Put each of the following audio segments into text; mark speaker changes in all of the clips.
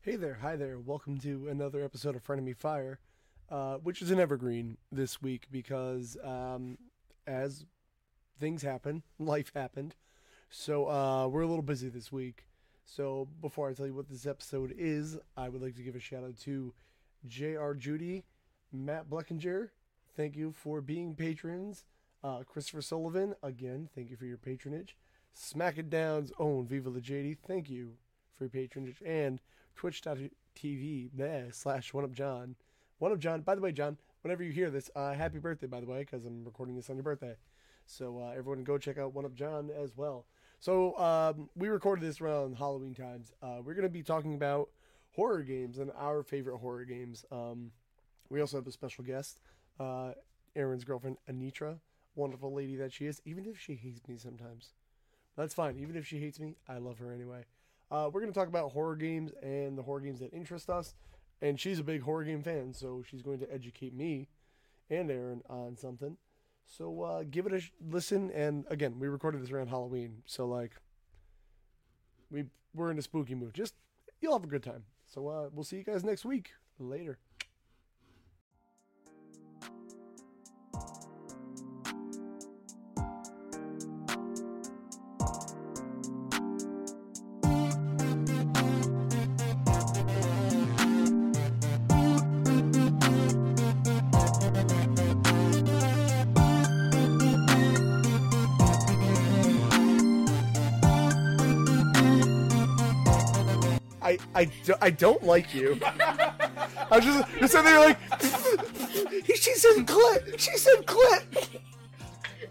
Speaker 1: Hey there, hi there. Welcome to another episode of Frenemy Fire, uh, which is an evergreen this week because um, as things happen, life happened. So uh, we're a little busy this week. So before I tell you what this episode is, I would like to give a shout out to J.R. Judy, Matt Bleckinger. Thank you for being patrons. Uh, Christopher Sullivan, again, thank you for your patronage. Smack It Down's own Viva La JD, thank you for your patronage. And twitch.tv bleh, slash one up John. One up John, by the way, John, whenever you hear this, uh, happy birthday, by the way, because I'm recording this on your birthday. So uh, everyone go check out One Up John as well. So um, we recorded this around Halloween times. Uh, we're going to be talking about horror games and our favorite horror games. Um, we also have a special guest, uh, Aaron's girlfriend, Anitra. Wonderful lady that she is, even if she hates me sometimes. That's fine. Even if she hates me, I love her anyway. Uh, we're going to talk about horror games and the horror games that interest us. And she's a big horror game fan, so she's going to educate me and Aaron on something. So uh, give it a sh- listen. And again, we recorded this around Halloween, so like we we're in a spooky mood. Just you'll have a good time. So uh, we'll see you guys next week. Later. I I, do, I don't like you. I was just just sitting there like she said clit. She said clit.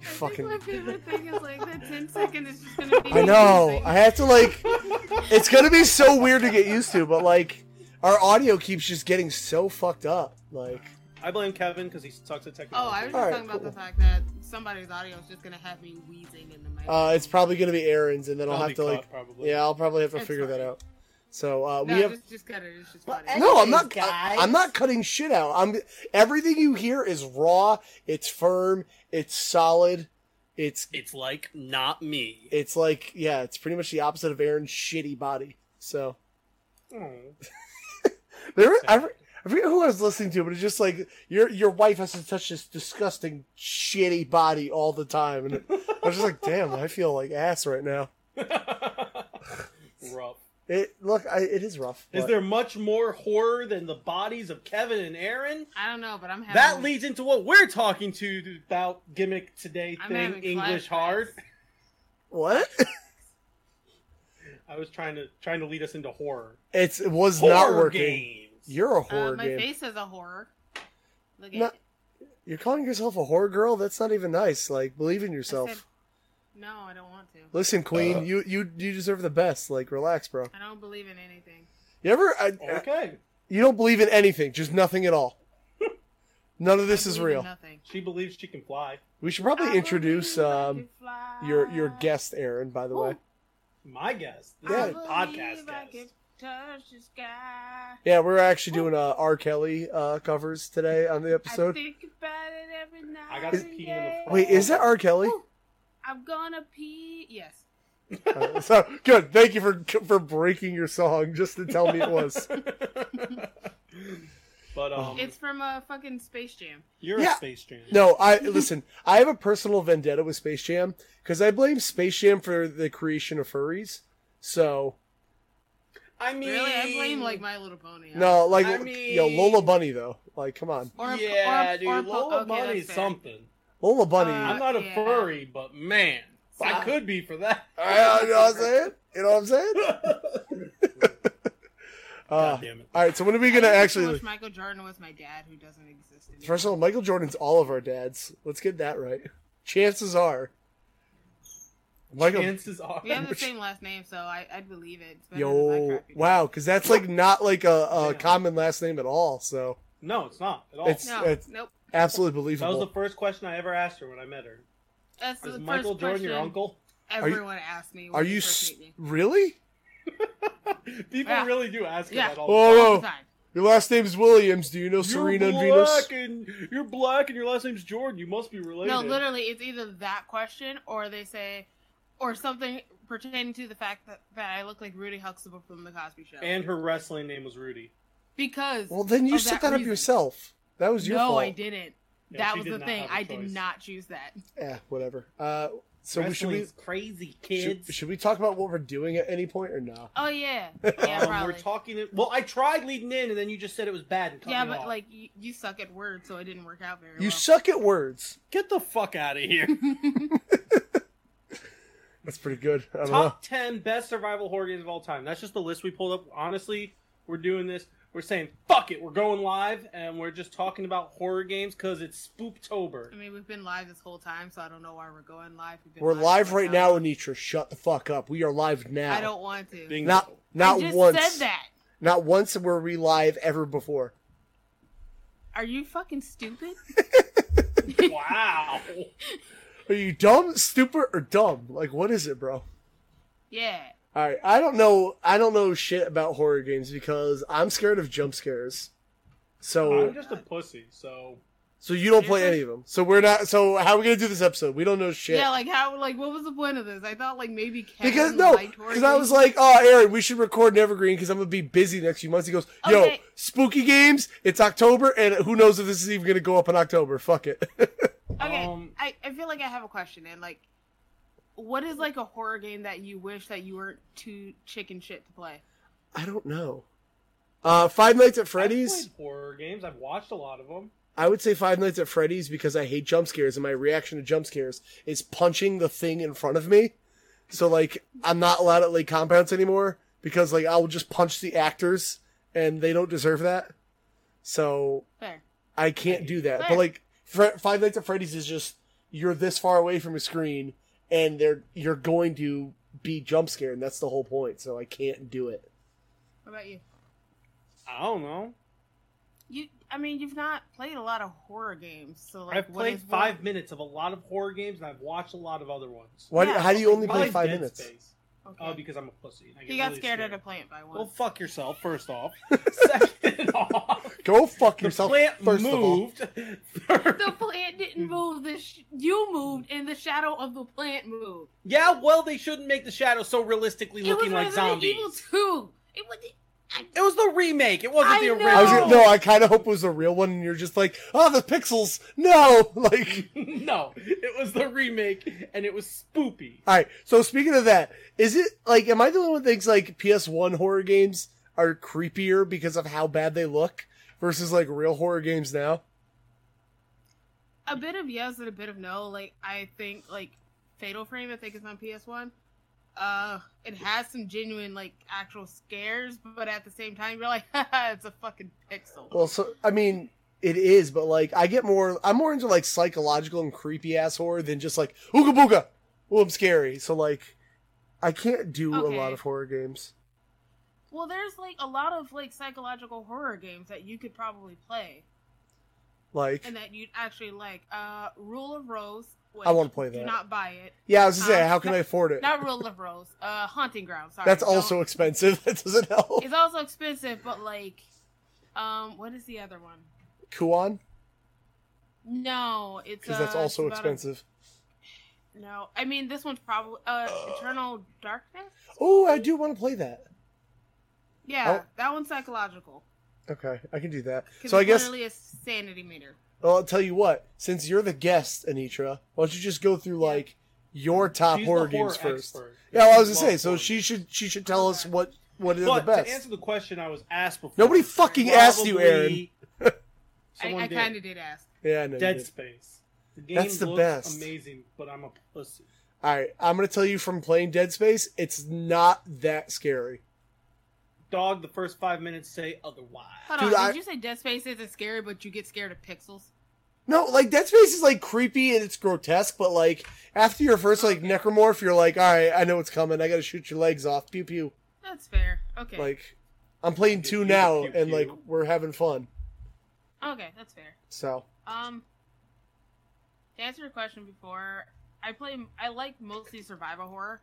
Speaker 1: Fucking-
Speaker 2: I think my favorite thing is like that 10 second is just gonna be.
Speaker 1: I know.
Speaker 2: amazing.
Speaker 1: I have to like. It's gonna be so weird to get used to, but like, our audio keeps just getting so fucked up. Like,
Speaker 3: I blame Kevin because he sucks at
Speaker 2: Oh,
Speaker 3: technology.
Speaker 2: I was just
Speaker 1: All right,
Speaker 2: talking about
Speaker 1: cool.
Speaker 2: the fact that somebody's audio is just gonna have me wheezing in the mic.
Speaker 1: uh, it's probably gonna be Aaron's, and then I'll
Speaker 3: That'll
Speaker 1: have to
Speaker 3: be
Speaker 1: like.
Speaker 3: cut, probably.
Speaker 1: Yeah, I'll probably have to
Speaker 2: That's
Speaker 1: figure that
Speaker 2: fine.
Speaker 1: out. So uh,
Speaker 2: no,
Speaker 1: we have.
Speaker 2: just, just cut it. It's just
Speaker 4: Well,
Speaker 2: funny.
Speaker 4: and-
Speaker 1: No, I'm not.
Speaker 4: Anyways,
Speaker 1: I,
Speaker 4: guys.
Speaker 1: I'm not cutting shit out. I'm. Everything you hear is raw. It's firm. It's solid. It's
Speaker 3: it's like not me.
Speaker 1: it's like yeah. It's pretty much the opposite of Aaron's shitty body. So.
Speaker 3: Oh.
Speaker 1: There, was- I, for- I forget who I was listening to, but it's just like your your wife has to touch this disgusting, shitty body all the time, and I was just like, damn, I feel like ass right now.
Speaker 3: Rough.
Speaker 1: It look, I, it is rough.
Speaker 3: Is
Speaker 1: but-
Speaker 3: there much more horror than the bodies of Kevin and Aaron?
Speaker 2: I don't know, but I'm having.
Speaker 3: That leads into what we're talking to about gimmick today
Speaker 2: I'm
Speaker 3: thing
Speaker 2: having
Speaker 3: English
Speaker 2: flashbacks.
Speaker 3: hard.
Speaker 1: what?
Speaker 3: I was trying to trying to lead us into horror.
Speaker 1: it's it was
Speaker 3: horror
Speaker 1: not working.
Speaker 3: games.
Speaker 1: You're a
Speaker 2: Uh,
Speaker 1: horror
Speaker 2: my
Speaker 1: game.
Speaker 2: face is a horror. Look at
Speaker 1: No,
Speaker 2: it.
Speaker 1: You're calling yourself a horror girl? That's not even nice. Like, believe in
Speaker 2: I
Speaker 1: yourself.
Speaker 2: said- no, I don't want to.
Speaker 1: Listen,
Speaker 3: Uh.
Speaker 1: Queen, you you you deserve the best. Like, relax, bro.
Speaker 2: I don't believe in anything.
Speaker 1: You ever? I, I-
Speaker 3: okay.
Speaker 1: you don't believe in anything, just nothing at all. None of this
Speaker 2: I
Speaker 1: is
Speaker 2: believe in
Speaker 1: real.
Speaker 2: Nothing.
Speaker 3: She believes she can fly.
Speaker 1: We should probably
Speaker 2: I
Speaker 1: introduce
Speaker 2: believe I
Speaker 1: um,
Speaker 2: can fly.
Speaker 1: your your guest, Aaron. By the way,
Speaker 3: My guest. This
Speaker 1: Yeah.
Speaker 3: is a
Speaker 2: I believe
Speaker 3: podcast
Speaker 2: I
Speaker 3: guest.
Speaker 2: can touch the sky.
Speaker 1: yeah, we're actually doing uh, R. Kelly uh, covers today on the
Speaker 2: I
Speaker 1: episode.
Speaker 2: think about it every night.
Speaker 3: gotta
Speaker 2: and
Speaker 3: pee in the
Speaker 2: day.
Speaker 3: front.
Speaker 1: Wait, is that R. Kelly?
Speaker 2: I'm gonna pee. Yes.
Speaker 1: Uh, so good. Thank you for for breaking your song just to tell me it was.
Speaker 3: But um,
Speaker 2: It's from a fucking Space Jam.
Speaker 3: you're
Speaker 1: Yeah.
Speaker 3: a space jam.
Speaker 1: No, I listen. I have a personal vendetta with Space Jam because I blame Space Jam for the creation of furries. So
Speaker 3: I mean,
Speaker 2: Really? I blame like My Little Pony.
Speaker 1: no, like
Speaker 3: I
Speaker 1: yo,
Speaker 3: mean-
Speaker 1: Lola Bunny though. Like, come on,
Speaker 2: Or a-
Speaker 3: yeah,
Speaker 2: or a-
Speaker 3: dude,
Speaker 2: or a po-
Speaker 3: Lola
Speaker 2: okay,
Speaker 3: Bunny's
Speaker 2: that's fair.
Speaker 3: something.
Speaker 1: Lola Bunny.
Speaker 3: I'm
Speaker 2: Uh,
Speaker 3: not a
Speaker 2: yeah.
Speaker 3: furry, but man, I
Speaker 2: Fuck.
Speaker 3: could be for that.
Speaker 1: I, you know what I'm saying? You know what I'm saying? Uh,
Speaker 3: God damn it.
Speaker 1: All right, so when are we
Speaker 2: I
Speaker 1: gonna
Speaker 2: used to
Speaker 1: actually?
Speaker 2: wish Michael Jordan was my dad, who doesn't exist anymore.
Speaker 1: First of all, Michael Jordan's all of our dads. Let's get that right. Chances are, Michael.
Speaker 3: Chances are,
Speaker 2: we have the same last name, so I, I'd believe it. It's better than my
Speaker 1: Yo,
Speaker 2: crappy name.
Speaker 1: wow, because that's like not like a, a
Speaker 3: Damn.
Speaker 1: common last name at all. So
Speaker 3: no, it's not at all.
Speaker 1: It's-
Speaker 2: No,
Speaker 1: That's-
Speaker 2: nope.
Speaker 1: absolutely
Speaker 3: that was the
Speaker 1: believable.
Speaker 3: first question I ever asked her when I met her.
Speaker 2: That's the
Speaker 3: Is
Speaker 2: first
Speaker 3: Michael Jordan
Speaker 2: question
Speaker 3: your uncle?
Speaker 1: you-
Speaker 2: everyone asked me. when
Speaker 1: Are
Speaker 2: they
Speaker 1: you
Speaker 2: first
Speaker 1: s-
Speaker 2: meet me.
Speaker 1: really?
Speaker 3: People
Speaker 2: Yeah.
Speaker 3: really do ask her
Speaker 2: Yeah.
Speaker 3: that
Speaker 1: Whoa,
Speaker 3: all.
Speaker 2: All
Speaker 3: the time.
Speaker 1: whoa,
Speaker 2: the time.
Speaker 1: Your last name's Williams. Do you know
Speaker 3: You're
Speaker 1: Oh, Serena and Venus?
Speaker 3: black and you're black and your last name's Jordan. You must be related.
Speaker 2: No, literally, it's either that question or they say, or something pertaining to the fact that, that I look like Rudy Huxtable from The Cosby Show.
Speaker 3: And her wrestling name was Rudy.
Speaker 2: because
Speaker 1: Well, then you
Speaker 2: of
Speaker 1: set
Speaker 2: Oh, that
Speaker 1: that up
Speaker 2: reason.
Speaker 1: yourself. That was your
Speaker 2: no,
Speaker 1: fault.
Speaker 2: I didn't.
Speaker 3: Yeah,
Speaker 2: that
Speaker 3: she
Speaker 2: was
Speaker 3: did
Speaker 2: the
Speaker 3: not
Speaker 2: thing.
Speaker 3: have a
Speaker 2: I
Speaker 3: choice.
Speaker 2: did not choose that.
Speaker 1: Yeah, whatever. Uh, so we should
Speaker 3: Wrestling's
Speaker 1: we
Speaker 3: crazy
Speaker 1: should,
Speaker 3: kids.
Speaker 1: should we talk about what we're doing at any point or no?
Speaker 2: Oh yeah, yeah,
Speaker 3: um, we're
Speaker 2: probably.
Speaker 3: talking. It, well, I tried leading in, and then you just said it was bad. And cut
Speaker 2: yeah,
Speaker 3: me
Speaker 2: but
Speaker 3: off.
Speaker 2: like you, you suck at words, so it didn't work out very
Speaker 1: You
Speaker 2: well.
Speaker 1: suck at words.
Speaker 3: get the fuck out of here.
Speaker 1: That's pretty good. I don't know.
Speaker 3: Top ten best survival horror games of all time. That's just the list we pulled up. Honestly, we're doing this. We're saying fuck it. We're going live, and we're just talking about horror games because it's Spooptober.
Speaker 2: I mean, we've been live this whole time, so I don't know why we're going live. We've been
Speaker 1: We're live
Speaker 2: for
Speaker 1: right
Speaker 2: an
Speaker 1: now,
Speaker 2: hour.
Speaker 1: Anitra. Shut the fuck up. We are live now.
Speaker 2: I don't want to.
Speaker 3: Bingo.
Speaker 1: Not not
Speaker 2: I just
Speaker 1: once.
Speaker 2: said that.
Speaker 1: Not once were we live ever before.
Speaker 2: Are you fucking stupid?
Speaker 3: wow.
Speaker 1: Are you dumb, stupid, or dumb? Like, what is it, bro?
Speaker 2: yeah.
Speaker 1: All right, I don't know. I don't know shit about horror games because I'm scared of jump scares. So,
Speaker 3: I'm just a pussy. So
Speaker 1: so you don't play any of them. So we're not. So how are we gonna do this episode? We don't know shit.
Speaker 2: Yeah, like how? Like what was the point of this? I thought like maybe Kevin
Speaker 1: because no,
Speaker 2: liked horror
Speaker 1: because I was
Speaker 2: games.
Speaker 1: like, oh, Aaron, we should record an Evergreen because I'm gonna be busy next few months. He goes, yo,
Speaker 2: Okay.
Speaker 1: spooky games. It's October, and who knows if this is even gonna go up in October? Fuck it.
Speaker 2: okay.
Speaker 3: um,
Speaker 2: I I feel like I have a question and like, what is like a horror game that you wish that you weren't too chicken shit to play?
Speaker 1: I don't know. Uh, Five Nights at
Speaker 3: I've
Speaker 1: Freddy's.
Speaker 3: played horror games. I've watched a lot of them.
Speaker 1: I would say Five Nights at Freddy's because I hate jump scares, and my reaction to jump scares is punching the thing in front of me. So like, I'm not allowed at Lake Compounds anymore because like I will just punch the actors, and they don't deserve that. So
Speaker 2: Fair.
Speaker 1: I can't do that. But
Speaker 2: Fair.
Speaker 1: like, Fre- Five Nights at Freddy's is just you're this far away from a screen, and they're you're going to be jump scared, and that's the whole point. So I can't do it.
Speaker 2: What about you?
Speaker 3: I don't know.
Speaker 2: You, I mean, you've not played a lot of horror games, so like,
Speaker 3: I've
Speaker 2: what
Speaker 3: played
Speaker 2: is one-
Speaker 3: five minutes of a lot of horror games, and I've watched a lot of other ones.
Speaker 1: Why? do-
Speaker 2: Yeah,
Speaker 1: how do you only play
Speaker 3: Probably
Speaker 1: five
Speaker 3: Dead
Speaker 1: minutes?
Speaker 3: Space.
Speaker 2: Okay.
Speaker 3: Oh, because I'm a pussy. and I get
Speaker 2: he got
Speaker 3: really
Speaker 2: scared
Speaker 3: scared
Speaker 2: at a plant by one.
Speaker 3: Well, fuck yourself. First off. Second off.
Speaker 1: Go fuck
Speaker 3: The
Speaker 1: yourself.
Speaker 3: plant
Speaker 1: first of all.
Speaker 3: moved. Third-
Speaker 2: the plant
Speaker 3: Hmm.
Speaker 2: didn't move. The sh- you moved, and the shadow of the plant moved.
Speaker 3: yeah, well, they shouldn't make the shadows so realistically
Speaker 2: It was
Speaker 3: looking like
Speaker 2: Resident
Speaker 3: zombies.
Speaker 2: Evil Two. It was.
Speaker 3: It was the remake. It wasn't
Speaker 2: I
Speaker 3: the
Speaker 2: know.
Speaker 3: original.
Speaker 1: I was gonna-
Speaker 2: No.
Speaker 1: no, I kind of hope it was a real one, and you're just like, oh, the pixels. No, like,
Speaker 3: no, it was the remake, and it was spoopy.
Speaker 1: all right. So speaking of that, is it like, am I the only one that thinks like PS1 horror games are creepier because of how bad they look versus like real horror games now?
Speaker 2: a bit of yes and a bit of no. Like I think like Fatal Frame, I think is on PS One. Uh, it has some genuine like actual scares, but at the same time, you're like, Haha, it's a fucking pixel.
Speaker 1: Well, so I mean, it is, but like, I get more, I'm more into like psychological and creepy ass horror than just like ooga booga. Well, I'm scary. So like, I can't do a lot
Speaker 2: Okay.
Speaker 1: of horror games.
Speaker 2: well, there's like a lot of like psychological horror games that you could probably play
Speaker 1: Like,
Speaker 2: and that you'd actually like. Uh, Rule of Rose. Which,
Speaker 1: I want to play
Speaker 2: Do
Speaker 1: that.
Speaker 2: not buy it.
Speaker 1: yeah, I was gonna say,
Speaker 2: uh,
Speaker 1: how can I afford it?
Speaker 2: Not Rule of Rose. Uh, Haunting Ground. Sorry.
Speaker 1: That's
Speaker 2: Don't-
Speaker 1: also expensive. That doesn't help.
Speaker 2: It's also expensive, but like, um, what is the other one?
Speaker 1: Kuan,
Speaker 2: No, it's
Speaker 1: because
Speaker 2: uh,
Speaker 1: that's also
Speaker 2: it's about a-
Speaker 1: expensive.
Speaker 2: No, I mean this one's probably uh, Eternal Darkness.
Speaker 1: Oh, I do want to play that.
Speaker 2: Yeah,
Speaker 1: Oh.
Speaker 2: that one's psychological.
Speaker 1: Okay, I can do that.
Speaker 2: 'cause
Speaker 1: So I
Speaker 2: it's
Speaker 1: guess
Speaker 2: literally a sanity meter.
Speaker 1: well, I'll tell you what. Since you're the guest, Anitra, why don't you just go through
Speaker 2: Yeah.
Speaker 1: like your top
Speaker 3: She's the
Speaker 1: Ah, horror games
Speaker 3: horror
Speaker 1: first?
Speaker 3: expert.
Speaker 1: Yeah, well, I was
Speaker 3: She
Speaker 1: gonna say.
Speaker 3: loves
Speaker 1: So
Speaker 3: horror.
Speaker 1: she should she should tell us what what is
Speaker 3: But
Speaker 1: the best.
Speaker 3: to answer the question I was asked before,
Speaker 1: Nobody fucking asked you, Aaron.
Speaker 3: probably
Speaker 2: I,
Speaker 3: Someone
Speaker 2: I
Speaker 3: did.
Speaker 2: kind of did ask.
Speaker 1: yeah, I know you
Speaker 3: Dead
Speaker 1: did.
Speaker 3: Space. The game
Speaker 1: That's the
Speaker 3: looks
Speaker 1: best.
Speaker 3: amazing, but I'm a pussy.
Speaker 1: All right, I'm gonna tell you from playing Dead Space, it's not that scary.
Speaker 3: Dog, the first five minutes say otherwise.
Speaker 2: Hold
Speaker 1: Dude,
Speaker 2: on,
Speaker 1: I-
Speaker 2: did you say Dead Space isn't scary, but you get scared of pixels?
Speaker 1: No, like Dead Space is like creepy and it's grotesque, but like after your first like necromorph, you're like, all right, I know what's coming. I gotta shoot your legs off. Pew pew.
Speaker 2: That's fair. Okay.
Speaker 1: Like I'm playing
Speaker 3: Pew,
Speaker 1: two
Speaker 3: pew,
Speaker 1: now,
Speaker 3: pew,
Speaker 1: and
Speaker 3: pew.
Speaker 1: like we're having fun.
Speaker 2: okay, that's fair.
Speaker 1: So
Speaker 2: Um, to answer your question before, I play. I like mostly survival horror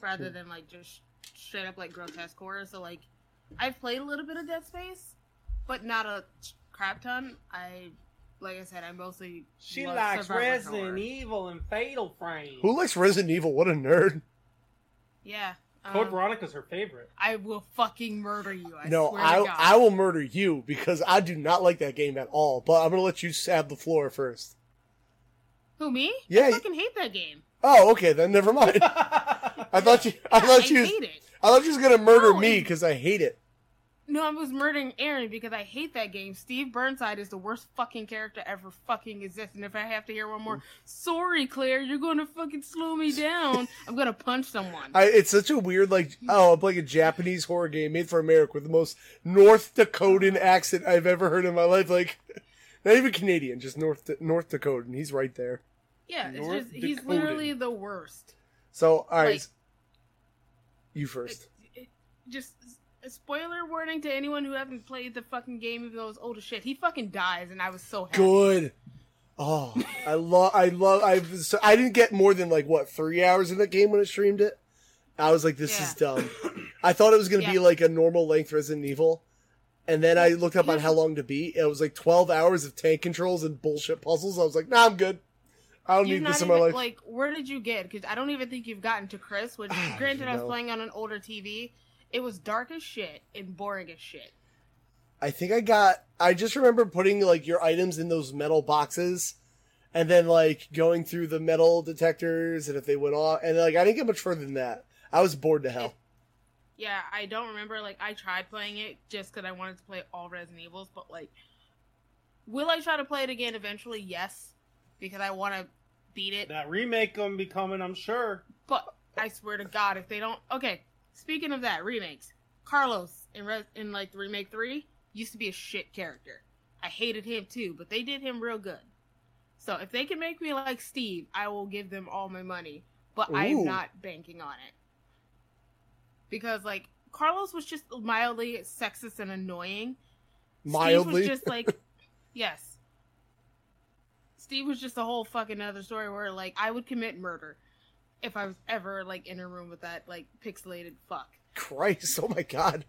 Speaker 2: rather than like just straight up like grotesque horror. So like, I've played a little bit of Dead Space, but not a crap ton. I, like I said, I mostly
Speaker 3: She
Speaker 2: love
Speaker 3: likes
Speaker 2: survival
Speaker 3: Resident
Speaker 2: horror.
Speaker 3: Evil and Fatal Frame.
Speaker 1: who likes Resident Evil? What a nerd!
Speaker 2: Yeah.
Speaker 3: Code
Speaker 2: um,
Speaker 3: Veronica's her favorite.
Speaker 2: I will fucking murder you. I
Speaker 1: no,
Speaker 2: swear
Speaker 1: I
Speaker 2: to God.
Speaker 1: I will murder you because I do not like that game at all. But I'm gonna let you sab the floor first.
Speaker 2: Who me?
Speaker 1: Yeah,
Speaker 2: I
Speaker 1: you-
Speaker 2: fucking hate that game.
Speaker 1: Oh, okay, then never mind. I thought you I
Speaker 2: Yeah,
Speaker 1: thought you was,
Speaker 2: hate it.
Speaker 1: I thought you was gonna murder
Speaker 2: No,
Speaker 1: me
Speaker 2: it's-
Speaker 1: because I hate it.
Speaker 2: No, I was murdering Aaron because I hate that game. Steve Burnside is the worst fucking character ever fucking exists. And if I have to hear one more, sorry, Claire, you're going to fucking slow me down. I'm going to punch someone.
Speaker 1: I, it's such a weird like oh I'm playing a Japanese horror game made for America with the most North Dakotan accent I've ever heard in my life. Like not even Canadian, just North North Dakotan. He's right there.
Speaker 2: yeah, it's
Speaker 3: North
Speaker 2: just, he's
Speaker 3: Dakotan.
Speaker 2: literally the worst.
Speaker 1: So all right,
Speaker 2: Like-
Speaker 1: you first.
Speaker 2: Just a spoiler warning to anyone who haven't played the fucking game, even though it's old as shit. He fucking dies, and I was so happy.
Speaker 1: Good. Oh, I love I love I so I didn't get more than like what three hours in that game when I streamed it. I was like, this is dumb. I thought it was gonna be
Speaker 2: Yeah.
Speaker 1: like a normal length Resident Evil, and then I looked up on how long to beat. and It was like twelve hours of tank controls and bullshit puzzles. I was like, nah, I'm good. I don't
Speaker 2: You've
Speaker 1: need
Speaker 2: not
Speaker 1: this in
Speaker 2: even,
Speaker 1: my life.
Speaker 2: Like, where did you get? Because I don't even think you've gotten to Chris. Which,
Speaker 1: Ah,
Speaker 2: granted,
Speaker 1: you
Speaker 2: I was
Speaker 1: know.
Speaker 2: playing on an older TV. It was dark as shit and boring as shit.
Speaker 1: I think I got. I just remember putting like your items in those metal boxes, and then like going through the metal detectors, and if they went off, and like I didn't get much further than that. I was bored to hell.
Speaker 2: Yeah, I don't remember. Like, I tried playing it just because I wanted to play all Resident Evils, but like, will I try to play it again eventually? Yes, because I want to beat it.
Speaker 3: that remake gonna be coming, I'm sure.
Speaker 2: But I swear to God, if they don't, okay. Speaking of that, remakes. Carlos in Res, in like the remake three used to be a shit character. I hated him too, but they did him real good. So if they can make me like Steve, I will give them all my money. But I
Speaker 1: Ooh.
Speaker 2: am not banking on it because like Carlos was just mildly sexist and annoying.
Speaker 1: Mildly.
Speaker 2: Steve was just like, yes. Steve was just a whole fucking other story where like I would commit murder if I was ever like in a room with that like pixelated fuck.
Speaker 1: Christ, oh my god.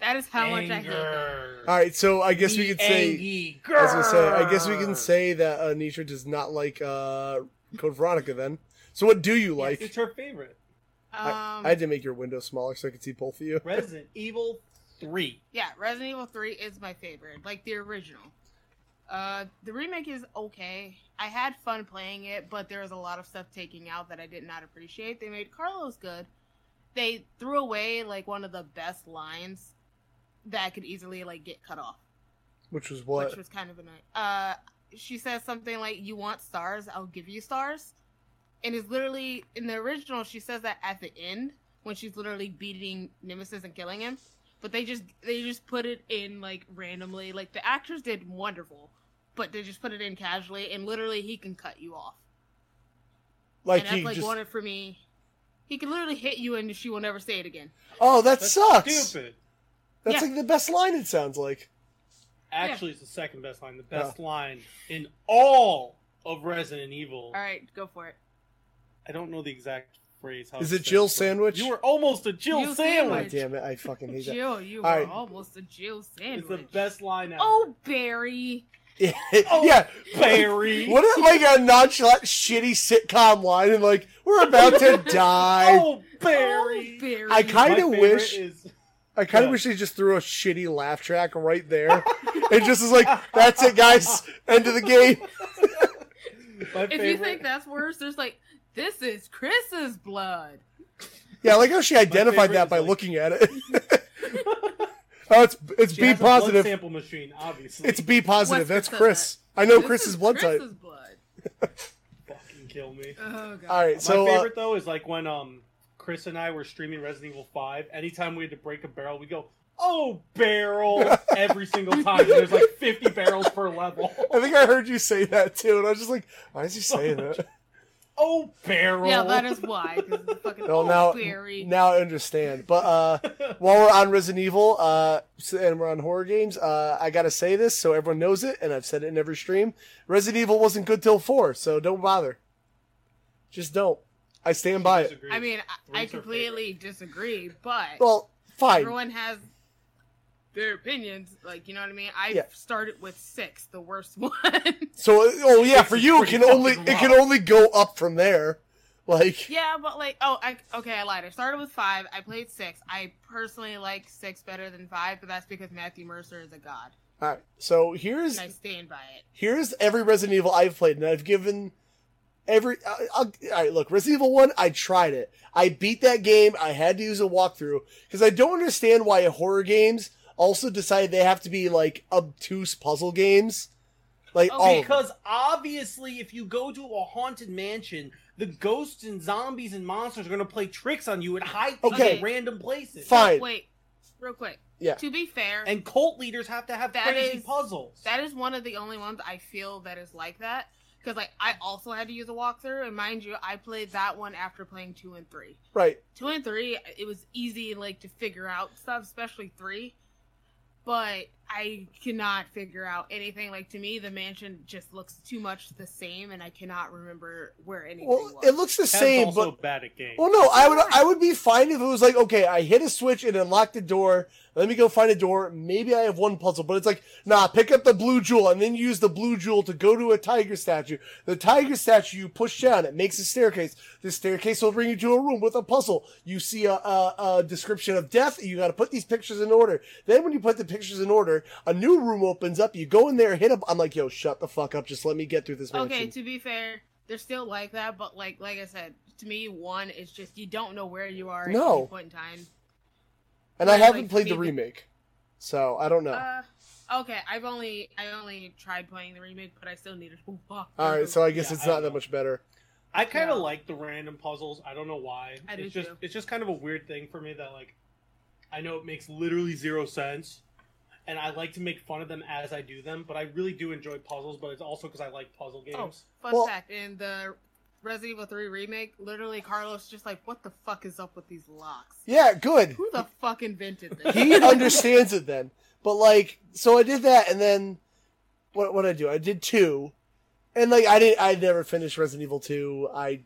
Speaker 2: That is how much I hate that.
Speaker 1: All right, so I guess we could say I was gonna say I guess we can say that uh, Nisha does not like uh, Code Veronica then. So what do you like?
Speaker 3: it's her favorite.
Speaker 2: Um,
Speaker 1: I had to make your window smaller so I could see both of you.
Speaker 3: Resident Evil Three.
Speaker 2: yeah, Resident Evil Three is my favorite, like the original. Uh, the remake is okay. I had fun playing it, but there was a lot of stuff taking out that I did not appreciate. They made Carlos good. They threw away like one of the best lines that could easily like get cut off.
Speaker 1: Which was what?
Speaker 2: Which was kind of annoying. Uh, she says something like, "You want stars? I'll give you stars," and it's literally in the original. She says that at the end when she's literally beating Nemesis and killing him, but they just they just put it in like randomly. Like the actors did wonderful, but they just put it in casually, and literally he can cut you off.
Speaker 1: like
Speaker 2: and that's
Speaker 1: he
Speaker 2: like
Speaker 1: just
Speaker 2: wanted for me. He can literally hit you, and she will never say it again.
Speaker 1: Oh, that
Speaker 3: That's
Speaker 1: sucks.
Speaker 3: Stupid.
Speaker 1: That's
Speaker 2: Yeah.
Speaker 1: like the best line it sounds like.
Speaker 3: Actually, it's the second best line. The best line in all of Resident Evil.
Speaker 2: All right, go for it.
Speaker 3: I don't know the exact phrase. How
Speaker 1: Is
Speaker 3: it's
Speaker 1: it Jill
Speaker 3: said, but
Speaker 1: Sandwich?
Speaker 3: You were almost a Jill,
Speaker 2: Jill
Speaker 1: God
Speaker 3: sandwich.
Speaker 2: Sandwich.
Speaker 1: damn it, I fucking hate that.
Speaker 2: Jill, you
Speaker 1: All
Speaker 2: are
Speaker 1: right.
Speaker 2: almost a Jill sandwich.
Speaker 3: It's the best line ever.
Speaker 2: Oh, Barry.
Speaker 1: yeah.
Speaker 3: Oh,
Speaker 1: yeah.
Speaker 3: Barry.
Speaker 1: What is like a nonchalant shitty sitcom line and like we're about to die.
Speaker 3: Oh, Barry.
Speaker 2: Oh, Barry.
Speaker 1: I
Speaker 3: My
Speaker 1: kind of
Speaker 3: favorite
Speaker 1: wish
Speaker 3: is-
Speaker 1: I kind of
Speaker 3: Yeah.
Speaker 1: wish they just threw a shitty laugh track right there. it just is like, that's it, guys. End of the game.
Speaker 3: my
Speaker 2: If you
Speaker 3: favorite-
Speaker 2: think that's worse, there's like, this is Chris's blood.
Speaker 1: Yeah, I like how she identified
Speaker 3: favorite
Speaker 1: that
Speaker 3: is,
Speaker 1: by
Speaker 3: like-
Speaker 1: looking at it. oh, it's it's
Speaker 3: She
Speaker 1: B
Speaker 3: has a blood
Speaker 1: positive.
Speaker 3: sample machine, obviously.
Speaker 1: It's B positive.
Speaker 2: Wes
Speaker 1: That's
Speaker 2: said
Speaker 1: Chris. I know
Speaker 2: This
Speaker 1: Chris's blood
Speaker 2: Chris's
Speaker 1: type.
Speaker 2: blood.
Speaker 3: fucking kill me.
Speaker 2: Oh god.
Speaker 1: All right, so
Speaker 3: my
Speaker 1: uh,
Speaker 3: favorite though is like when um Chris and I were streaming Resident Evil Five. Anytime we had to break a barrel, we go, "Oh, barrel!" every single time. And there's like 50 barrels per level.
Speaker 1: I think I heard you say that too, and I was just like, why is he saying that?
Speaker 3: Oh, barrel!
Speaker 2: Yeah, that is why. 'cause it's fucking
Speaker 1: Well,
Speaker 2: oh,
Speaker 1: now
Speaker 2: Barry.
Speaker 1: now I understand. But uh, while we're on Resident Evil uh, s- and we're on horror games, uh, I gotta say this so everyone knows it, and I've said it in every stream. Resident Evil wasn't good till four, so don't bother. Just don't. I stand by it.
Speaker 3: Disagree.
Speaker 2: I mean, I, I
Speaker 3: Three's her
Speaker 2: completely disagree, but
Speaker 1: Well, fine.
Speaker 2: everyone has their opinions. Like, you know what I mean? I
Speaker 1: Yeah.
Speaker 2: started with six, the worst one.
Speaker 1: So, oh yeah,
Speaker 3: Six
Speaker 1: for
Speaker 3: is
Speaker 1: you it
Speaker 3: pretty
Speaker 1: can only
Speaker 3: fucking
Speaker 1: it can
Speaker 3: low.
Speaker 1: only go up from there. Like,
Speaker 2: Yeah, but like, oh, I okay, I lied. I started with five. I played six. I personally like six better than five, but that's because Matthew Mercer is a god,
Speaker 1: all right. So here's
Speaker 2: and I stand by it.
Speaker 1: here's every Resident Evil I've played, and I've given every. I, I'll, all right, look, Resident Evil One, I tried it. I beat that game. I had to use a walkthrough because I don't understand why horror games also decide they have to be like obtuse puzzle games. Like,
Speaker 2: Oh,
Speaker 1: all of them.
Speaker 3: Because obviously, if you go to a haunted mansion, the ghosts and zombies and monsters are going to play tricks on you and hide things
Speaker 1: Okay.
Speaker 3: in random places.
Speaker 1: Fuck. Fine.
Speaker 2: Wait, real quick.
Speaker 1: Yeah.
Speaker 2: To be fair,
Speaker 3: And cult leaders have to have
Speaker 2: That
Speaker 3: crazy
Speaker 2: is-
Speaker 3: puzzles.
Speaker 2: that is one of the only ones I feel that is like that. Because like I also had to use a walkthrough, and mind you, I played that one after playing two and three.
Speaker 1: right.
Speaker 2: two and three it was easy like to figure out stuff especially three but i cannot figure out anything like to me the mansion just looks too much the same and i cannot remember where anything
Speaker 1: Well,
Speaker 2: was
Speaker 1: it looks the
Speaker 3: That's
Speaker 1: same, but
Speaker 3: also bad at games.
Speaker 1: Well, no, I would I would be fine if it was like, okay, I hit a switch and unlocked a door. Let me go find a door. Maybe I have one puzzle, but it's like, nah, pick up the blue jewel and then use the blue jewel to go to a tiger statue. The tiger statue you push down, it makes a staircase. The staircase will bring you to a room with a puzzle. You see a, a, a description of death. You got to put these pictures in order. Then when you put the pictures in order, a new room opens up. You go in there, hit a. I'm like, yo, shut the fuck up. Just let me get through this mansion.
Speaker 2: okay to be fair they're still like that but like like i said to me one is just you don't know where you are at
Speaker 1: No.
Speaker 2: any point in time
Speaker 1: and I
Speaker 2: yeah,
Speaker 1: haven't
Speaker 2: like,
Speaker 1: played the
Speaker 2: maybe-
Speaker 1: remake, so I don't know.
Speaker 2: uh okay i've only i only tried playing the remake but i still needed to oh, walk
Speaker 1: All right, so I guess
Speaker 3: Yeah,
Speaker 1: it's
Speaker 3: I
Speaker 1: not
Speaker 3: don't
Speaker 1: that
Speaker 3: know.
Speaker 1: much better.
Speaker 3: I kind
Speaker 2: Yeah.
Speaker 3: of like the random puzzles. I don't know why.
Speaker 2: I do
Speaker 3: it's just
Speaker 2: too.
Speaker 3: it's just kind of a weird thing for me that like I know it makes literally zero sense, and I like to make fun of them as I do them. But I really do enjoy puzzles. But it's also because I like puzzle games.
Speaker 2: Oh, fun
Speaker 1: Well-
Speaker 2: fact: in the Resident Evil 3 remake, literally Carlos just like, "What the fuck is up with these locks?
Speaker 1: Yeah, good.
Speaker 2: Who the fuck invented this?"
Speaker 1: He understands it then. But like, so I did that, and then what? What did I do? I did two, and like I didn't. I never finished Resident Evil Two. I,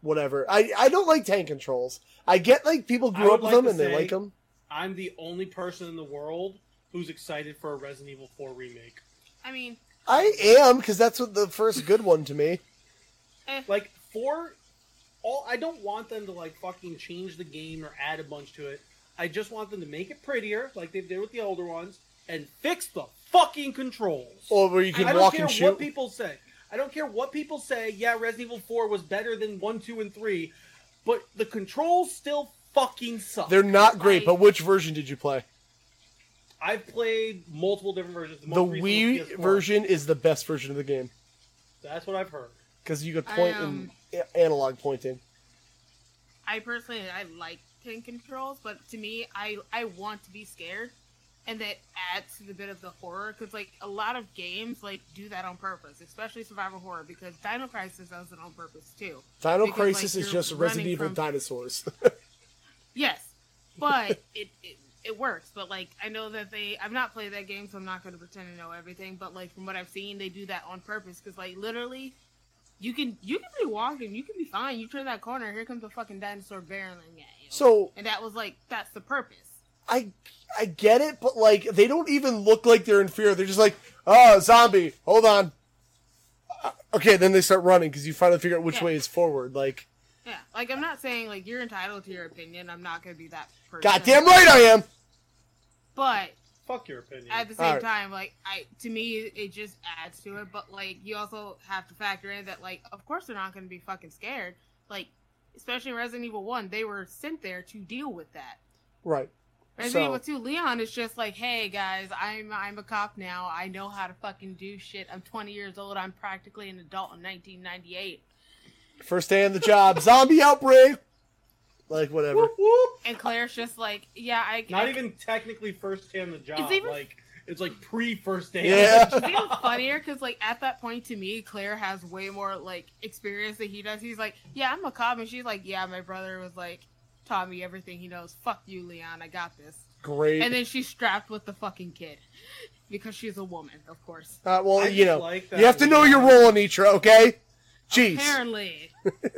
Speaker 1: whatever. I I don't like tank controls. I get like people
Speaker 3: I
Speaker 1: grew
Speaker 3: would
Speaker 1: up with
Speaker 3: like
Speaker 1: them
Speaker 3: to
Speaker 1: and they
Speaker 3: say-
Speaker 1: like them.
Speaker 3: I'm the only person in the world who's excited for a Resident Evil 4 remake.
Speaker 2: I mean,
Speaker 1: I am because that's what the first good one to me.
Speaker 2: eh,
Speaker 3: Like 4 all I don't want them to like fucking change the game or add a bunch to it. I just want them to make it prettier like they did with the older ones and fix the fucking controls.
Speaker 1: Or where you
Speaker 3: I
Speaker 1: can
Speaker 3: don't
Speaker 1: walk
Speaker 3: care
Speaker 1: and
Speaker 3: what
Speaker 1: shoot.
Speaker 3: people say. I don't care what people say. Yeah, Resident Evil 4 was better than 1, 2 and 3, but the controls still fucking suck.
Speaker 1: They're not great.
Speaker 2: I-
Speaker 1: But which version did you play?
Speaker 3: I've played multiple different versions.
Speaker 1: The
Speaker 3: most recent was
Speaker 1: Wii
Speaker 3: PS4.
Speaker 1: version is the best version of the game
Speaker 3: That's what I've heard.
Speaker 1: because you could
Speaker 2: I,
Speaker 1: point
Speaker 2: um,
Speaker 1: and a- analog pointing.
Speaker 2: I personally I like tank controls, but to me, I I want to be scared, and that adds to the bit of the horror because like a lot of games like do that on purpose, especially survival horror because Dino Crisis does it on purpose too.
Speaker 1: Dino
Speaker 2: Because, like,
Speaker 1: Crisis is
Speaker 2: you're
Speaker 1: just Resident
Speaker 2: running
Speaker 1: Evil
Speaker 2: from-
Speaker 1: dinosaurs.
Speaker 2: Yes, but it, it it works. But like I know that they I've not played that game, so I'm not going to pretend to know everything. But like from what I've seen, they do that on purpose because like literally, you can you can be walking, you can be fine. You turn that corner, here comes a fucking dinosaur barreling at you.
Speaker 1: so
Speaker 2: and that was like that's the purpose.
Speaker 1: I I get it, but like they don't even look like they're in fear. They're just like, oh, zombie, hold on. Uh, Okay, then they start running because you finally figure out which
Speaker 2: Yeah.
Speaker 1: way is forward. Like,
Speaker 2: Yeah, like I'm not saying like you're entitled to your opinion. I'm not going to be that person.
Speaker 1: goddamn right I am.
Speaker 2: But
Speaker 3: Fuck your opinion.
Speaker 2: at the
Speaker 1: All
Speaker 2: same
Speaker 1: right.
Speaker 2: time, like I to me, it just adds to it. But like you also have to factor in that like of course they're not going to be fucking scared. Like especially Resident Evil One, they were sent there to deal with that.
Speaker 1: Right.
Speaker 2: Resident
Speaker 1: So-
Speaker 2: Evil Two, Leon is just like, hey guys, I'm I'm a cop now. I know how to fucking do shit. I'm 20 years old. I'm practically an adult in 1998.
Speaker 1: First day on the job, zombie outbreak. Like whatever.
Speaker 3: Whoop, whoop.
Speaker 2: And Claire's just like, yeah, I
Speaker 3: Not
Speaker 2: I-
Speaker 3: even technically first day on the job.
Speaker 2: It's even-
Speaker 3: Like it's like pre first day.
Speaker 1: Yeah.
Speaker 3: On the
Speaker 2: It's even
Speaker 3: job.
Speaker 2: funnier because, like, at that point, to me, Claire has way more like experience than he does. He's like, "Yeah, I'm a cop," and she's like, "Yeah, my brother was like, taught me everything he knows. Fuck you, Leon. I got this."
Speaker 1: Great.
Speaker 2: And then she's strapped with the fucking kid because she's a woman, of course.
Speaker 1: uh,
Speaker 3: I
Speaker 1: well,
Speaker 3: just
Speaker 1: you know,
Speaker 3: like that
Speaker 1: you have to know your
Speaker 3: Leon-
Speaker 1: role, Anitra. Okay. Jeez.
Speaker 2: Apparently,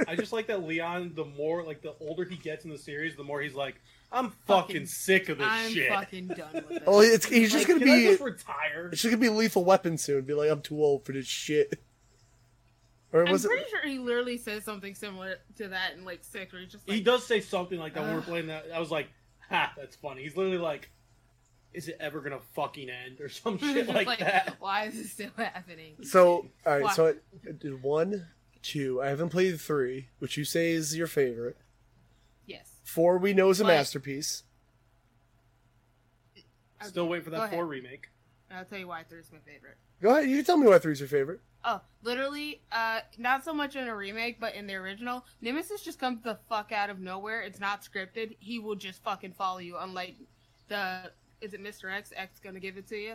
Speaker 3: I just like that Leon. The more like the older he gets in the series, the more he's like, I'm fucking,
Speaker 2: Fucking-
Speaker 3: sick of this
Speaker 2: I'm
Speaker 3: shit.
Speaker 2: fucking done with it.
Speaker 1: Well, Oh, it's, he's just gonna
Speaker 3: Like, can I
Speaker 1: be.
Speaker 3: just retire.
Speaker 1: It's just gonna be lethal weapon soon. Be like, I'm too old for this shit. Or
Speaker 2: I'm
Speaker 1: was
Speaker 2: pretty
Speaker 1: it?
Speaker 2: sure he literally says something similar to that in like six, where he's just like,
Speaker 3: he does say something like that when we're
Speaker 2: Ugh.
Speaker 3: playing that. I was like, ha, that's funny. He's literally like, is it ever gonna fucking end or some shit
Speaker 2: Just
Speaker 3: like, that?
Speaker 2: Why is this still happening?
Speaker 1: So, all right. So, I, I did one, two. I haven't played three, which you say is your favorite.
Speaker 2: Yes.
Speaker 1: Four, we know is a
Speaker 2: Like-
Speaker 1: masterpiece.
Speaker 2: Okay,
Speaker 3: Still waiting for
Speaker 2: go
Speaker 3: that
Speaker 2: ahead.
Speaker 3: four remake.
Speaker 2: I'll tell you why three is my favorite.
Speaker 1: Go ahead. You can tell me why three's your favorite.
Speaker 2: Oh, literally, uh, not so much in a remake, but in the original, Nemesis just comes the fuck out of nowhere. It's not scripted. He will just fucking follow you. Unlike the, is it Mr. X? X gonna give it to you.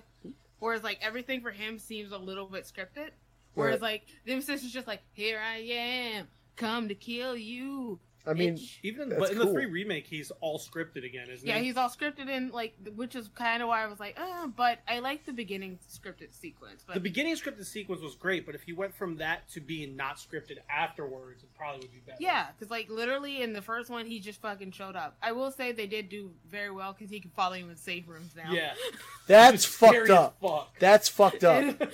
Speaker 2: Whereas like everything for him seems a little bit scripted. Whereas like Nemesis is just like, here I am, come to kill you.
Speaker 1: I mean,
Speaker 2: bitch."
Speaker 3: Even
Speaker 1: That's
Speaker 3: but in the
Speaker 1: cool.
Speaker 3: three remake, he's all scripted again, isn't
Speaker 2: Yeah,
Speaker 3: he?
Speaker 2: he's all scripted and like, which is kind of why I was like, uh, but I like the beginning scripted sequence. But
Speaker 3: The beginning scripted sequence was great, but if he went from that to being not scripted afterwards, it probably would be better.
Speaker 2: yeah, because like literally in the first one, he just fucking showed up. I will say they did do very well because he can follow you in safe rooms now.
Speaker 3: yeah.
Speaker 1: that's
Speaker 3: He was scary
Speaker 1: fucked
Speaker 3: as
Speaker 1: up.
Speaker 3: Fuck.
Speaker 1: That's fucked up.
Speaker 2: And-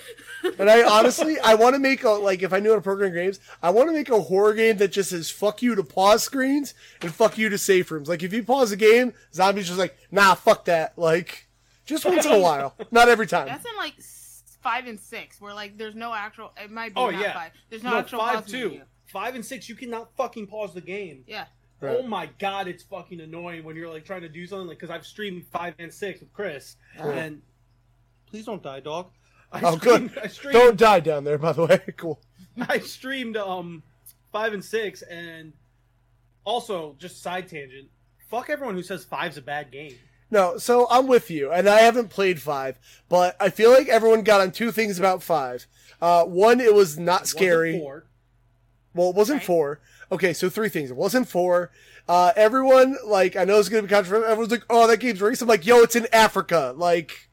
Speaker 1: And I honestly, I want to make a like if I knew how to program games, I want to make a horror game that just says "fuck you" to pause screens and "fuck you" to safe rooms. Like if you pause a game, zombies just like nah, fuck that. Like just once in a while, not every time.
Speaker 2: that's in like s- five and six, where like there's no actual. It might be
Speaker 3: Oh,
Speaker 2: not
Speaker 3: yeah.
Speaker 2: five. There's no,
Speaker 3: No,
Speaker 2: actual
Speaker 3: five
Speaker 2: pause
Speaker 3: two,
Speaker 2: menu.
Speaker 3: five and six. You cannot fucking pause the game.
Speaker 2: Yeah,
Speaker 1: Right.
Speaker 3: Oh my god, it's fucking annoying when you're like trying to do something. Like, because I've streamed five and six with Chris,
Speaker 1: Yeah.
Speaker 3: and please don't die, dog. I
Speaker 1: Oh,
Speaker 3: streamed,
Speaker 1: good.
Speaker 3: I streamed,
Speaker 1: Don't die down there, by the way. Cool.
Speaker 3: I streamed um five and six, and also just side tangent. Fuck everyone who says five's a bad game.
Speaker 1: No, so I'm with you, and I haven't played five, but I feel like everyone got on two things about five. Uh, one, it was not scary.
Speaker 3: Wasn't four.
Speaker 1: Well, it wasn't
Speaker 2: Right.
Speaker 1: four. Okay, so three things. It wasn't four. Uh, everyone, like, I know it's going to be controversial. Everyone's like, oh, that game's racist. I'm like, yo, it's in Africa. Like,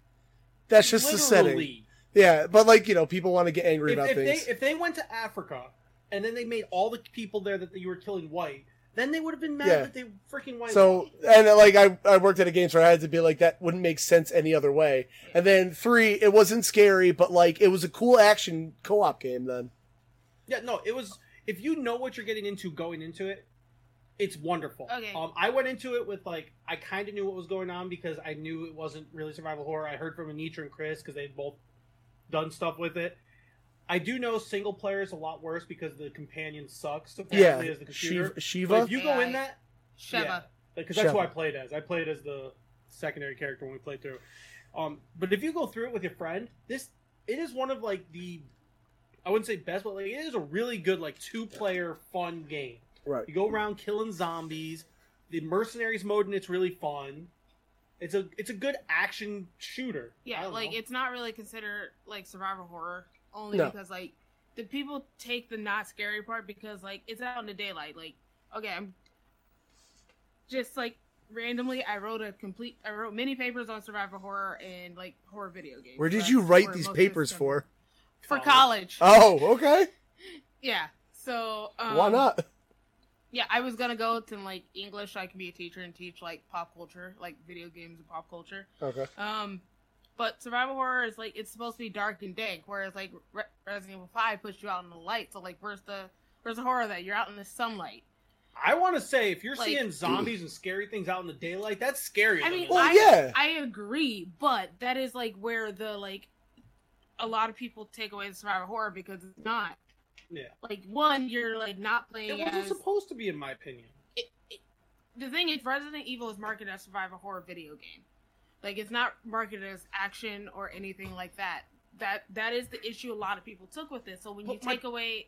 Speaker 1: that's just the setting.
Speaker 3: Literally.
Speaker 1: Yeah, but, like, you know, people want to get angry
Speaker 3: If,
Speaker 1: about
Speaker 3: if
Speaker 1: things.
Speaker 3: they if they went to Africa and then they made all the people there that you were killing white, then they would have been mad
Speaker 1: Yeah.
Speaker 3: that they freaking white.
Speaker 1: so, and, uh, like, I, I worked at a game store. I had to be like, that wouldn't make sense any other way. And then three, it wasn't scary, but, like, it was a cool action co op game then.
Speaker 3: Yeah, no, it was. If you know what you're getting into going into it, it's wonderful.
Speaker 2: Okay.
Speaker 3: Um, I went into it with like I kind of knew what was going on because I knew it wasn't really survival horror. I heard from Anitra and Chris because they'd both done stuff with it. I do know single player is a lot worse because the companion sucks. Apparently,
Speaker 1: yeah.
Speaker 3: as the computer.
Speaker 1: Shiva. Shiva?
Speaker 3: But if you go in
Speaker 2: AI.
Speaker 3: that,
Speaker 2: Sheva.
Speaker 3: yeah, because that's who
Speaker 1: Sheva.
Speaker 3: I played as. I played as the secondary character when we played through. Um, but if you go through it with your friend, this it is one of like the I wouldn't say best, but like it is a really good like two player fun game.
Speaker 1: Right.
Speaker 3: You go around killing zombies. The mercenaries mode and it's really fun. It's a it's a good action shooter. I
Speaker 2: Yeah,
Speaker 3: don't
Speaker 2: like
Speaker 3: know.
Speaker 2: it's not really considered like survival horror only
Speaker 1: No.
Speaker 2: because like the people take the not scary part because like it's out in the daylight. Like okay, I'm just like randomly I wrote a complete I wrote many papers on survival horror and like horror video games.
Speaker 1: Where
Speaker 2: So
Speaker 1: did
Speaker 2: that's
Speaker 1: you write
Speaker 2: where
Speaker 1: these
Speaker 2: most of this
Speaker 1: papers
Speaker 2: comes-
Speaker 1: for?
Speaker 2: For college.
Speaker 1: Oh, okay.
Speaker 2: yeah. So um,
Speaker 1: Why not?
Speaker 2: Yeah, I was gonna go to like English. so I can be a teacher and teach like pop culture, like video games and pop culture.
Speaker 1: Okay.
Speaker 2: Um, but survival horror is like it's supposed to be dark and dank, whereas like Re- Resident Evil Five puts you out in the light. So like, where's the where's the horror that you're out in the sunlight?
Speaker 3: I want to say if you're
Speaker 2: Like-
Speaker 3: seeing zombies and scary things out in the daylight, that's scarier.
Speaker 2: I
Speaker 3: than
Speaker 2: mean,
Speaker 3: this.
Speaker 1: Well,
Speaker 2: I,
Speaker 1: Oh, yeah.
Speaker 2: I agree, but that is like where the like a lot of people take away the survival horror because it's not
Speaker 3: yeah.
Speaker 2: like one you're like not playing
Speaker 3: It wasn't
Speaker 2: as
Speaker 3: supposed to be, in my opinion.
Speaker 2: the thing is Resident Evil is marketed as survival horror video game. Like it's not marketed as action or anything like that. That that is the issue a lot of people took with it. So when you
Speaker 3: But my-
Speaker 2: take away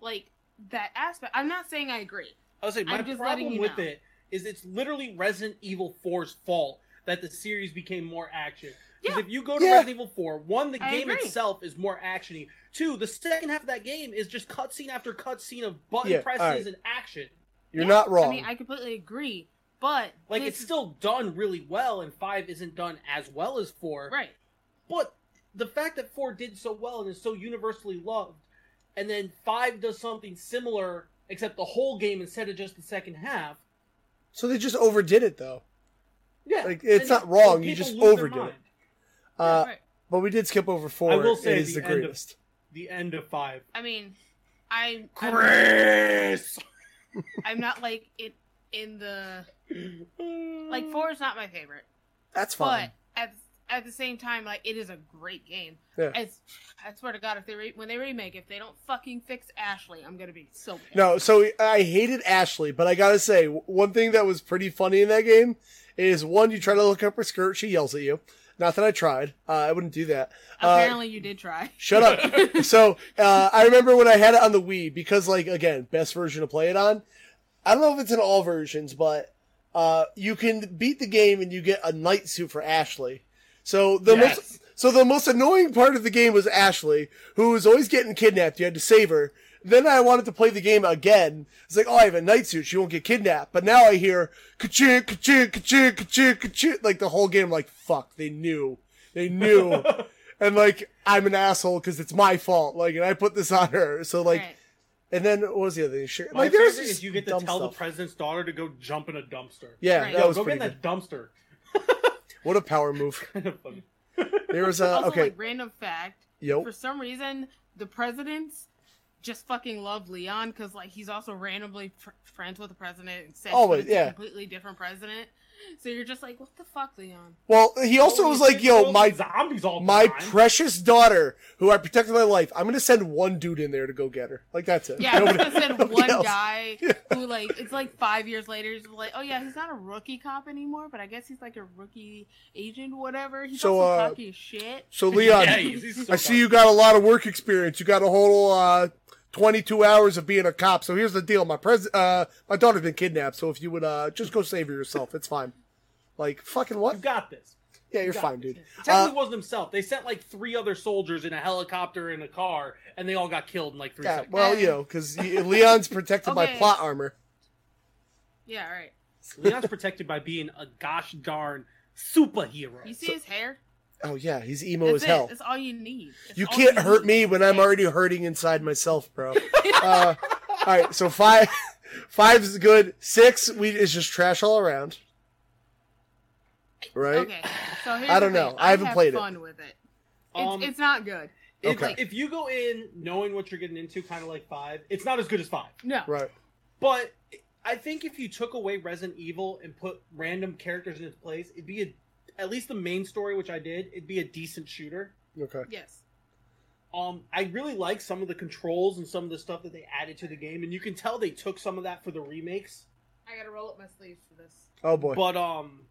Speaker 2: like that aspect, I'm not saying I agree.
Speaker 3: I was say my
Speaker 2: I'm just letting
Speaker 3: problem
Speaker 2: you
Speaker 3: with
Speaker 2: know.
Speaker 3: it is it's literally Resident Evil 4's fault that the series became more action. Because if you go to
Speaker 1: Yeah.
Speaker 3: Resident Evil 4, one, the
Speaker 2: I
Speaker 3: game
Speaker 2: agree.
Speaker 3: itself is more actiony. Two, the second half of that game is just cutscene after cutscene of button
Speaker 1: Yeah,
Speaker 3: presses
Speaker 1: alright.
Speaker 3: and action.
Speaker 1: You're
Speaker 2: Yeah,
Speaker 1: not wrong.
Speaker 2: I mean, I completely agree, but
Speaker 3: Like
Speaker 2: this
Speaker 3: it's
Speaker 2: is-
Speaker 3: still done really well, and five isn't done as well as four.
Speaker 2: right.
Speaker 3: But the fact that four did so well and is so universally loved, and then five does something similar, except the whole game instead of just the second half.
Speaker 1: So they just overdid it though.
Speaker 3: Yeah,
Speaker 1: Like, it's
Speaker 3: and
Speaker 1: not
Speaker 3: then
Speaker 1: wrong, you
Speaker 3: people
Speaker 1: just
Speaker 3: lose their
Speaker 1: overdid it.
Speaker 3: mind.
Speaker 1: Uh,
Speaker 2: right.
Speaker 1: But we did skip over four.
Speaker 3: I will say
Speaker 1: it is
Speaker 3: the
Speaker 1: the
Speaker 3: end of-
Speaker 1: greatest.
Speaker 3: the end of five.
Speaker 2: I mean, I I'm,
Speaker 3: Chris.
Speaker 2: I'm not like it in the like four is not my favorite,
Speaker 1: That's fine.
Speaker 2: but at at the same time, like it is a great game.
Speaker 1: Yeah.
Speaker 2: It's, I swear to God, if they re- when they remake, if they don't fucking fix Ashley, I'm gonna be so pissed.
Speaker 1: No, uh, so I hated Ashley, but I gotta say, w- one thing that was pretty funny in that game is one, you try to look up her skirt, she yells at you. Not that I tried, uh, I wouldn't do that. Uh,
Speaker 2: Apparently, you did try.
Speaker 1: Shut up. so uh, I remember when I had it on the Wii because, like, again, best version to play it on. I don't know if it's in all versions, but uh, you can beat the game and you get a night suit for Ashley. So the most
Speaker 3: yes.
Speaker 1: so the most annoying part of the game was Ashley, who was always getting kidnapped. You had to save her. Then I wanted to play the game again. It's like, oh, I have a night suit. She won't get kidnapped. But now I hear ka-ching, ka-ching, ka-ching, ka-ching, ka-ching. Like the whole game, like, fuck, they knew. They knew. and like, I'm an asshole because it's my fault. Like, and I put this on her. So like,
Speaker 2: Right.
Speaker 1: and then what was the other thing? Sure.
Speaker 3: My
Speaker 1: Like,
Speaker 3: favorite
Speaker 1: there's
Speaker 3: thing
Speaker 1: just
Speaker 3: is you get to
Speaker 1: dumb
Speaker 3: tell the
Speaker 1: stuff.
Speaker 3: president's daughter to go jump in a dumpster.
Speaker 1: Yeah,
Speaker 2: Right.
Speaker 1: that
Speaker 3: Yo,
Speaker 1: was
Speaker 3: go get
Speaker 1: pretty
Speaker 3: in
Speaker 1: good.
Speaker 3: that dumpster.
Speaker 1: What a power move. There was a,
Speaker 2: also,
Speaker 1: uh, okay.
Speaker 2: like random fact,
Speaker 1: yo.
Speaker 2: for some reason, the presidents just fucking love Leon because like he's also randomly fr- friends with the president and says
Speaker 1: Always,
Speaker 2: he's a
Speaker 1: yeah.
Speaker 2: completely different president. So you're just like, what the fuck, Leon?
Speaker 1: Well, he also was like, yo, my
Speaker 3: zombies all the
Speaker 1: my
Speaker 3: time.
Speaker 1: precious daughter, who I protected my life. I'm gonna send one dude in there to go get her. Like that's it.
Speaker 2: Yeah, I was
Speaker 1: Nobody-
Speaker 2: gonna send
Speaker 1: nobody
Speaker 2: one
Speaker 1: else.
Speaker 2: guy who like it's like five years later, he's like, oh yeah, he's not a rookie cop anymore, but I guess he's like a rookie agent, whatever. He's
Speaker 1: So,
Speaker 2: also
Speaker 1: uh,
Speaker 2: cocky as shit.
Speaker 1: So Leon,
Speaker 3: Yeah, he's- he's so
Speaker 1: I see you got a lot of work experience. You got a whole uh, 22 hours of being a cop. So here's the deal: my pres- uh, my daughter's been kidnapped. So if you would uh, just go save her yourself, it's fine. Like fucking what?
Speaker 3: You got this.
Speaker 1: Yeah, you're
Speaker 3: got
Speaker 1: fine,
Speaker 3: this.
Speaker 1: dude.
Speaker 3: Technically, it wasn't himself. They sent like three other soldiers in a helicopter and a car, and they all got killed in like three
Speaker 1: Yeah,
Speaker 3: seconds.
Speaker 1: well, you know, because Leon's protected by
Speaker 2: Okay.
Speaker 1: plot armor.
Speaker 2: Yeah, right.
Speaker 3: Leon's protected by being a gosh darn superhero.
Speaker 2: You see his hair?
Speaker 1: Oh yeah, he's emo
Speaker 2: That's
Speaker 1: as
Speaker 2: it.
Speaker 1: hell.
Speaker 2: That's all you need. That's
Speaker 1: You
Speaker 2: all
Speaker 1: can't hurt
Speaker 2: need.
Speaker 1: me when I'm
Speaker 2: Like,
Speaker 1: already hurting inside myself, bro. uh, all right, so five, five is good. Six, we is just trash all around. Right?
Speaker 2: Okay, so here's
Speaker 1: I don't
Speaker 2: the thing.
Speaker 1: know. I haven't
Speaker 2: have
Speaker 1: played it.
Speaker 2: fun with it. It's,
Speaker 3: Um,
Speaker 2: it's not good.
Speaker 3: It's
Speaker 1: Okay.
Speaker 3: like, if you go in knowing what you're getting into, kind of like five, it's not as good as five.
Speaker 2: No.
Speaker 1: Right.
Speaker 3: But I think if you took away Resident Evil and put random characters in its place, it'd be a, at least the main story, which I did. It'd be a decent shooter.
Speaker 1: Okay.
Speaker 2: Yes.
Speaker 3: Um, I really like some of the controls and some of the stuff that they added to the game, and you can tell they took some of that for the remakes.
Speaker 2: I gotta roll up my sleeves for this.
Speaker 1: Oh boy.
Speaker 3: But um,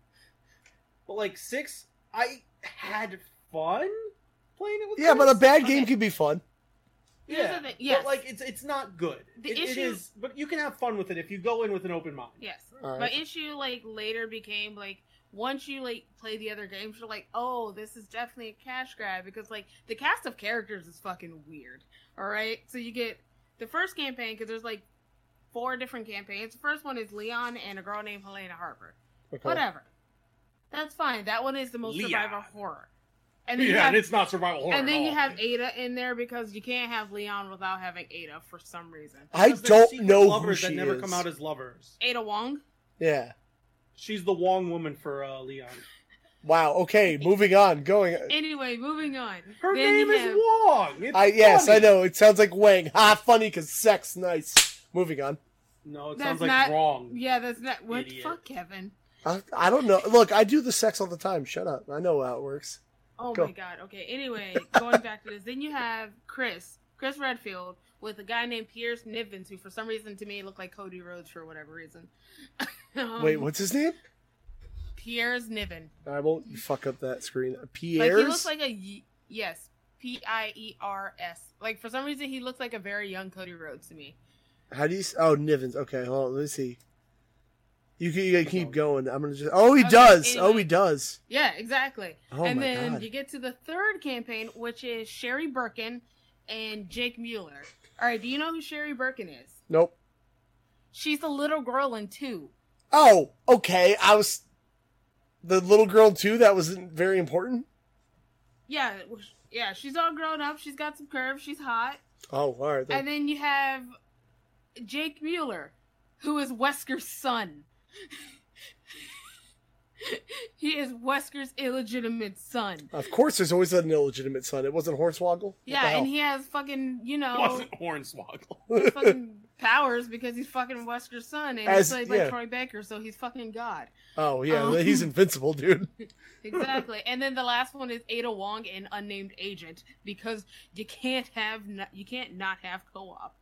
Speaker 3: but like six, I had fun playing it with.
Speaker 1: yeah, but a
Speaker 3: Chris.
Speaker 1: bad
Speaker 2: Okay.
Speaker 1: game can be fun.
Speaker 2: Here's
Speaker 3: Yeah,
Speaker 2: the thing- yes.
Speaker 3: but like it's it's not good.
Speaker 2: The
Speaker 3: It- it
Speaker 2: issue-
Speaker 3: is, but you can have fun with it if you go in with an open mind.
Speaker 2: Yes.
Speaker 1: All
Speaker 2: My
Speaker 1: right.
Speaker 2: issue like later became like once you like play the other games, you're like, oh, this is definitely a cash grab because like the cast of characters is fucking weird. All right, so you get the first campaign because there's like four different campaigns. The first one is Leon and a girl named Helena Harper.
Speaker 1: Okay.
Speaker 2: Whatever, that's fine. That one is the most
Speaker 3: Leon.
Speaker 2: survivor horror. And then you
Speaker 3: Yeah,
Speaker 2: have
Speaker 3: and it's not survival horror.
Speaker 2: and
Speaker 3: at
Speaker 2: then you
Speaker 3: all.
Speaker 2: have Ada in there because you can't have Leon without having Ada for some reason.
Speaker 1: I
Speaker 3: Because they're
Speaker 1: don't
Speaker 3: secret
Speaker 1: know who
Speaker 3: lovers
Speaker 1: she
Speaker 3: that never
Speaker 1: is.
Speaker 3: come out as lovers.
Speaker 2: Ada Wong.
Speaker 1: yeah.
Speaker 3: She's the Wong woman for uh, Leon.
Speaker 1: Wow. Okay. Moving on. Going.
Speaker 2: Anyway, moving on.
Speaker 3: Her
Speaker 2: Then you
Speaker 3: name is
Speaker 2: have-
Speaker 3: Wong. It's
Speaker 1: I yes,
Speaker 3: funny.
Speaker 1: I know. It sounds like Wang. Ha. Funny because sex. Nice. Moving on.
Speaker 3: No, it
Speaker 2: That's
Speaker 3: sounds like
Speaker 2: not-
Speaker 3: wrong.
Speaker 2: Yeah, that's not what the
Speaker 3: Idiot.
Speaker 2: fuck, Kevin.
Speaker 1: I, I don't know. Look, I do the sex all the time. Shut up. I know how it works.
Speaker 2: Oh
Speaker 1: Go.
Speaker 2: my god. Okay. Anyway, going back to this, then you have Chris, Chris Redfield, with a guy named Pierce Nivens, who for some reason to me looked like Cody Rhodes for whatever reason. Um,
Speaker 1: Wait, what's his name?
Speaker 2: Pierce Niven.
Speaker 1: I won't fuck up that screen. Uh,
Speaker 2: Like
Speaker 1: Pierre's?
Speaker 2: he looks like a ye- yes, P I E R S. Like for some reason he looks like a very young Cody Rhodes to me.
Speaker 1: How do you? s- Oh, Nivens. Okay, hold on. Let me see. You can, you can keep going. I'm gonna just. Oh, he
Speaker 2: Okay,
Speaker 1: does. Oh, he
Speaker 2: anyway.
Speaker 1: does.
Speaker 2: Yeah, exactly.
Speaker 1: Oh
Speaker 2: and
Speaker 1: my
Speaker 2: then
Speaker 1: god.
Speaker 2: you get to the third campaign, which is Sherry Birkin and Jake Mueller. All right, do you know who Sherry Birkin is?
Speaker 1: Nope.
Speaker 2: She's the little girl in two.
Speaker 1: Oh, okay. I was the little girl too. That wasn't very important.
Speaker 2: Yeah, it was- yeah, she's all grown up. She's got some curves. She's hot.
Speaker 1: Oh, all right. Then.
Speaker 2: And then you have Jake Mueller, who is Wesker's son. he is Wesker's illegitimate son.
Speaker 1: Of course, there's always an illegitimate son. It wasn't Horsewoggle. What the
Speaker 2: Yeah,
Speaker 1: hell?
Speaker 2: and he has fucking, you
Speaker 3: It
Speaker 2: know,
Speaker 3: wasn't Hornswoggle.
Speaker 2: fucking powers because he's fucking Wesker's son and
Speaker 1: As-
Speaker 2: he's played by
Speaker 1: yeah.
Speaker 2: Troy Baker, so he's fucking God.
Speaker 1: oh yeah,
Speaker 2: Um.
Speaker 1: he's invincible, dude.
Speaker 2: Exactly. and then the last one is Ada Wong and unnamed agent because you can't have no, you can't not have co-op.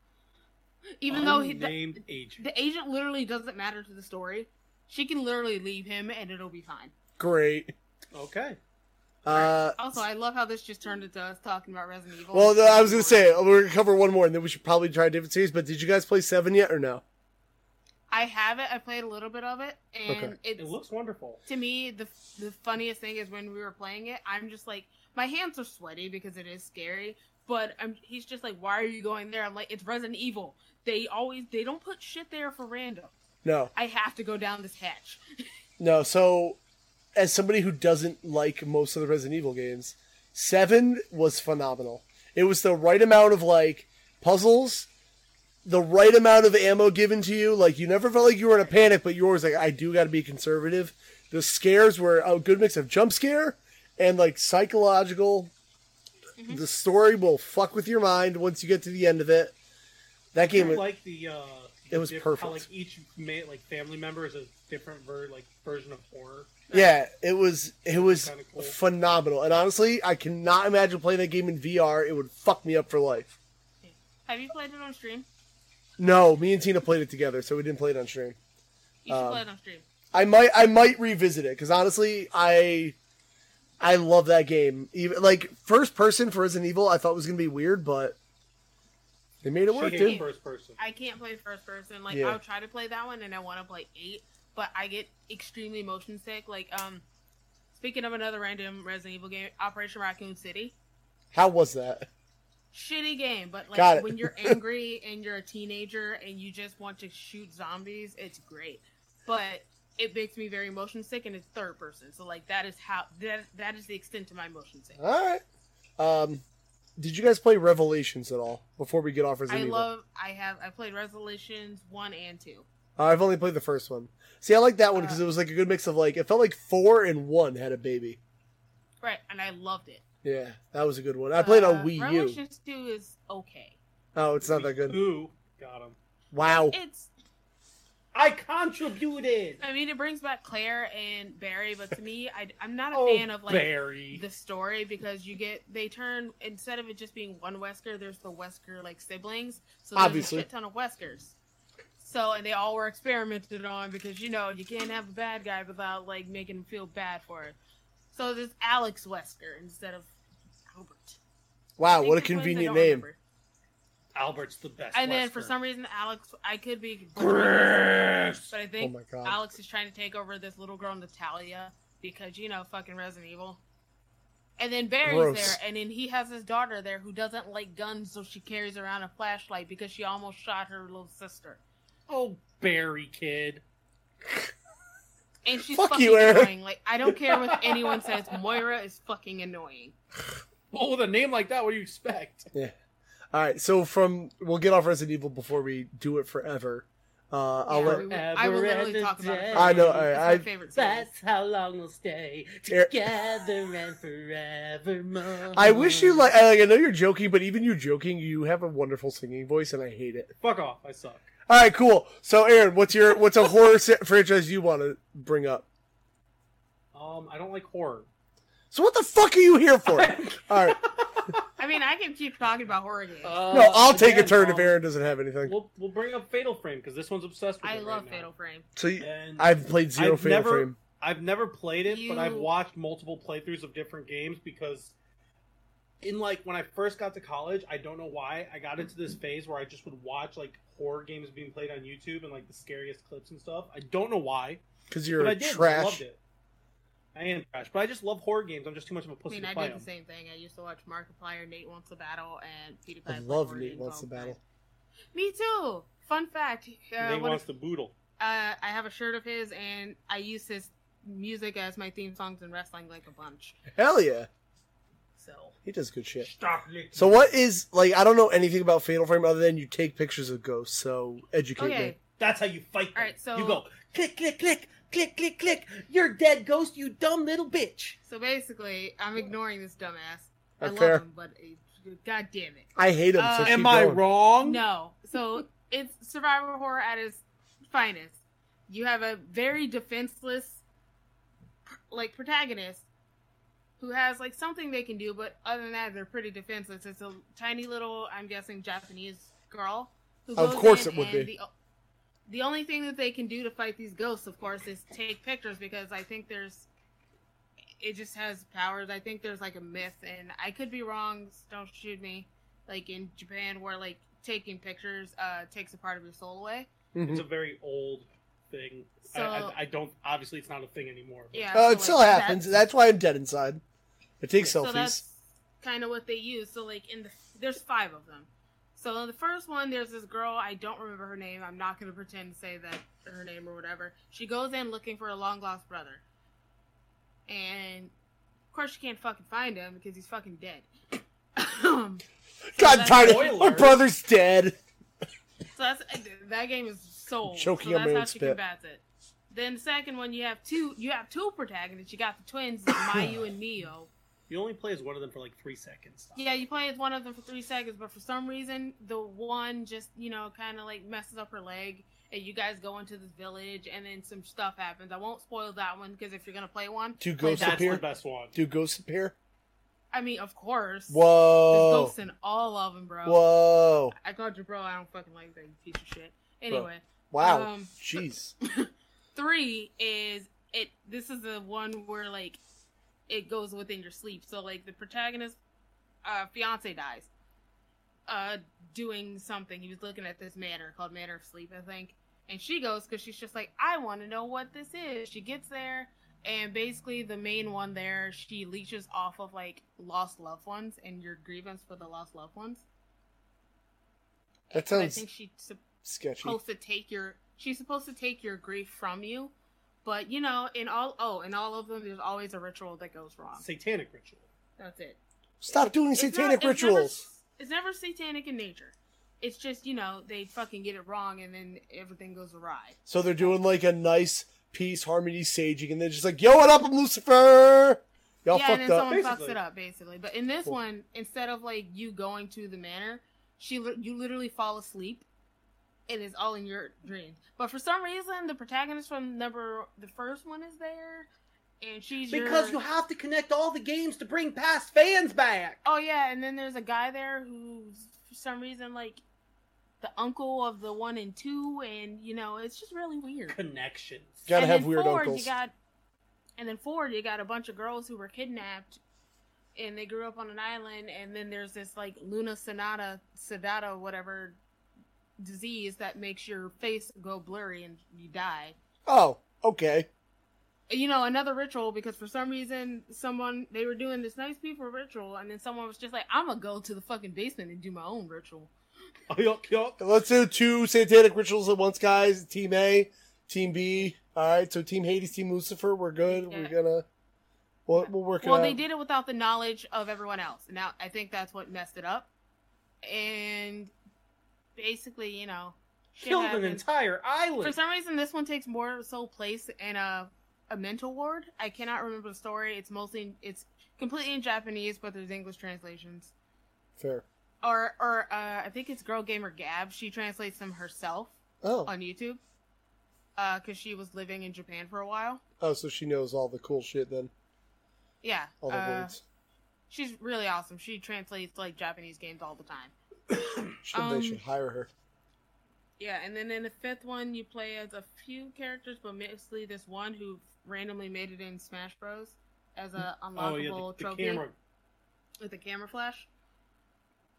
Speaker 2: Even though he, the,
Speaker 3: named agent.
Speaker 2: the agent literally doesn't matter to the story. She can literally leave him and it'll be fine.
Speaker 1: Great.
Speaker 3: Okay.
Speaker 1: Uh,
Speaker 2: Also, I love how this just turned into us talking about Resident Evil.
Speaker 1: well, no, I was gonna say we're gonna cover one more, and then we should probably try a different series. But did you guys play Seven yet or no?
Speaker 2: I have it. I played a little bit of it, and it's
Speaker 3: It looks wonderful.
Speaker 2: to me the the funniest thing is when we were playing it. I'm just like my hands are sweaty because it is scary. But I'm, he's just like, why are you going there? I'm like, it's Resident Evil. They always they don't put shit there for random.
Speaker 1: No,
Speaker 2: I have to go down this hatch.
Speaker 1: no. So, as somebody who doesn't like most of the Resident Evil games, Seven was phenomenal. It was the right amount of like puzzles, the right amount of ammo given to you. Like you never felt like you were in a panic, but you were always like, I do got to be conservative. The scares were a good mix of jump scare and like psychological. The story will fuck with your mind once you get to the end of it. That
Speaker 3: I
Speaker 1: game, was,
Speaker 3: like the. Uh,
Speaker 1: It was
Speaker 3: diff-
Speaker 1: perfect.
Speaker 3: How like each ma- like family member is a different ver- like version of horror.
Speaker 1: yeah, it was it was
Speaker 3: Kinda cool.
Speaker 1: phenomenal. And honestly, I cannot imagine playing that game in VR. It would fuck me up for life.
Speaker 2: Have you played it on stream?
Speaker 1: No, me and Tina played it together, so we didn't play it on stream.
Speaker 2: You should
Speaker 1: Um,
Speaker 2: play it on stream.
Speaker 1: I might I might revisit it because honestly, I I love that game. Even like first person for Resident Evil, I thought was gonna be weird, but they made it
Speaker 3: She
Speaker 1: work,
Speaker 3: hates
Speaker 1: dude.
Speaker 2: didn't.
Speaker 3: first person.
Speaker 2: I can't play first person. Like
Speaker 1: Yeah.
Speaker 2: I'll try to play that one, and I want to play eight, but I get extremely motion sick. Like um, speaking of another random Resident Evil game, Operation Raccoon City,
Speaker 1: How was that?
Speaker 2: shitty game, but
Speaker 1: Got it.
Speaker 2: like when you're angry and you're a teenager and you just want to shoot zombies, it's great. But it makes me very motion sick, and it's third person. So like that is how that that is the extent to my motion sick.
Speaker 1: All right. Um, did you guys play Revelations at all before we get off Resident
Speaker 2: I
Speaker 1: Evil?
Speaker 2: love. I have. I played Resolutions one and two.
Speaker 1: Uh, I've only played the first one. See, I like that
Speaker 2: Uh.
Speaker 1: one because it was like a good mix of like it felt like four and one had a baby.
Speaker 2: Right, and I loved it.
Speaker 1: Yeah, that was a good one. I played
Speaker 2: Uh,
Speaker 1: on Wii U.
Speaker 2: Revelations two is okay.
Speaker 1: Oh, it's not that good.
Speaker 3: Ooh, got him.
Speaker 1: Wow.
Speaker 2: It's.
Speaker 3: I contributed.
Speaker 2: I mean, it brings back Claire and Barry, but to me, I, I'm not a
Speaker 3: oh,
Speaker 2: fan of like
Speaker 3: Barry.
Speaker 2: the story because you get they turn instead of it just being one Wesker, there's the Wesker like siblings, so there's
Speaker 1: Obviously.
Speaker 2: a shit ton of Weskers. So and they all were experimented on because you know you can't have a bad guy without like making him feel bad for it. So there's Alex Wesker instead of Albert.
Speaker 1: Wow, Ah, what a
Speaker 2: Think the twins, I
Speaker 1: convenient
Speaker 2: don't
Speaker 1: name.
Speaker 2: remember.
Speaker 3: Albert's the best.
Speaker 2: And then for
Speaker 3: Wesker.
Speaker 2: some reason, Alex, I could be,
Speaker 3: Chris.
Speaker 2: but I
Speaker 1: Oh
Speaker 2: think
Speaker 1: my god.
Speaker 2: Alex is trying to take over this little girl Natalia because you know fucking Resident Evil. And then Barry's
Speaker 1: Gross.
Speaker 2: there, and then he has his daughter there who doesn't like guns, so she carries around a flashlight because she almost shot her little sister,
Speaker 3: Oh, Barry kid.
Speaker 2: and she's
Speaker 1: Fuck
Speaker 2: fucking
Speaker 1: you, Eric.
Speaker 2: annoying. Like I don't care what anyone says, Moira is fucking annoying.
Speaker 3: Well, Oh, with a name like that, what do you expect?
Speaker 1: All right, so from we'll get off Resident Evil before we do it forever. Uh, I'll
Speaker 2: Yeah,
Speaker 1: let
Speaker 2: we will- I will literally
Speaker 3: Forever
Speaker 2: talk about it.
Speaker 3: and I
Speaker 1: know,
Speaker 2: It's
Speaker 1: I-
Speaker 2: my
Speaker 1: I-
Speaker 2: favorite series.
Speaker 3: That's how long we'll stay
Speaker 1: Eric-
Speaker 3: together and forevermore.
Speaker 1: I wish you like. I, I know you're joking, but even you joking, you have a wonderful singing voice, and I hate it.
Speaker 3: Fuck off! I suck.
Speaker 1: All right, cool. So, Aaron, what's your what's a horror se- franchise you want to bring up?
Speaker 3: Um, I don't like horror.
Speaker 1: So, what the fuck are you here for? All right,
Speaker 2: I mean, I can keep talking about horror games.
Speaker 1: no, I'll take a
Speaker 3: again,
Speaker 1: turn
Speaker 3: um,
Speaker 1: if Aaron doesn't have anything.
Speaker 3: Oh, We'll we'll bring up Fatal Frame because this one's obsessed with
Speaker 2: I
Speaker 3: it
Speaker 2: love
Speaker 3: right
Speaker 2: Fatal Frame.
Speaker 1: So,
Speaker 3: Now.
Speaker 1: you,
Speaker 3: And
Speaker 1: I've played zero
Speaker 3: I've
Speaker 1: Fatal
Speaker 3: never-
Speaker 1: Frame.
Speaker 3: I've never played it, but I've
Speaker 2: You-
Speaker 3: watched multiple playthroughs of different games because in like when I first got to college, I don't know why, I got into this phase where I just would watch like horror games being played on YouTube and like the scariest clips and stuff. I don't know why.
Speaker 1: because
Speaker 3: But I
Speaker 1: you're
Speaker 3: did
Speaker 1: trash.
Speaker 3: loved it. I am trash. But I just love horror games. I'm just too much of a
Speaker 2: I
Speaker 3: pussy
Speaker 2: mean,
Speaker 3: to
Speaker 2: I
Speaker 3: play
Speaker 2: did the
Speaker 3: 'em.
Speaker 2: same thing. I used to watch Markiplier, Nate Wants to Battle, and PewDiePie.
Speaker 1: I
Speaker 2: play
Speaker 1: love
Speaker 2: horror
Speaker 1: Nate
Speaker 2: games
Speaker 1: Wants
Speaker 2: all
Speaker 1: to
Speaker 2: the time.
Speaker 1: Battle.
Speaker 2: Me too. Fun fact: uh,
Speaker 3: Nate
Speaker 2: one
Speaker 3: wants
Speaker 2: of-
Speaker 3: to boodle.
Speaker 2: uh, I have a shirt of his, and I use his music as my theme songs in wrestling like a bunch.
Speaker 1: Hell yeah,
Speaker 2: So
Speaker 1: he does good shit.
Speaker 3: Stop licking.
Speaker 1: So, what is like? I don't know anything about Fatal Frame other than you take pictures of ghosts. So, educate me.
Speaker 2: okay,
Speaker 3: That's how you fight.
Speaker 2: All
Speaker 3: All
Speaker 2: right,
Speaker 3: right,
Speaker 2: so-
Speaker 3: you go click, click, click.
Speaker 4: Click, click, click. You're dead, ghost. You dumb little bitch.
Speaker 2: So basically, I'm ignoring this dumbass. I
Speaker 1: That's
Speaker 2: love
Speaker 1: fair.
Speaker 2: him, but uh, god damn it.
Speaker 1: I hate him. so
Speaker 2: Uh,
Speaker 1: keep
Speaker 3: Am I
Speaker 1: going.
Speaker 3: wrong?
Speaker 2: No. So it's survival horror at its finest. You have a very defenseless, like protagonist, who has like something they can do, but other than that, they're pretty defenseless. It's a tiny little, I'm guessing, Japanese girl. Who
Speaker 1: Of
Speaker 2: goes
Speaker 1: course
Speaker 2: in
Speaker 1: it would
Speaker 2: and
Speaker 1: be.
Speaker 2: The, the only thing that they can do to fight these ghosts, of course, is take pictures because I think there's. It just has powers. I think there's like a myth, and I could be wrong. Don't shoot me like in Japan where like taking pictures uh takes a part of your soul away.
Speaker 1: Mhm.
Speaker 3: It's a very old thing.
Speaker 2: So
Speaker 3: I, I, I don't. Obviously, it's not a thing anymore. but-
Speaker 2: yeah,
Speaker 1: Uh,
Speaker 2: so,
Speaker 1: it still
Speaker 2: like, that-
Speaker 1: happens. That's why I'm dead inside. I take
Speaker 2: so
Speaker 1: selfies.
Speaker 2: that's kind of what they use. So like in the there's five of them. So in the first one, there's this girl. I don't remember her name. I'm not gonna pretend to say that her name or whatever. She goes in looking for a long lost brother, and of course she can't fucking find him because he's fucking dead. so
Speaker 1: God
Speaker 2: that's-
Speaker 1: darn it! My
Speaker 3: Spoilers.
Speaker 1: brother's dead.
Speaker 2: So that's that game is sold.
Speaker 1: Choking
Speaker 2: so
Speaker 1: on my
Speaker 2: that's how
Speaker 1: own
Speaker 2: she
Speaker 1: spit.
Speaker 2: combats it. Then the second one, you have two. You have two protagonists. You got the twins, Mayu and Neo.
Speaker 3: You only play as one of them for like three seconds.
Speaker 2: Yeah, you play as one of them for three seconds, but for some reason, the one just you know kind of like messes up her leg, and you guys go into this village, and then some stuff happens. I won't spoil that one because if you're gonna play one,
Speaker 1: Do
Speaker 4: Oh,
Speaker 2: play
Speaker 1: ghosts
Speaker 2: that
Speaker 3: that's
Speaker 1: appear?
Speaker 3: the best one.
Speaker 1: Do ghosts appear?
Speaker 2: one. I mean, of course. There's
Speaker 1: Whoa!
Speaker 2: ghosts in all of them, bro.
Speaker 1: Whoa!
Speaker 2: I called you bro. I don't fucking like that you piece of shit. Anyway.
Speaker 1: Wow!
Speaker 2: Um,
Speaker 1: Jeez.
Speaker 2: three is it this is the one where like it goes within your sleep so like the protagonist uh fiance dies uh doing something he was looking at this manor called manor of sleep i think and she goes because she's just like i want to know what this is she gets there and basically the main one there she leeches off of like lost loved ones and your grievance for the lost loved ones
Speaker 1: That
Speaker 2: And i
Speaker 1: sounds
Speaker 2: think Oh, she sup-
Speaker 1: sketchy.
Speaker 2: supposed to take your she's supposed to take your grief from you but you know in all oh in all of them there's always a ritual that goes wrong
Speaker 3: Satanic ritual.
Speaker 2: that's it
Speaker 1: Stop doing
Speaker 2: It's not-
Speaker 1: satanic
Speaker 2: it's never-
Speaker 1: rituals.
Speaker 2: it's never satanic in nature it's just you know they fucking get it wrong and then everything goes awry
Speaker 1: So they're doing like a nice peace, harmony, saging, and they're just like, "Yo, what up, I'm Lucifer?" Y'all
Speaker 2: yeah and
Speaker 1: fucked
Speaker 2: then
Speaker 1: up.
Speaker 2: someone fucks
Speaker 3: Basically.
Speaker 2: it up basically but in this
Speaker 1: Cool.
Speaker 2: one instead of like you going to the manor she li- you literally fall asleep it is all in your dreams but for some reason the protagonist from number the first one is there and she's
Speaker 4: Because
Speaker 2: your-
Speaker 4: you have to connect all the games to bring past fans back.
Speaker 2: Oh yeah, and then there's a guy there who's for some reason like the uncle of the one and two, and you know it's just really weird.
Speaker 3: Connections.
Speaker 1: Gotta
Speaker 2: and
Speaker 1: have
Speaker 2: then
Speaker 1: weird
Speaker 2: forward,
Speaker 1: uncles.
Speaker 2: You got, and then forward you got a bunch of girls who were kidnapped, and they grew up on an island, and then there's this like Luna Sonata Sedata whatever disease that makes your face go blurry and you die
Speaker 1: oh, okay.
Speaker 2: you know another ritual because for some reason someone they were doing this nice people ritual and then someone was just like i'm gonna go to the fucking basement and do my own ritual
Speaker 3: Yuck, yuck.
Speaker 1: Let's do two satanic rituals at once, guys. Team A, Team B. All right, so Team Hades, Team Lucifer. We're good. We're
Speaker 2: Yeah.
Speaker 1: gonna. We'll, we'll work it
Speaker 2: well
Speaker 1: out.
Speaker 2: they did it without the knowledge of everyone else now i think that's what messed it up and basically you know shit
Speaker 3: Killed an
Speaker 2: happens.
Speaker 3: entire
Speaker 2: for
Speaker 3: island.
Speaker 2: some reason this one takes more sole place in a a mental ward i cannot remember the story it's mostly it's completely in japanese but there's english translations
Speaker 1: Fair.
Speaker 2: or or uh, I think it's Girl Gamer Gab. She translates them herself
Speaker 1: Oh,
Speaker 2: on YouTube because she was living in Japan for a while.
Speaker 1: oh, so she knows all the cool shit then,
Speaker 2: Yeah,
Speaker 1: all the
Speaker 2: uh,
Speaker 1: words.
Speaker 2: she's really awesome. She translates like Japanese games all the time.
Speaker 1: Should,
Speaker 2: um,
Speaker 1: they should hire her.
Speaker 2: Yeah, and then in the fifth one, you play as a few characters, but mostly this one who randomly made it in Smash Bros. as a unlockable
Speaker 3: oh yeah, the, the
Speaker 2: trophy
Speaker 3: camera.
Speaker 2: with a camera flash.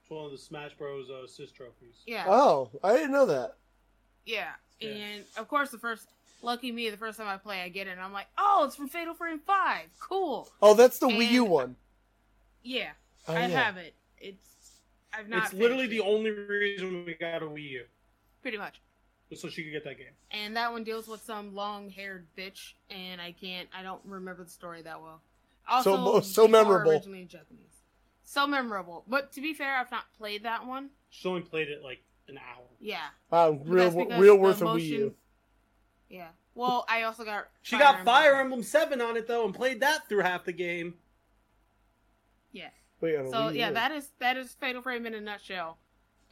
Speaker 3: It's one of the Smash Bros. Uh, assist trophies.
Speaker 2: Yeah,
Speaker 1: Oh, I didn't know that.
Speaker 2: Yeah.
Speaker 3: Yeah.
Speaker 2: And of course, the first, lucky me, the first time I play, I get it. And I'm like, oh, it's from Fatal Frame 5. Cool.
Speaker 1: Oh, that's the Wii
Speaker 2: And-
Speaker 1: U one.
Speaker 2: Yeah.
Speaker 1: Oh,
Speaker 2: I
Speaker 1: yeah.
Speaker 2: have it. It's, I've not.
Speaker 3: it's literally the
Speaker 2: finished it,
Speaker 3: only reason we got a Wii U,
Speaker 2: Pretty much.
Speaker 3: was so she could get that game.
Speaker 2: And that one deals with some long haired bitch, and I can't, I don't remember the story that well. Also,
Speaker 1: mo- so
Speaker 2: they are
Speaker 1: memorable.
Speaker 2: Originally in Japanese. So memorable. But to be fair, I've not played that one.
Speaker 3: She's only played it like an hour.
Speaker 2: Yeah.
Speaker 1: Wow,
Speaker 2: But
Speaker 1: real
Speaker 2: that's because
Speaker 1: real
Speaker 2: the
Speaker 1: worth of Wii
Speaker 2: motion-
Speaker 1: U.
Speaker 2: Yeah. Well, I also got.
Speaker 3: She got
Speaker 2: Emblem.
Speaker 3: Fire Emblem Seven on it though, and played that through half the game.
Speaker 2: Yeah.
Speaker 1: Wait, on a
Speaker 2: So
Speaker 1: Wii
Speaker 2: yeah,
Speaker 1: U.
Speaker 2: that is that is Fatal Frame in a nutshell.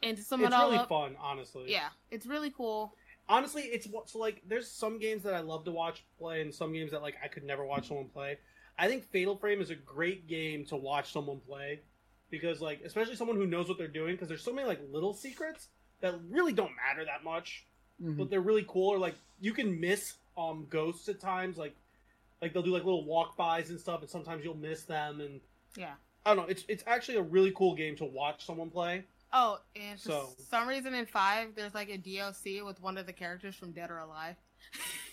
Speaker 2: And to sum it
Speaker 3: it's
Speaker 2: all
Speaker 3: really
Speaker 2: up,
Speaker 3: fun, honestly.
Speaker 2: yeah, it's really cool.
Speaker 3: honestly, it's what- so like there's some games that I love to watch play and some games that like I could never watch someone play. I think Fatal Frame is a great game to watch someone play because like especially someone who knows what they're doing because there's so many like little secrets that really don't matter that much,
Speaker 1: Mhm.
Speaker 3: but they're really cool or like you can miss um ghosts at times like like they'll do like little walkbys and stuff and sometimes you'll miss them and
Speaker 2: Yeah.
Speaker 3: I don't know, it's it's actually a really cool game to watch someone play.
Speaker 2: Oh, and for
Speaker 3: So-
Speaker 2: some reason in five, there's like a DLC with one of the characters from Dead or Alive.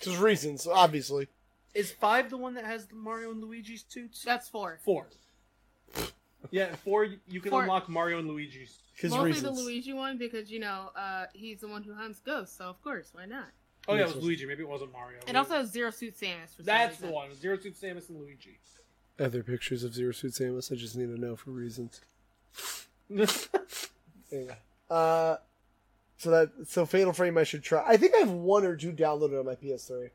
Speaker 1: There's reasons, obviously.
Speaker 3: Is 5 the one that has the Mario and Luigi suits?
Speaker 2: That's four.
Speaker 3: Four. Yeah, four. You can
Speaker 2: Four.
Speaker 3: unlock Mario and Luigi's.
Speaker 1: His
Speaker 2: Mostly
Speaker 1: reasons.
Speaker 2: the Luigi one because you know uh, he's the one who hunts ghosts, so of course, why not?
Speaker 3: Oh yeah,
Speaker 1: Yes,
Speaker 3: it
Speaker 1: yes.
Speaker 3: was Luigi. Maybe it wasn't Mario.
Speaker 2: It also has Zero Suit Samus. For some
Speaker 3: that's
Speaker 2: reason.
Speaker 3: the one. Zero Suit Samus and Luigi.
Speaker 1: Other pictures of Zero Suit Samus. I just need to know for reasons. Yeah. Uh, so that so Fatal Frame I should try. I think I have one or two downloaded on my PS3.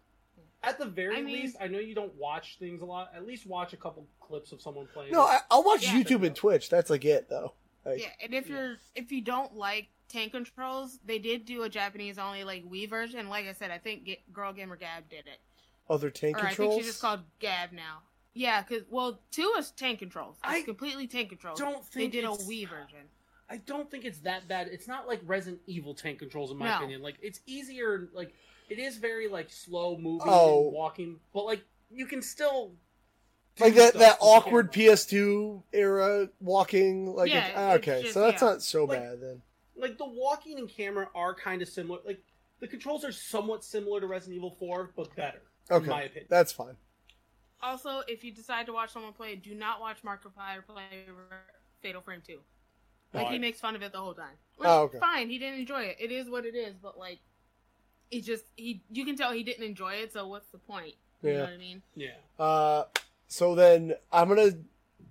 Speaker 3: At the very
Speaker 2: I mean-
Speaker 3: least, I know you don't watch things a lot. At least watch a couple clips of someone playing.
Speaker 1: No,
Speaker 3: it.
Speaker 1: I, I'll watch
Speaker 2: Yeah.
Speaker 1: YouTube and Twitch. That's like it though. Like,
Speaker 2: Yeah, and if
Speaker 3: Yeah.
Speaker 2: you're if you don't like tank controls, they did do a Japanese only like Wii version. And like I said, I think Ga- Girl Gamer Gab did it,
Speaker 1: other tank
Speaker 2: or
Speaker 1: controls.
Speaker 2: I think she's just called Gab now. Yeah, because well, two is tank controls. It's
Speaker 3: I
Speaker 2: completely tank controls.
Speaker 3: don't
Speaker 2: they
Speaker 3: think
Speaker 2: did a
Speaker 3: it's-
Speaker 2: Wii version.
Speaker 3: I don't think it's that bad. It's not like Resident Evil tank controls, in my
Speaker 2: No.
Speaker 3: opinion. Like it's easier. Like it is very like slow moving
Speaker 1: Oh.
Speaker 3: and walking, but like you can still do
Speaker 1: like that
Speaker 3: stuff
Speaker 1: that
Speaker 3: with the
Speaker 1: awkward
Speaker 3: camera.
Speaker 1: PS2 era walking. Like
Speaker 2: Yeah,
Speaker 1: it- ah,
Speaker 2: it's
Speaker 1: okay,
Speaker 2: just-
Speaker 1: so that's
Speaker 2: yeah.
Speaker 1: not so
Speaker 3: Like-
Speaker 1: bad then.
Speaker 3: like the walking and camera are kind of similar. Like the controls are somewhat similar to Resident Evil 4, but better.
Speaker 1: Okay,
Speaker 3: In my opinion.
Speaker 1: that's fine.
Speaker 2: Also, if you decide to watch someone play, do not watch Markiplier play Fatal Frame Two. Like
Speaker 3: Why?
Speaker 2: he makes fun of it the whole time. Which,
Speaker 1: Oh, okay.
Speaker 2: Fine, he didn't enjoy it. It is what it is. But like, he just he you can tell he didn't enjoy it. So what's the point? You know
Speaker 1: Yeah.
Speaker 2: what I mean?
Speaker 3: Yeah.
Speaker 1: Uh, so then I'm gonna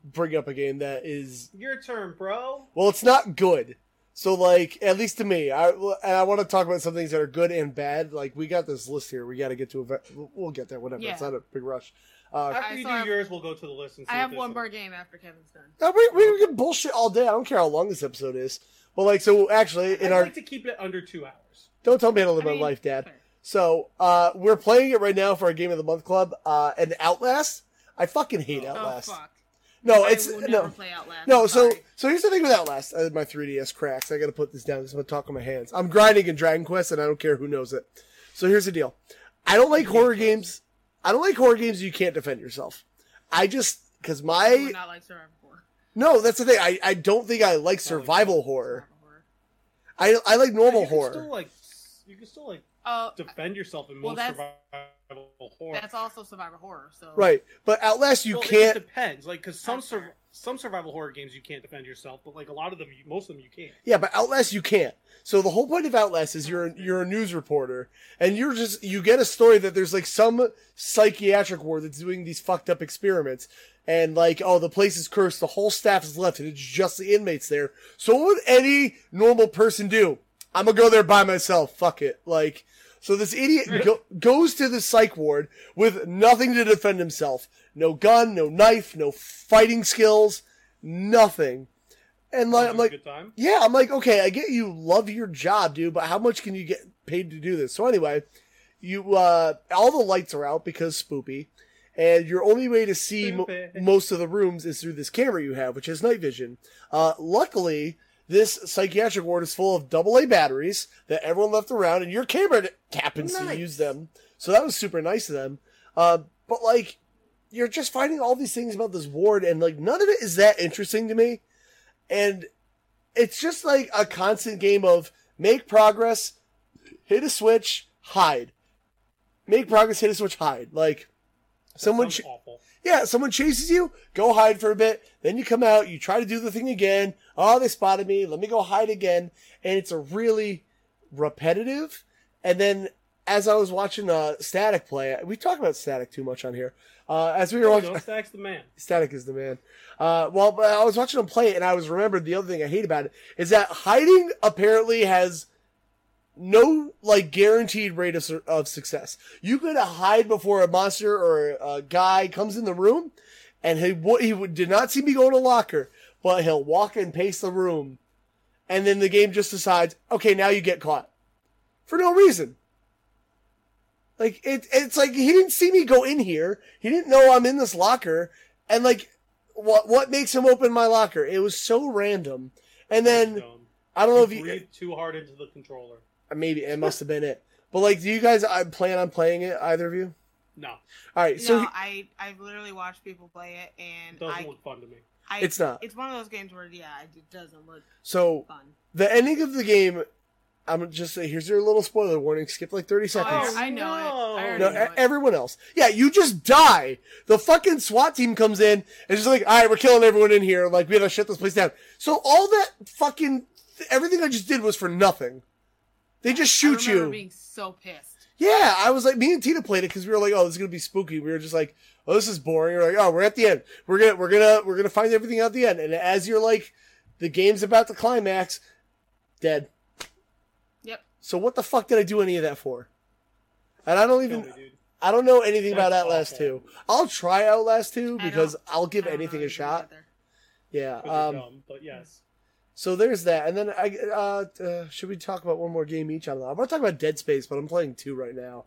Speaker 1: bring up a game that is
Speaker 3: Your turn, bro.
Speaker 1: Well, it's not good. So, like, at least to me, I and I want to talk about some things that are good and bad. Like, we got this list here. We got to get to a. ve- We'll we'll get there. Whatever. It's
Speaker 2: Yeah.
Speaker 1: not a big rush. Uh,
Speaker 2: I
Speaker 3: After you
Speaker 2: saw-
Speaker 3: do yours, we'll go to the list and see
Speaker 2: I
Speaker 3: what
Speaker 2: have
Speaker 3: this
Speaker 2: one
Speaker 3: is.
Speaker 2: more game after Kevin's done.
Speaker 1: no, we we can bullshit all day. I don't care how long this episode is. But like, so actually, in
Speaker 3: I'd
Speaker 1: our
Speaker 3: like to keep it under two hours.
Speaker 1: don't tell me how to live
Speaker 2: I
Speaker 1: my
Speaker 2: mean,
Speaker 1: life, Dad.
Speaker 2: fair.
Speaker 1: So, uh, we're playing it right now for our game of the month club. Uh, and Outlast. I fucking hate
Speaker 3: Oh,
Speaker 1: Outlast.
Speaker 2: Oh fuck!
Speaker 1: No,
Speaker 2: I
Speaker 1: it's
Speaker 2: will
Speaker 1: no.
Speaker 2: never play Outlast.
Speaker 1: No,
Speaker 2: I'm
Speaker 1: so
Speaker 2: sorry.
Speaker 1: so here's the thing with Outlast. Uh, my 3DS cracks. I gotta put this down because I'm gonna talk on my hands. I'm grinding in Dragon Quest, and I don't care who knows it. So here's the deal. I don't like
Speaker 3: You
Speaker 1: horror
Speaker 3: can't
Speaker 1: games. I don't like horror games. You can't defend yourself. I just because
Speaker 2: I would
Speaker 1: my
Speaker 2: not like Survivor Horror.
Speaker 1: no, that's the thing. I, I don't think I like survival horror.
Speaker 2: Survival horror.
Speaker 1: I I like normal
Speaker 3: you can
Speaker 1: horror.
Speaker 3: Still, uh, like, s- you can still like
Speaker 2: Oh,
Speaker 3: defend yourself in
Speaker 2: Well,
Speaker 3: most
Speaker 2: that's-
Speaker 3: survival horror.
Speaker 2: that's also Survivor Horror. So
Speaker 1: right, but Outlast you
Speaker 3: Well, it
Speaker 1: can't.
Speaker 3: depends, like because some
Speaker 2: I'm sorry.
Speaker 3: sur- some survival horror games you can't defend yourself, but like a lot of them, you- most of them you can.
Speaker 1: Yeah, but Outlast you can't. So the whole point of Outlast is you're you're a news reporter and you're just you get a story that there's like some psychiatric ward that's doing these fucked up experiments and like oh the place is cursed the whole staff is left and it's just the inmates there. So what would any normal person do? I'm gonna go there by myself. Fuck it. Like so this idiot go- goes to the psych ward with nothing to defend himself. No gun, no knife, no fighting skills, nothing. And like
Speaker 3: Have
Speaker 1: I'm
Speaker 3: a
Speaker 1: like
Speaker 3: good time.
Speaker 1: yeah, I'm like, okay, I get you love your job, dude, but how much can you get paid to do this? So anyway, you uh all the lights are out because spoopy, and your only way to see mo-
Speaker 3: Spoopy.
Speaker 1: most of the rooms is through this camera you have, which has night vision. Uh, luckily, this psychiatric ward is full of AA batteries that everyone left around, and your camera happens to
Speaker 4: Nice.
Speaker 1: use them. So that was super nice of them. Uh, but like, you're just finding all these things about this ward, and like, none of it is that interesting to me. And it's just like a constant game of make progress, hit a switch, hide. Make progress, hit a switch, hide. Like,
Speaker 3: That
Speaker 1: someone.
Speaker 3: sounds
Speaker 1: ch-
Speaker 3: awful.
Speaker 1: yeah, someone chases you, go hide for a bit, then you come out, you try to do the thing again. Oh, they spotted me, let me go hide again. And it's a really repetitive. And then as I was watching uh, Static play, we talk about Static too much on here. Uh, as we were
Speaker 3: There you
Speaker 1: watching,
Speaker 3: go, Stacks the man.
Speaker 1: Static is the man. Uh, well, but I was watching him play, and I was remembered the other thing I hate about it is that hiding apparently has no like guaranteed rate of, su- of success. You could hide before a monster or a guy comes in the room, and he wo- he would, did not see me go in a locker, but he'll walk and pace the room, and then the game just decides, okay, now you get caught, for no reason. Like it, it's like he didn't see me go in here. He didn't know I'm in this locker, and like, what what makes him open my locker? It was so random. And then
Speaker 3: Dumb.
Speaker 1: I don't know if you
Speaker 3: breathe too hard into the controller.
Speaker 1: maybe it must have been it. But like, do you guys I plan on playing it? Either of you?
Speaker 3: No,
Speaker 1: All right, so
Speaker 2: no,
Speaker 1: he-
Speaker 2: I I've literally watched people play it, and
Speaker 3: doesn't
Speaker 2: I,
Speaker 3: look fun to me.
Speaker 2: I
Speaker 1: it's not.
Speaker 2: it's one of those games where yeah, it doesn't look
Speaker 1: so
Speaker 2: fun.
Speaker 1: the ending of the game. I'm just say here's your little spoiler warning. Skip like 30 seconds.
Speaker 2: Oh, I know it. I already
Speaker 1: no,
Speaker 2: know
Speaker 1: e-
Speaker 2: it.
Speaker 1: everyone else. Yeah, you just die. The fucking SWAT team comes in and just like, all right, we're killing everyone in here. Like, we gotta shut this place down. So all that fucking everything I just did was for nothing. They just
Speaker 2: I
Speaker 1: shoot
Speaker 2: remember
Speaker 1: you.
Speaker 2: being so pissed.
Speaker 1: Yeah, I was like, me and Tina played it because we were like, oh, this is gonna be spooky. We were just like, oh, this is boring. We're like, oh, we're at the end. We're gonna, we're gonna, we're gonna find everything out at the end. And as you're like, the game's about to climax, dead.
Speaker 2: Yep.
Speaker 1: So what the fuck did I do any of that for? And I don't
Speaker 3: Kill
Speaker 1: even,
Speaker 3: me, dude.
Speaker 1: I don't know anything about
Speaker 3: That's
Speaker 1: Outlast
Speaker 3: awful.
Speaker 1: Two. I'll try Outlast Two
Speaker 2: I don't-
Speaker 1: because I'll give
Speaker 2: I don't
Speaker 1: anything
Speaker 2: know
Speaker 1: a
Speaker 2: if you did
Speaker 1: shot.
Speaker 2: either.
Speaker 1: Yeah.
Speaker 3: 'Cause you're
Speaker 1: Um,
Speaker 3: dumb, but yes,
Speaker 1: so there's that, and then I uh, uh, should we talk about one more game each? I don't know. I'm gonna talk about Dead Space, but I'm playing two right now.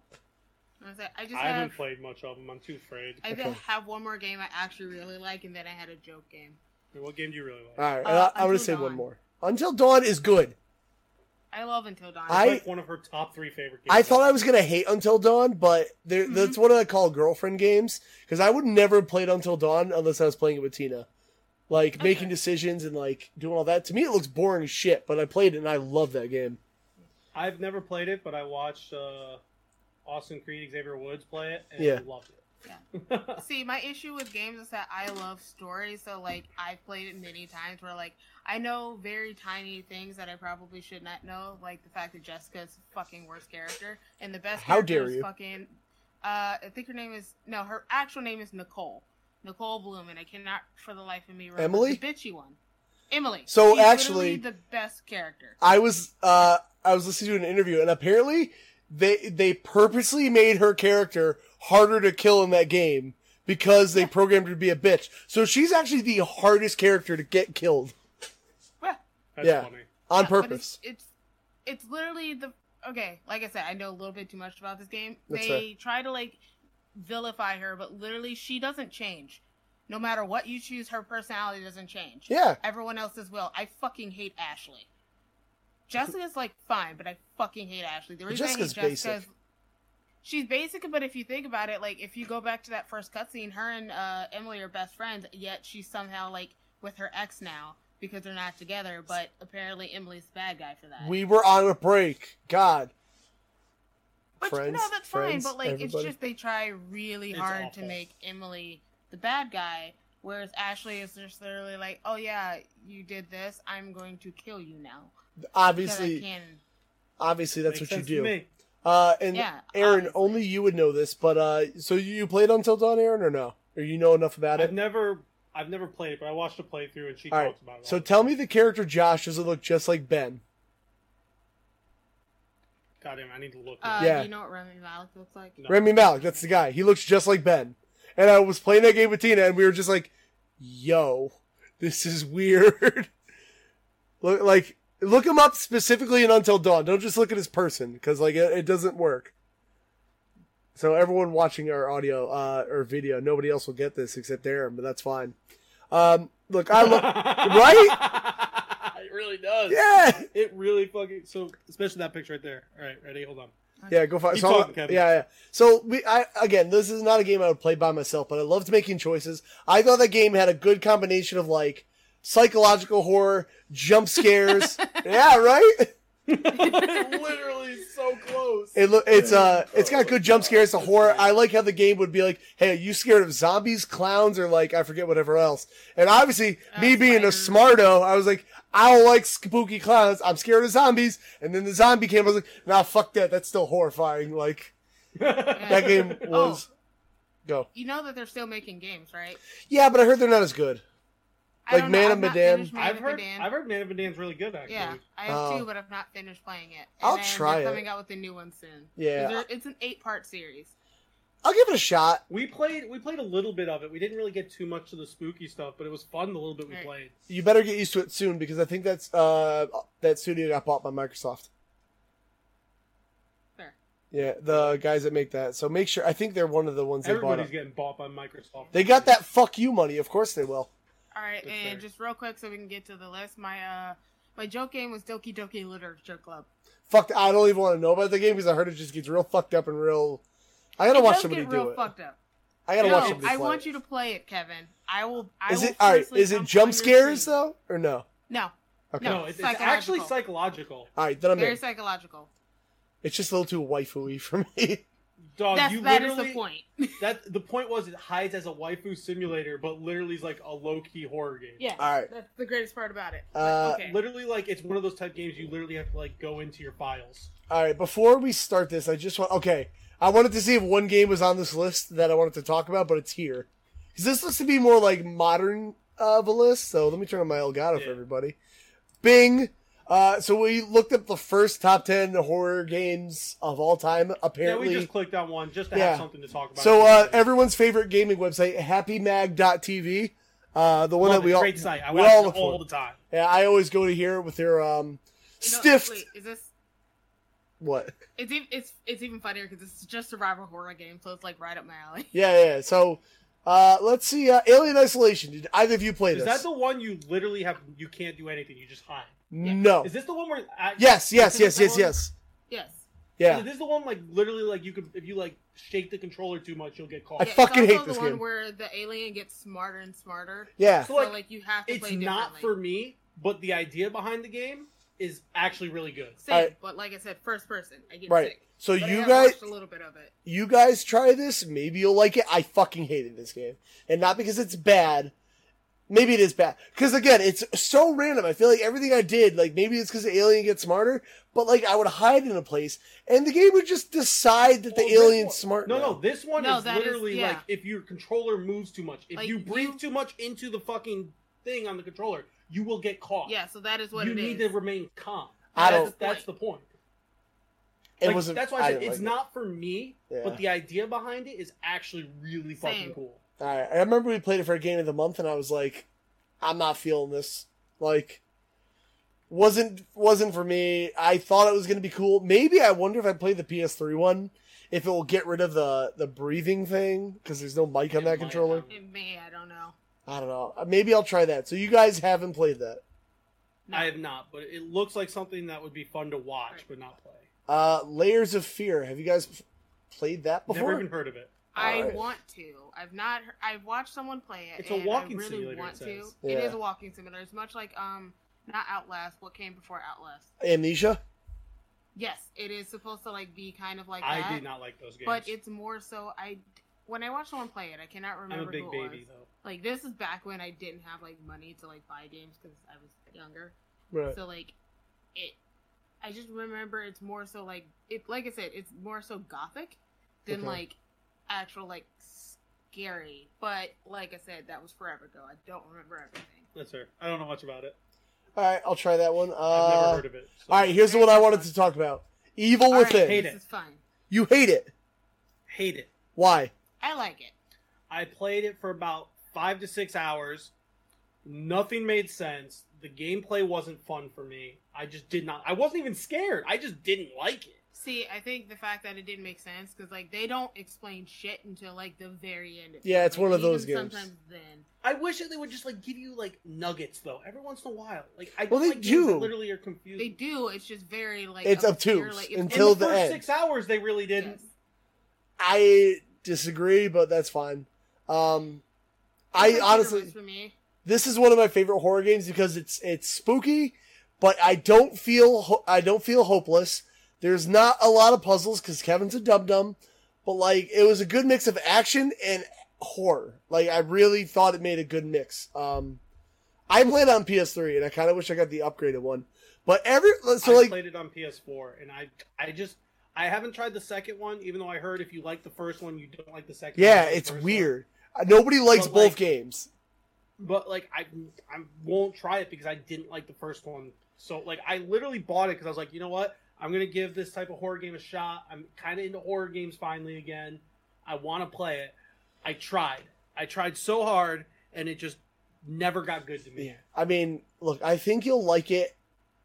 Speaker 2: I was like, I just
Speaker 3: I
Speaker 2: have,
Speaker 3: haven't played much of them. I'm too afraid.
Speaker 2: I
Speaker 1: Okay.
Speaker 2: have one more game I actually really like, and then I had a joke game.
Speaker 3: What game do you really
Speaker 1: All
Speaker 3: like?
Speaker 1: right, and
Speaker 2: Uh,
Speaker 1: I, I'm gonna
Speaker 2: Until
Speaker 1: say one
Speaker 2: Dawn.
Speaker 1: more. Until Dawn is good.
Speaker 2: I love Until Dawn.
Speaker 1: I-
Speaker 3: It's like one of her top three favorite games.
Speaker 1: I thought I was gonna hate Until Dawn, but there,
Speaker 2: Mhm.
Speaker 1: that's what I call girlfriend games because I would never have played Until Dawn unless I was playing it with Tina, like
Speaker 2: Okay.
Speaker 1: making decisions and like doing all that. To me, it looks boring as shit, but I played it and I love that game.
Speaker 3: I've never played it, but I watched uh, Austin Creed, Xavier Woods play it, and
Speaker 1: Yeah.
Speaker 3: loved it.
Speaker 2: Yeah. See, my issue with games is that I love stories, so like I've played it many times where like I know very tiny things that I probably should not know, like the fact that Jessica's fucking worst character and the best.
Speaker 1: How
Speaker 2: character
Speaker 1: dare
Speaker 2: is
Speaker 1: you.
Speaker 2: Fucking, uh, I think her name is no, her actual name is Nicole. Nicole Bloom, and I cannot for the life of me remember
Speaker 1: Emily?
Speaker 2: the bitchy one. Emily.
Speaker 1: So
Speaker 2: She's
Speaker 1: actually-
Speaker 2: literally the best character.
Speaker 1: I was uh, I was listening to an interview, and apparently they they purposely made her character harder to kill in that game because they programmed her to be a bitch. So she's actually the hardest character to get killed
Speaker 2: Yeah.
Speaker 3: That's
Speaker 1: Yeah.
Speaker 3: funny.
Speaker 1: on
Speaker 2: Yeah, but
Speaker 1: purpose.
Speaker 2: It's, it's it's literally the okay. Like I said, I know a little bit too much about this game.
Speaker 1: That's
Speaker 2: they try to like vilify her, but literally she doesn't change. No matter what you choose, her personality doesn't change.
Speaker 1: Yeah,
Speaker 2: Everyone else's will. I fucking hate Ashley. Jessica's like fine, but I fucking hate Ashley. The reason
Speaker 1: Jessica's
Speaker 2: I hate Jessica
Speaker 1: basic.
Speaker 2: is she's basic, but if you think about it, like if you go back to that first cutscene, her and uh, Emily are best friends. Yet she's somehow like with her ex now because they're not together. But apparently Emily's the bad guy for that.
Speaker 1: we were on a break. God.
Speaker 2: But
Speaker 1: friends,
Speaker 2: no, that's
Speaker 1: friends,
Speaker 2: fine. But like,
Speaker 1: everybody.
Speaker 2: it's just they try really
Speaker 3: It's
Speaker 2: hard
Speaker 3: awful.
Speaker 2: to make Emily the bad guy, whereas Ashley is just literally like, "Oh yeah, you did this. I'm going to kill you now." because I
Speaker 1: obviously
Speaker 2: can.
Speaker 1: obviously that's
Speaker 3: Makes
Speaker 1: what you
Speaker 3: sense to
Speaker 1: do
Speaker 3: me.
Speaker 1: uh and
Speaker 2: Yeah,
Speaker 1: aaron
Speaker 2: obviously.
Speaker 1: only you would know this but uh so you played until dawn aaron or no or you know enough about
Speaker 3: I've
Speaker 1: it
Speaker 3: never, I've never played it, but I watched a playthrough, and she
Speaker 1: all right
Speaker 3: talks about it.
Speaker 1: so
Speaker 3: all the
Speaker 1: tell
Speaker 3: time.
Speaker 1: me the character josh does it look just like ben
Speaker 3: God damn, I need to look.
Speaker 2: Uh,
Speaker 3: now.
Speaker 1: Yeah.
Speaker 2: Do you know what Remy Malik looks like?
Speaker 3: No.
Speaker 1: remy malik that's the guy he looks just like ben and i was playing that game with tina and we were just like yo this is weird look like look him up specifically in until dawn don't just look at his person because like it, it doesn't work so everyone watching our audio uh, or video nobody else will get this except aaron but that's fine um, look i look
Speaker 3: right? it really does.
Speaker 1: yeah
Speaker 3: It really fucking so, especially that picture right there. All right, ready? Hold on.
Speaker 1: Yeah, go find.
Speaker 3: Keep
Speaker 1: So
Speaker 3: talking,
Speaker 1: yeah,
Speaker 3: Kevin.
Speaker 1: yeah. So we, I again, this is not a game I would play by myself, but I loved making choices. I thought that game had a good combination of like psychological horror, jump scares. yeah, right.
Speaker 3: Literally so close.
Speaker 1: It lo- it's uh, it's got good jump scares. The horror. I like how the game would be like, "Hey, are you scared of zombies, clowns, or like I forget whatever else?" And obviously,
Speaker 2: Uh,
Speaker 1: me being a
Speaker 2: spiders.
Speaker 1: smarto, I was like, "I don't like spooky clowns. I'm scared of zombies." And then the zombie came. I was like, "Nah, fuck that. That's still horrifying." Like that game
Speaker 2: Oh.
Speaker 1: was. Go.
Speaker 2: You know that they're still making games, right?
Speaker 1: Yeah, but I heard they're not as good.
Speaker 2: I I
Speaker 1: Like
Speaker 2: don't know,
Speaker 1: Man
Speaker 2: I've
Speaker 1: of
Speaker 2: not
Speaker 1: Medan?
Speaker 2: finished Man
Speaker 3: I've
Speaker 2: of
Speaker 3: heard
Speaker 2: Medan.
Speaker 3: I've heard Man of Medan's really good actually.
Speaker 2: Yeah, I have
Speaker 1: Uh,
Speaker 2: two, but I've not finished playing it. And
Speaker 1: I'll
Speaker 2: then
Speaker 1: try
Speaker 2: they're
Speaker 1: it.
Speaker 2: Coming out with a new one soon. 'Cause
Speaker 1: Yeah.
Speaker 2: they're- it's an eight-part series.
Speaker 1: I'll give it a shot.
Speaker 3: We played we played a little bit of it. We didn't really get too much of the spooky stuff, but it was fun the little bit we
Speaker 2: Right.
Speaker 3: played.
Speaker 1: You better get used to it soon because I think that's uh that studio got bought by Microsoft.
Speaker 2: Fair.
Speaker 1: Yeah, the guys that make that. So make sure. I think they're one of the ones they bought.
Speaker 3: Everybody's
Speaker 1: Up.
Speaker 3: getting bought by Microsoft.
Speaker 1: They got that fuck you money. Of course they will.
Speaker 2: All right,
Speaker 3: That's
Speaker 2: and
Speaker 3: fair.
Speaker 2: just real quick, so we can get to the list. My uh, my joke game was Doki Doki Literature Club.
Speaker 1: Fuck. I don't even want to know about the game because I heard it just gets real fucked up and real. I gotta
Speaker 2: It
Speaker 1: watch
Speaker 2: does
Speaker 1: somebody
Speaker 2: get real
Speaker 1: do it.
Speaker 2: fucked up.
Speaker 1: I gotta
Speaker 2: no,
Speaker 1: watch somebody
Speaker 2: I
Speaker 1: play
Speaker 2: want
Speaker 1: it.
Speaker 2: you to play it, Kevin. I will. I
Speaker 1: Is
Speaker 2: will
Speaker 1: it all right?
Speaker 2: personally
Speaker 1: Is it
Speaker 2: come
Speaker 1: jump
Speaker 2: on your
Speaker 1: scares
Speaker 2: screen.
Speaker 1: though, or no?
Speaker 2: No,
Speaker 1: Okay.
Speaker 3: No, it's, it's actually psychological.
Speaker 1: All right, then I'm
Speaker 2: very
Speaker 1: in.
Speaker 2: psychological.
Speaker 1: It's just a little too waifu-y for me.
Speaker 3: Dog,
Speaker 2: That's
Speaker 3: Oh, you
Speaker 2: that is
Speaker 3: literally
Speaker 2: the point.
Speaker 3: that the point was it hides as a waifu simulator, but literally is like a low key horror game.
Speaker 2: Yeah.
Speaker 1: All right.
Speaker 2: That's the greatest part about it.
Speaker 1: Uh,
Speaker 2: okay.
Speaker 3: Literally, like it's one of those type games you literally have to like go into your files.
Speaker 1: All right, before we start this, I just want okay. I wanted to see if one game was on this list that I wanted to talk about, but it's here. 'Cause this looks to be more like modern uh, of a list. So let me turn on my Elgato for
Speaker 3: Yeah.
Speaker 1: everybody. Bing. Uh, so we looked up the first top ten horror games of all time.
Speaker 3: Yeah,
Speaker 1: Apparently,
Speaker 3: we just clicked on one just to
Speaker 1: Yeah.
Speaker 3: have something to talk about.
Speaker 1: so uh, everyone's favorite gaming website, HappyMag.tv, uh, the one
Speaker 3: Love
Speaker 1: that
Speaker 3: it.
Speaker 1: we all
Speaker 3: great site. I
Speaker 1: we
Speaker 3: watch
Speaker 1: all
Speaker 3: it
Speaker 1: look
Speaker 3: all
Speaker 1: for.
Speaker 3: the time.
Speaker 1: yeah, I always go to here with their um,
Speaker 2: No,
Speaker 1: stiffed
Speaker 2: Wait, is this?
Speaker 1: what?
Speaker 2: It's even it's it's even funnier because it's just a rival horror game, so it's like right up my alley.
Speaker 1: Yeah, yeah. So uh, let's see. Uh, Alien Isolation. Did either of you play
Speaker 3: Is
Speaker 1: this?
Speaker 3: that the one you literally have? You can't do anything. You just hide.
Speaker 1: No.
Speaker 3: Is this the one where? I,
Speaker 1: Oh. Yes, yes,
Speaker 3: Is it
Speaker 1: yes,
Speaker 3: that
Speaker 1: yes,
Speaker 3: one?
Speaker 1: yes.
Speaker 2: Yes.
Speaker 1: Yeah.
Speaker 3: Is this the one like literally like you could if you like shake the controller too much you'll get
Speaker 1: I
Speaker 3: caught?
Speaker 2: Yeah,
Speaker 1: fucking
Speaker 2: it's
Speaker 1: hate
Speaker 2: also
Speaker 1: this
Speaker 2: the
Speaker 1: game.
Speaker 2: one where the alien gets smarter and smarter.
Speaker 1: Yeah.
Speaker 2: So
Speaker 3: So like,
Speaker 2: like, you have to
Speaker 3: it's
Speaker 2: play
Speaker 3: not for
Speaker 2: differently.
Speaker 3: me, but the idea behind the game is actually really good.
Speaker 2: Same,
Speaker 1: Alright.
Speaker 2: but like I said, first person. I get
Speaker 1: Right.
Speaker 2: sick.
Speaker 1: So
Speaker 2: But I
Speaker 1: you
Speaker 2: have
Speaker 1: guys,
Speaker 2: watched a little bit of it.
Speaker 1: you guys try this. Maybe you'll like it. I fucking hated this game, and not because it's bad. Maybe it is bad because again, it's so random. I feel like everything I did, like maybe it's because the alien gets smarter, but like I would hide in a place, and the game would just decide that the
Speaker 3: Well, this
Speaker 1: alien's
Speaker 3: one-
Speaker 1: smart.
Speaker 3: No,
Speaker 1: now.
Speaker 3: no, this one
Speaker 2: No,
Speaker 3: is
Speaker 2: that is-
Speaker 3: literally
Speaker 2: yeah.
Speaker 3: like if your controller moves too much, if
Speaker 2: Like,
Speaker 3: you breathe
Speaker 2: you-
Speaker 3: too much into the fucking thing on the controller, you will get caught.
Speaker 2: Yeah, so that is what
Speaker 3: you
Speaker 2: it
Speaker 3: need
Speaker 2: is.
Speaker 3: to remain calm.
Speaker 1: I
Speaker 3: that's,
Speaker 1: don't-
Speaker 3: That's the point.
Speaker 1: it
Speaker 3: Like,
Speaker 1: wasn't.
Speaker 3: That's why I said
Speaker 1: didn't like
Speaker 3: it's
Speaker 1: it.
Speaker 3: not for me,
Speaker 1: Yeah.
Speaker 3: but the idea behind it is actually really fucking
Speaker 2: Same.
Speaker 3: cool.
Speaker 1: All right. I remember we played it for a game of the month, and I was like, I'm not feeling this. Like, wasn't wasn't for me. I thought it was gonna be cool. Maybe I wonder if I play the PS3 one, if it will get rid of the the breathing thing because there's no mic on that
Speaker 3: It might
Speaker 1: controller.
Speaker 3: have.
Speaker 2: It may, I don't know.
Speaker 1: I don't know. Uh, Maybe I'll try that. So you guys haven't played that.
Speaker 2: No.
Speaker 3: I have not, but it looks like something that would be fun to watch
Speaker 2: Right.
Speaker 3: but not play.
Speaker 1: Uh, Layers of Fear. Have you guys f- played that before?
Speaker 3: Never even heard of it.
Speaker 2: I
Speaker 1: Alright.
Speaker 2: want to. I've not. he- I've watched someone play it.
Speaker 3: It's a
Speaker 2: and I
Speaker 3: walking
Speaker 2: really
Speaker 3: simulator,
Speaker 2: Want
Speaker 3: it
Speaker 2: to.
Speaker 3: says.
Speaker 2: It
Speaker 1: Yeah.
Speaker 2: is a walking simulator. It's much like um, not Outlast. What came before Outlast?
Speaker 1: Amnesia.
Speaker 2: Yes, it is supposed to like be kind of like that.
Speaker 3: I do not like those games.
Speaker 2: But it's more so. I when I watched someone play it, I cannot
Speaker 3: I'm
Speaker 2: remember
Speaker 3: a big
Speaker 2: who it
Speaker 3: baby
Speaker 2: was.
Speaker 3: though.
Speaker 2: Like this is back when I didn't have like money to like buy games because I was younger.
Speaker 1: Right.
Speaker 2: So like it I just remember it's more so like it like I said, it's more so gothic than
Speaker 1: Okay.
Speaker 2: like actual like scary. But like I said, that was forever ago. I don't remember everything.
Speaker 3: That's fair. I don't know much about it.
Speaker 1: All right. I'll try that one. Uh,
Speaker 3: I've never heard of it. so-
Speaker 1: all right. Here's the one I wanted to talk about. Evil
Speaker 2: All right,
Speaker 1: Within.
Speaker 3: hate
Speaker 2: this
Speaker 3: it.
Speaker 2: is fun.
Speaker 1: You hate it.
Speaker 3: Hate it.
Speaker 1: Why?
Speaker 2: I like it.
Speaker 3: I played it for about five to six hours. Nothing made sense. The gameplay wasn't fun for me. I just did not. I wasn't even scared. I just didn't like it.
Speaker 2: See, I think the fact that it didn't make sense because like they don't explain shit until like the very end. Of
Speaker 1: Yeah, it's
Speaker 2: like,
Speaker 1: one of those
Speaker 2: even
Speaker 1: games.
Speaker 2: Sometimes then,
Speaker 3: I wish that they would just like give you like nuggets though every once in a while. Like I
Speaker 1: Well,
Speaker 3: don't
Speaker 1: they
Speaker 3: like games that
Speaker 1: do.
Speaker 3: literally are confused.
Speaker 2: they do. It's just very like
Speaker 1: It's
Speaker 2: obscure,
Speaker 1: obtuse
Speaker 2: like,
Speaker 3: in
Speaker 1: until
Speaker 3: the
Speaker 1: the
Speaker 3: first
Speaker 1: end.
Speaker 3: six hours they really
Speaker 2: yes.
Speaker 3: didn't.
Speaker 1: I disagree, but that's fine. Um, I
Speaker 2: Different
Speaker 1: honestly,
Speaker 2: genres for me.
Speaker 1: this is one of my favorite horror games because it's it's spooky, but I don't feel ho- I don't feel hopeless. There's not a lot of puzzles because Kevin's a dum dum, but like it was a good mix of action and horror. Like I really thought it made a good mix. Um, I played on PS3 and I kind of wish I got the upgraded one, but every so
Speaker 3: I
Speaker 1: like
Speaker 3: played it on PS4, and I I just I haven't tried the second one, even though I heard if you like the first one, you don't like the second.
Speaker 1: yeah,
Speaker 3: one, the
Speaker 1: it's
Speaker 3: first one.
Speaker 1: weird. Uh, Nobody likes
Speaker 3: But,
Speaker 1: both
Speaker 3: like-
Speaker 1: games.
Speaker 3: but like I I won't try it because I didn't like the first one. So like I literally bought it because I was like, you know what? I'm gonna give this type of horror game a shot. I'm kind of into horror games finally again. I want to play it. I tried. I tried so hard, and it just never got good to me.
Speaker 5: Yeah.
Speaker 3: Yeah.
Speaker 1: I mean, look, I think you'll like it,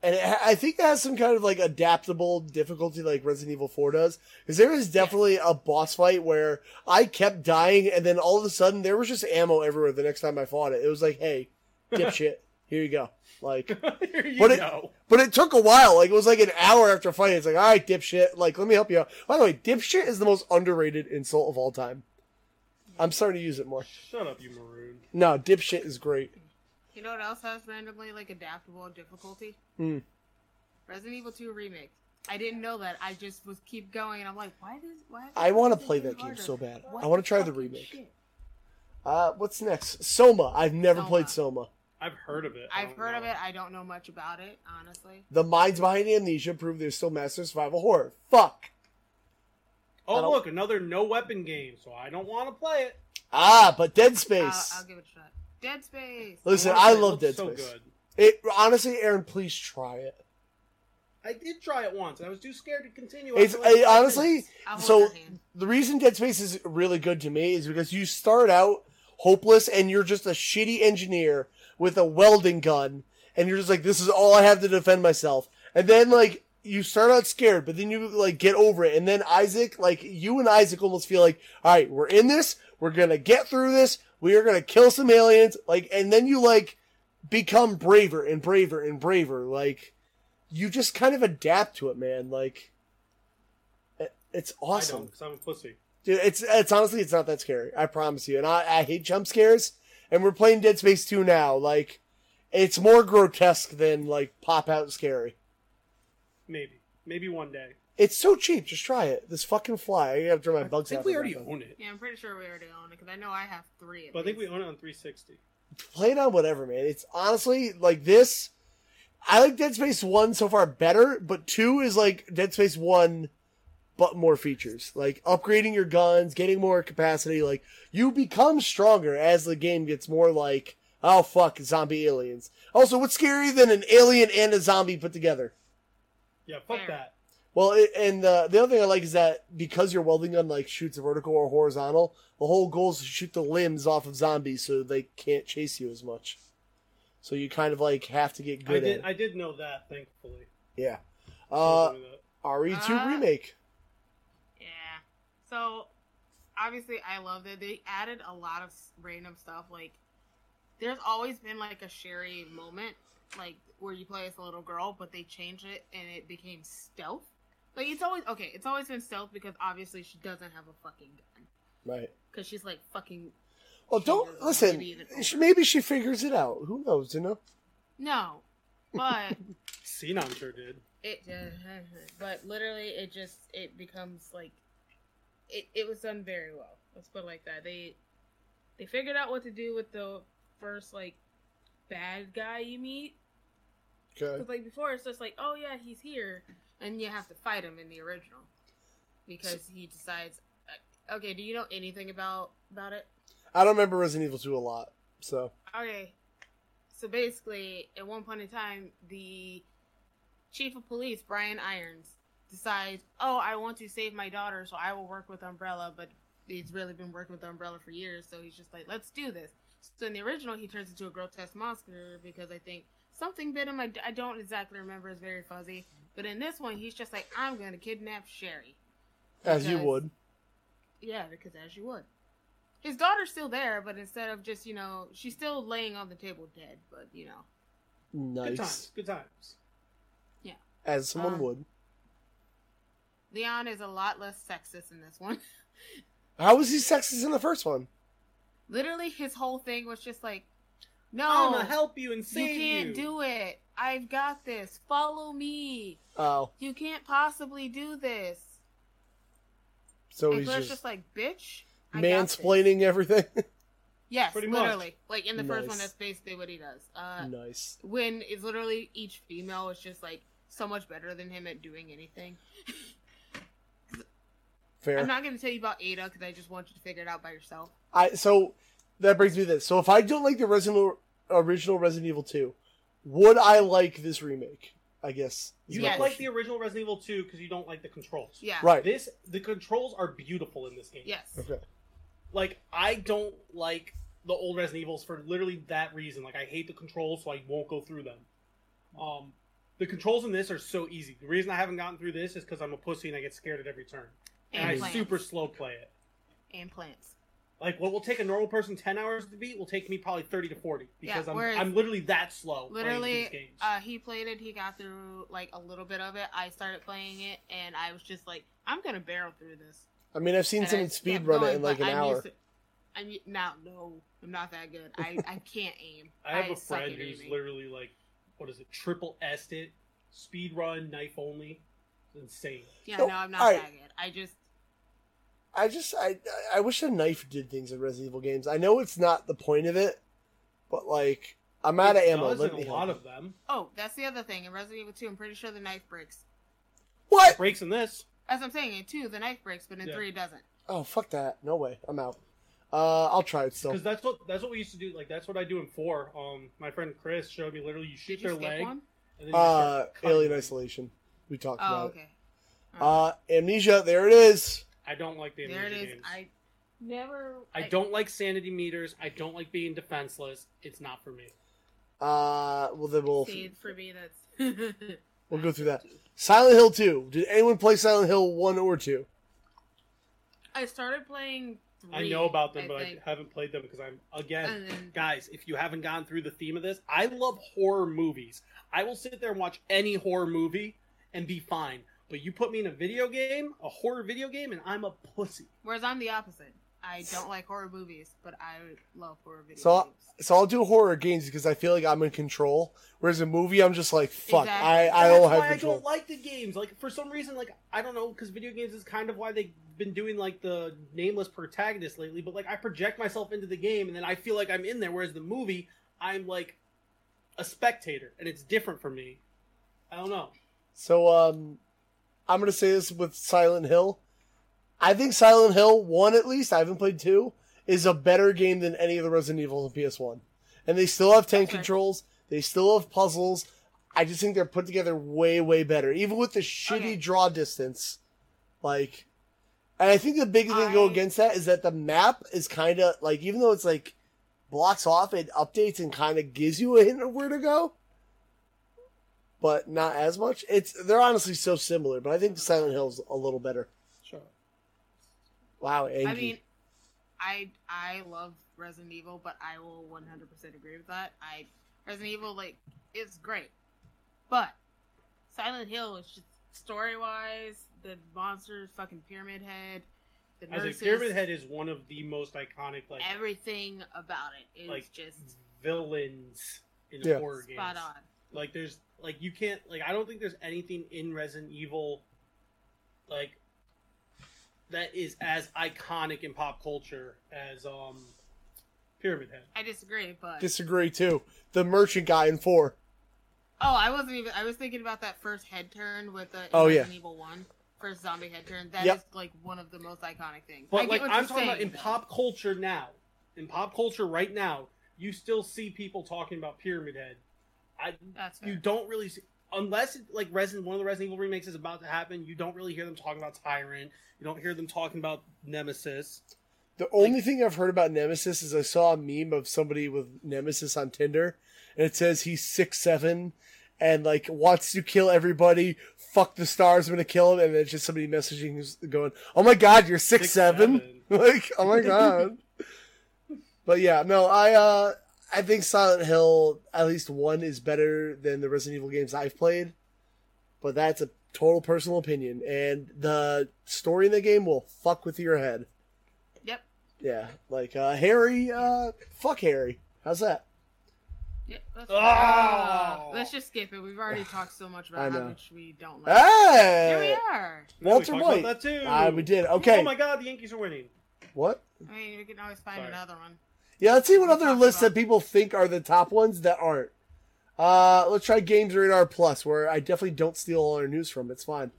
Speaker 1: and it, ha- I think it has some kind of like adaptable difficulty, like Resident Evil Four does. Because there is definitely a boss fight where I kept dying, and then all of a sudden there was just ammo everywhere. The next time I fought it, it was like, "Hey, dipshit, here you go." Like,
Speaker 3: Here you
Speaker 1: But it-
Speaker 3: go.
Speaker 1: but it took a while. Like it was like an hour after fighting. It's like, "All right, dipshit, like let me help you out." By the way, dipshit is the most underrated insult of all time. I'm starting to use it more.
Speaker 3: Shut up, you maroon.
Speaker 1: No, dipshit is great.
Speaker 2: You know what else has randomly like adaptable difficulty?
Speaker 1: Hmm.
Speaker 2: Resident Evil 2 remake. I didn't know that. I just was keep going, and I'm like, why does why?
Speaker 1: I
Speaker 2: why
Speaker 1: wanna
Speaker 2: is it
Speaker 1: play
Speaker 2: getting
Speaker 1: that game
Speaker 2: harder?
Speaker 1: so bad.
Speaker 2: What
Speaker 1: I wanna try the
Speaker 2: fucking
Speaker 1: remake.
Speaker 2: shit?
Speaker 1: Uh, what's next? Soma. I've never
Speaker 2: Soma.
Speaker 1: played Soma.
Speaker 3: I've heard of it. I
Speaker 2: I've
Speaker 3: don't
Speaker 2: heard of
Speaker 3: know.
Speaker 2: it. I don't know much about it, honestly.
Speaker 1: The minds behind amnesia prove they're still master survival horror. Fuck. I
Speaker 3: Oh
Speaker 1: don't-
Speaker 3: look, another no weapon game. So I don't want to play it.
Speaker 1: Ah, but Dead
Speaker 2: I'll,
Speaker 1: Space.
Speaker 2: Uh, I'll give it a shot. Dead Space.
Speaker 1: Listen,
Speaker 3: wanna
Speaker 1: I
Speaker 3: play it. It
Speaker 1: love
Speaker 3: looks
Speaker 1: Dead
Speaker 3: so
Speaker 1: Space.
Speaker 3: good.
Speaker 1: It honestly, Aaron, please try it.
Speaker 3: I did try it once, and I was too scared to continue.
Speaker 1: It's
Speaker 3: after, like,
Speaker 1: I,
Speaker 3: five
Speaker 1: honestly
Speaker 3: minutes.
Speaker 2: I'll hold
Speaker 1: so-
Speaker 2: your hand.
Speaker 1: the reason Dead Space is really good to me is because you start out hopeless and you're just a shitty engineer with a welding gun, and you're just like, this is all I have to defend myself. And then like you start out scared, but then you like get over it. And then Isaac, like you and Isaac, almost feel like, all right, we're in this. We're gonna get through this. We are gonna kill some aliens. Like, and then you like become braver and braver and braver. Like, you just kind of adapt to it, man. Like, it- it's
Speaker 3: I
Speaker 1: awesome.
Speaker 3: don't, 'cause I'm a pussy.
Speaker 1: Dude, it's it's honestly it's not that scary. I promise you. And I, I hate jump scares. And we're playing Dead Space 2 now. Like it's more grotesque than like pop out scary.
Speaker 3: Maybe, maybe one day.
Speaker 1: It's so cheap. Just try it. This fucking fly. I gotta throw my
Speaker 3: I
Speaker 1: bugs
Speaker 3: think
Speaker 1: out.
Speaker 3: we
Speaker 1: of
Speaker 3: already
Speaker 1: that.
Speaker 3: own it,
Speaker 2: Yeah, I'm pretty sure we already own it because I know I have three. at
Speaker 3: but I think we
Speaker 2: least.
Speaker 3: own it on 360.
Speaker 1: play it on whatever, man. It's honestly like this. I like Dead Space One so far better, but two is like Dead Space One, but more features. Like upgrading your guns, getting more capacity. Like you become stronger as the game gets more like oh fuck zombie aliens. Also, what's scarier than an alien and a zombie put together?
Speaker 3: Yeah, fuck
Speaker 2: Fair.
Speaker 3: that.
Speaker 1: Well, it, and uh, the other thing I like is that because your welding gun like shoots vertical or horizontal, the whole goal is to shoot the limbs off of zombies so they can't chase you as much. So you kind of like have to get
Speaker 3: I
Speaker 1: good
Speaker 3: did.
Speaker 1: at it.
Speaker 3: I did know that. Thankfully.
Speaker 1: Yeah.
Speaker 3: I
Speaker 1: Uh,
Speaker 3: did know that.
Speaker 1: RE2
Speaker 2: Uh,
Speaker 1: remake.
Speaker 2: Yeah. So obviously, I love that they added a lot of s- random stuff. Like, there's always been like a Sherry moment, like where you play as a little girl, but they changed it and it became stealth. Like it's always okay. It's always been stealth because obviously she doesn't have a fucking gun
Speaker 1: Right.
Speaker 2: because she's like fucking.
Speaker 1: Well,
Speaker 2: she
Speaker 1: don't
Speaker 2: doesn't
Speaker 1: listen.
Speaker 2: maybe even-
Speaker 1: she- Maybe she figures it out. Who knows? You know.
Speaker 2: No, but
Speaker 3: Xenon sure did.
Speaker 2: It just, but literally, it just it becomes like it. It was done very well. Let's put it like that. They they figured out what to do with the first like bad guy you meet.
Speaker 1: Okay.
Speaker 2: Because like before, it's just like, oh yeah, he's here, and you have to fight him in the original because he decides. uh, Okay, do you know anything about about it?
Speaker 1: I don't remember Resident Evil 2 a lot, so
Speaker 2: Okay. So basically, at one point in time, the chief of police, Brian Irons, decides, "Oh, I want to save my daughter, so I will work with Umbrella." But he's really been working with Umbrella for years, so he's just like, "Let's do this." So in the original, he turns into a grotesque monster because I think something bit him. I, I don't exactly remember; it's very fuzzy. But in this one, he's just like, "I'm going to kidnap Sherry."
Speaker 1: as you
Speaker 2: Because-
Speaker 1: would.
Speaker 2: yeah, because as you would. His daughter's still there, but instead of just, you know, she's still laying on the table dead, but, you know.
Speaker 3: Good
Speaker 1: Nice.
Speaker 3: times. Good times.
Speaker 1: As someone
Speaker 2: Um,
Speaker 1: would.
Speaker 2: Leon is a lot less sexist in this one.
Speaker 1: How was he sexist in the first one?
Speaker 2: Literally, his whole thing was just like, no,
Speaker 3: I'm gonna help you and
Speaker 2: Oh, you
Speaker 3: save you.
Speaker 2: can't do it. I've got this. Follow me.
Speaker 1: Oh,
Speaker 2: You can't possibly do this.
Speaker 1: so
Speaker 2: and
Speaker 1: he's
Speaker 2: Claire's
Speaker 1: just,
Speaker 2: just, like, bitch. I got this."
Speaker 1: mansplaining everything.
Speaker 2: Yes,
Speaker 3: Pretty much.
Speaker 2: literally. Like, in the first
Speaker 1: Nice.
Speaker 2: one, that's basically what he does. Uh,
Speaker 1: nice.
Speaker 2: when it's literally each female is just like so much better than him at doing anything.
Speaker 1: Fair.
Speaker 2: I'm not going to tell you about Ada because I just want you to figure it out by yourself.
Speaker 1: I so that brings me to this. So if I don't like the Resident original Resident Evil 2, would I like this remake? I guess. is my
Speaker 3: You don't
Speaker 2: Yes.
Speaker 3: like
Speaker 1: question.
Speaker 3: the original Resident Evil 2 because you don't like the controls.
Speaker 2: Yeah.
Speaker 1: Right.
Speaker 3: This the controls are beautiful in this game.
Speaker 2: Yes.
Speaker 1: Okay.
Speaker 3: Like I don't like the old Resident Evils for literally that reason. Like I hate the controls, so I won't go through them. Um, the controls in this are so easy. The reason I haven't gotten through this is because I'm a pussy and I get scared at every turn, and,
Speaker 2: And,
Speaker 3: I
Speaker 2: plants.
Speaker 3: super slow play it.
Speaker 2: and plants.
Speaker 3: Like what will take a normal person ten hours to beat will take me probably thirty to forty because
Speaker 2: Yeah,
Speaker 3: I'm
Speaker 2: whereas-
Speaker 3: I'm literally that slow. playing
Speaker 2: Literally,
Speaker 3: these games.
Speaker 2: Uh, he played it. He got through like a little bit of it. I started playing it, and I was just like, "I'm gonna barrel through this."
Speaker 1: I mean, I've seen
Speaker 2: And I
Speaker 1: someone speed
Speaker 2: kept
Speaker 1: run it
Speaker 2: going,
Speaker 1: in like an
Speaker 2: but I'm
Speaker 1: hour.
Speaker 2: used to- I'm u- no, no, I'm not that good. I, I can't aim.
Speaker 3: I have a
Speaker 2: suck
Speaker 3: friend
Speaker 2: at
Speaker 3: who's
Speaker 2: aiming.
Speaker 3: literally like, what is it? Triple S'd it, speed run, knife only. It's insane.
Speaker 2: yeah,
Speaker 1: So,
Speaker 2: no, I'm not
Speaker 1: alright.
Speaker 2: that good. I just
Speaker 1: I just I I wish a knife did things in Resident Evil games. I know it's not the point of it, but like I'm out of
Speaker 3: It
Speaker 1: ammo.
Speaker 3: does
Speaker 1: Let
Speaker 3: in
Speaker 1: me
Speaker 3: a lot
Speaker 1: help.
Speaker 3: of them.
Speaker 2: oh, that's the other thing in Resident Evil 2. I'm pretty sure the knife breaks.
Speaker 1: what?
Speaker 3: Breaks in this.
Speaker 2: As I'm saying, in two the knife breaks, but in
Speaker 3: Yeah.
Speaker 2: three it doesn't.
Speaker 1: Oh fuck that! No way. I'm out. Uh, I'll try it still.
Speaker 3: Because that's what that's what we used to do. Like that's what I do in four. Um, my friend Chris showed me literally you shoot
Speaker 2: Did you
Speaker 3: their
Speaker 2: skip
Speaker 3: leg.
Speaker 2: one?
Speaker 3: And then you
Speaker 1: Uh,
Speaker 3: start cutting
Speaker 1: Alien
Speaker 3: them.
Speaker 1: Isolation. We talked
Speaker 2: Oh,
Speaker 1: about
Speaker 2: okay.
Speaker 1: it. Uh, Amnesia. There it is.
Speaker 3: I don't like the
Speaker 2: there it
Speaker 3: Amnesia
Speaker 2: is.
Speaker 3: games. I,
Speaker 2: I never.
Speaker 3: don't like sanity meters. I don't like being defenseless. It's not for me.
Speaker 1: Uh, well then we'll
Speaker 2: See, for me, that's.
Speaker 1: we'll go through that. Silent Hill Two. Did anyone play Silent Hill One or Two?
Speaker 2: I started playing. Three,
Speaker 3: I know about them,
Speaker 2: I
Speaker 3: but
Speaker 2: think. Um,
Speaker 3: I haven't played them because I'm again
Speaker 2: And then-
Speaker 3: guys, if you haven't gone through the theme of this, I love horror movies. I will sit there and watch any horror movie and be fine. But you put me in a video game, a horror video game, and I'm a pussy.
Speaker 2: Whereas I'm the opposite. I don't like horror movies, but I love horror videos.
Speaker 1: So- So I'll do horror games because I feel like I'm in control. Whereas a movie, I'm just like fuck.
Speaker 2: Exactly.
Speaker 1: I I
Speaker 3: And
Speaker 1: don't
Speaker 3: that's
Speaker 1: have
Speaker 3: why
Speaker 1: control.
Speaker 3: I don't like the games. Like for some reason, like I don't know, because video games is kind of why they've been doing like the nameless protagonist lately. But like I project myself into the game, and then I feel like I'm in there. Whereas the movie, I'm like a spectator, and it's different for me. I don't know.
Speaker 1: So um I'm gonna say this with Silent Hill. I think Silent Hill one at least, I haven't played two, is a better game than any of the Resident Evils on PS one. And they still have ten
Speaker 2: Okay.
Speaker 1: controls, they still have puzzles. I just think they're put together way, way better. Even with the shitty
Speaker 2: Okay.
Speaker 1: draw distance. Like and I think the big thing to go
Speaker 2: I-
Speaker 1: against that is that the map is kinda like even though it's like blocks off, it updates and kinda gives you a hint of where to go but not as much. It's they're honestly so similar, but I think Silent Hill's a little better.
Speaker 3: Sure.
Speaker 1: Wow, Angie.
Speaker 2: I mean, I I love Resident Evil, but I will 100% agree with that. I Resident Evil like is great, but Silent Hill is just story wise, the monsters, fucking Pyramid Head, the
Speaker 3: As a
Speaker 2: nurses,
Speaker 3: Pyramid Head is one of the most iconic like
Speaker 2: everything about it is
Speaker 3: Like,
Speaker 2: just
Speaker 3: villains in
Speaker 1: Yeah.
Speaker 3: horror games.
Speaker 2: spot on.
Speaker 3: Like there's like you can't like I don't think there's anything in Resident Evil like that is as iconic in pop culture as um Pyramid Head.
Speaker 2: I disagree, but
Speaker 1: disagree too. The merchant guy in four.
Speaker 2: Oh, I wasn't even. I was thinking about that first head turn with the
Speaker 1: Oh,
Speaker 2: Resident Evil One first zombie head turn. That is
Speaker 1: Yep.
Speaker 2: like one of the most iconic things. I
Speaker 3: But
Speaker 2: get
Speaker 3: like
Speaker 2: what
Speaker 3: I'm
Speaker 2: you're
Speaker 3: talking about
Speaker 2: saying,
Speaker 3: in
Speaker 2: though.
Speaker 3: pop culture now. In pop culture right now, you still see people talking about Pyramid Head. I
Speaker 2: That's fair.
Speaker 3: you don't really see, unless it, like Resident one of the Resident Evil remakes is about to happen. You don't really hear them talking about Tyrant. You don't hear them talking about Nemesis.
Speaker 1: The only thing I've heard about Nemesis is I saw a meme of somebody with Nemesis on Tinder, and it says he's six seven, and like wants to kill everybody. Fuck the stars, I'm gonna kill him. And then it's just somebody messaging who's going, "Oh my god, you're six,
Speaker 3: Six,
Speaker 1: seven.
Speaker 3: seven.
Speaker 1: Like, oh my god. but yeah, no, I uh I think Silent Hill at least one is better than the Resident Evil games I've played. But that's a total personal opinion. And the story in the game will fuck with your head.
Speaker 2: Yep.
Speaker 1: Yeah. Like uh Harry, uh fuck Harry. How's that?
Speaker 2: Yep. Let's,
Speaker 3: Oh!
Speaker 2: Ah, let's just skip it. We've already talked so much
Speaker 1: I
Speaker 2: about how
Speaker 1: know.
Speaker 2: much we don't like. Here we
Speaker 1: Hey
Speaker 2: are.
Speaker 3: No, we
Speaker 1: Walter
Speaker 3: talked
Speaker 1: White.
Speaker 3: About that too.
Speaker 1: Ah, we did. Okay.
Speaker 3: Oh my god, the Yankees are winning.
Speaker 1: what?
Speaker 2: I mean, we can always find
Speaker 3: Sorry.
Speaker 2: another one.
Speaker 1: Yeah, let's see what
Speaker 2: We
Speaker 1: other
Speaker 2: talked
Speaker 1: lists
Speaker 2: about-
Speaker 1: that people think are the top ones that aren't. Uh, let's try Games Radar Plus, where I definitely don't steal all our news from. It's fine.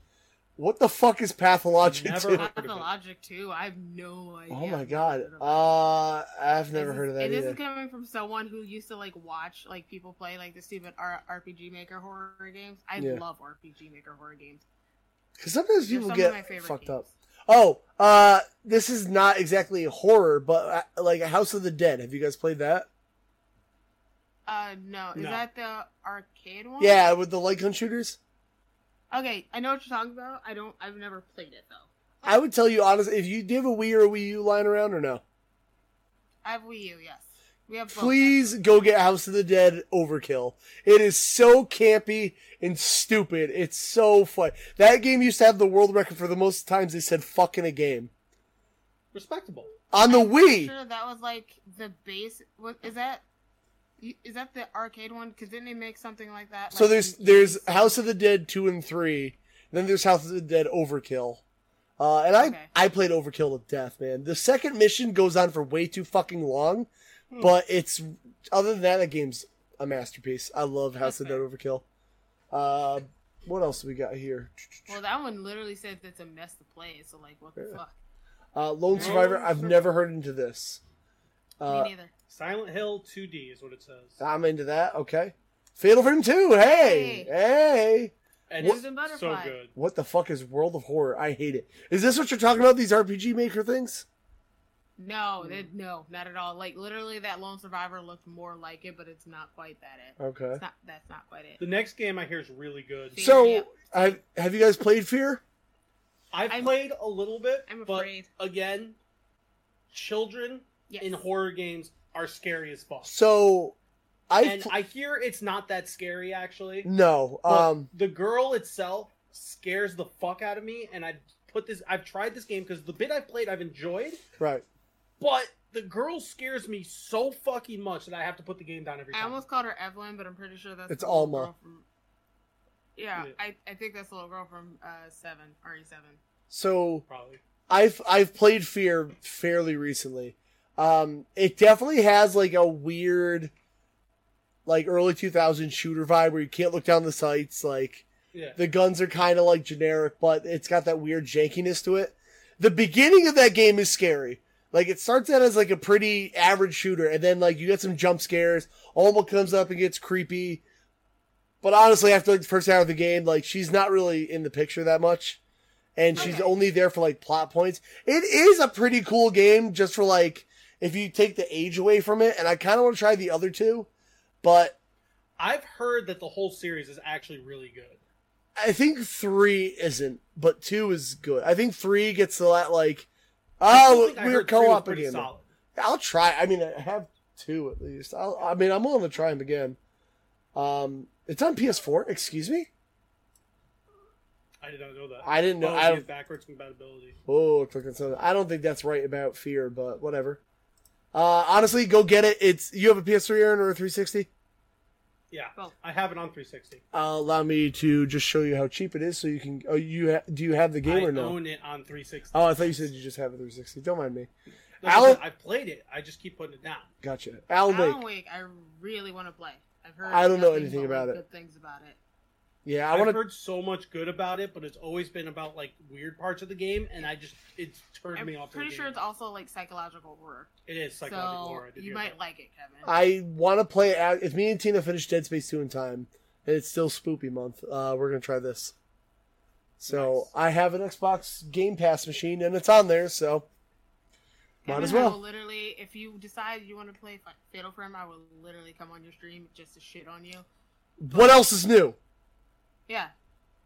Speaker 1: What the fuck is pathologic?
Speaker 3: Never
Speaker 1: too?
Speaker 3: heard of it.
Speaker 2: Pathologic too. I have no idea.
Speaker 1: Oh my god.
Speaker 2: I've
Speaker 1: Uh, I've never
Speaker 2: This is-
Speaker 1: heard of that
Speaker 2: And this
Speaker 1: either.
Speaker 2: is coming from someone who used to like watch like people play like the stupid R- RPG Maker horror games. I
Speaker 1: Yeah.
Speaker 2: love RPG Maker horror games.
Speaker 1: Because sometimes
Speaker 2: They're
Speaker 1: people
Speaker 2: some of my
Speaker 1: get
Speaker 2: favorite
Speaker 1: fucked
Speaker 2: games.
Speaker 1: up. Oh, uh, this is not exactly horror, but uh, like House of the Dead. Have you guys played that?
Speaker 2: Uh, no, is
Speaker 3: No.
Speaker 2: that the arcade one?
Speaker 1: Yeah, with the light gun shooters.
Speaker 2: Okay, I know what you're talking about. I don't. I've never played it though.
Speaker 1: I would tell you honestly, if you do you have a Wii or a Wii U lying around or no,
Speaker 2: I have Wii U. Yes, we have. both,
Speaker 1: please go get House of the Dead Overkill. It is so campy and stupid. It's so fun. That game used to have the world record for the most times they said "fuck" in a game
Speaker 3: Respectable.
Speaker 1: on the
Speaker 2: I'm pretty
Speaker 1: Wii.
Speaker 2: Sure, that was like the base. What is that? Is that the arcade one? Because didn't they make something like that?
Speaker 1: So
Speaker 2: like, E
Speaker 1: there's
Speaker 2: in
Speaker 1: there's
Speaker 2: 80s?
Speaker 1: House of the Dead two and three, then there's House of the Dead Overkill, uh, and I
Speaker 2: Okay.
Speaker 1: I played Overkill to death, man. The second mission goes on for way too fucking long,
Speaker 2: Hmm.
Speaker 1: but it's other than that, that game's a masterpiece. I love House
Speaker 2: Okay.
Speaker 1: of the Dead Overkill. Uh, what else do we got here?
Speaker 2: Well, that one literally says it's a mess to play. So like, what the
Speaker 1: Yeah.
Speaker 2: fuck?
Speaker 1: Uh, Lone
Speaker 3: Lone
Speaker 1: Survivor. I've
Speaker 3: Survivor.
Speaker 1: never heard into this. Uh,
Speaker 2: Me neither.
Speaker 3: Silent Hill 2D is what it says.
Speaker 1: I'm into that. Okay. Fatal Frame two. Hey,
Speaker 2: Hey.
Speaker 1: hey.
Speaker 3: And
Speaker 2: What-
Speaker 3: it's so
Speaker 2: Butterfly.
Speaker 3: good.
Speaker 1: What the fuck is World of Horror? I hate it. Is this what you're talking about? These RPG Maker things?
Speaker 2: No,
Speaker 1: hmm.
Speaker 2: that, no, not at all. Like literally, that Lone Survivor looked more like it, but it's not quite that. It.
Speaker 1: Okay.
Speaker 2: It's not, that's not quite it.
Speaker 3: The next game I hear is really good.
Speaker 2: See?
Speaker 1: So,
Speaker 2: Yeah.
Speaker 1: have, have you guys played Fear?
Speaker 3: I've
Speaker 2: I'm-
Speaker 3: played a little bit,
Speaker 2: I'm
Speaker 3: but
Speaker 2: afraid.
Speaker 3: again, children
Speaker 2: Yes.
Speaker 3: in horror games are scary as fuck.
Speaker 1: So, I
Speaker 3: and
Speaker 1: pl-
Speaker 3: I hear it's not that scary actually.
Speaker 1: no.
Speaker 3: but
Speaker 1: Um,
Speaker 3: the girl itself scares the fuck out of me, and I put this. I've tried this game because the bit I've played, I've enjoyed,
Speaker 1: right.
Speaker 3: but the girl scares me so fucking much that I have to put the game down every
Speaker 2: I
Speaker 3: time.
Speaker 2: almost called her Evelyn, but I'm pretty sure that's
Speaker 1: It's
Speaker 2: the little
Speaker 1: Alma.
Speaker 2: girl From... Yeah,
Speaker 3: Yeah.
Speaker 2: I, I think that's the little girl from uh seven RE seven.
Speaker 1: So,
Speaker 3: Probably.
Speaker 1: I've I've played Fear fairly recently. Um, it definitely has like a weird, like early 2000 shooter vibe where you can't look down the sights. Like
Speaker 3: Yeah.
Speaker 1: the guns are kind of like generic, but it's got that weird jankiness to it. The beginning of that game is scary. Like it starts out as like a pretty average shooter, and then like you get some jump scares. Alma comes up and gets creepy. But honestly, after like the first hour of the game, like she's not really in the picture that much, and she's
Speaker 2: Okay.
Speaker 1: only there for like plot points. It is a pretty cool game, just for like if you take the age away from it. And I kind of want to try the other two, but
Speaker 3: I've heard that the whole series is actually really good.
Speaker 1: I think three isn't, but two is good. I think three gets to that like, oh, we're co-op again. I'll try. I mean, I have two at least. I'll, I mean, I'm willing to try them again. Um, it's on PS4. Excuse me.
Speaker 3: I did not know that.
Speaker 1: I didn't know.
Speaker 3: Oh,
Speaker 1: I
Speaker 3: yeah,
Speaker 1: don't,
Speaker 3: backwards compatibility.
Speaker 1: oh, I clicked on something. I don't think that's right about fear, but whatever. Uh, honestly, go get it. It's you have a PS3 Aaron or a 360.
Speaker 3: Yeah,
Speaker 2: Well,
Speaker 3: I have it on 360.
Speaker 1: Uh, allow me to just show you how cheap it is, so you can. Oh, you ha- do you have the game
Speaker 3: I
Speaker 1: or no?
Speaker 3: own it on 360.
Speaker 1: oh, I thought you said you just have a 360. Don't mind me.
Speaker 3: Like I
Speaker 1: I'll-
Speaker 3: said, I've played it. I just keep putting it down.
Speaker 1: Gotcha. Alan Wake.
Speaker 2: Alan Wake, I really want to play. I've heard.
Speaker 1: I don't know
Speaker 2: nothing
Speaker 1: anything
Speaker 2: but, like,
Speaker 1: about it.
Speaker 2: Good things about it.
Speaker 1: Yeah,
Speaker 3: I
Speaker 1: I
Speaker 3: have
Speaker 1: want to.
Speaker 3: heard so much good about it, but it's always been about like weird parts of the game, and I just it's turned
Speaker 2: I'm
Speaker 3: me off. to the
Speaker 2: pretty sure
Speaker 3: game.
Speaker 2: it's also like psychological horror.
Speaker 3: it is psychological
Speaker 2: so
Speaker 3: horror. I did
Speaker 2: you
Speaker 3: hear
Speaker 2: might
Speaker 3: that.
Speaker 2: like it, Kevin.
Speaker 1: I want to play. it out- If me and Tina finish Dead Space two in time, and it's still Spoopy month, uh, we're gonna try this. So
Speaker 3: Nice.
Speaker 1: I have an Xbox Game Pass machine, and it's on there. So might
Speaker 2: Kevin,
Speaker 1: as
Speaker 2: I
Speaker 1: well.
Speaker 2: will literally, if you decide you want to play Fa- Fatal Frame, I will literally come on your stream just to shit on you.
Speaker 1: what else is new?
Speaker 2: Yeah,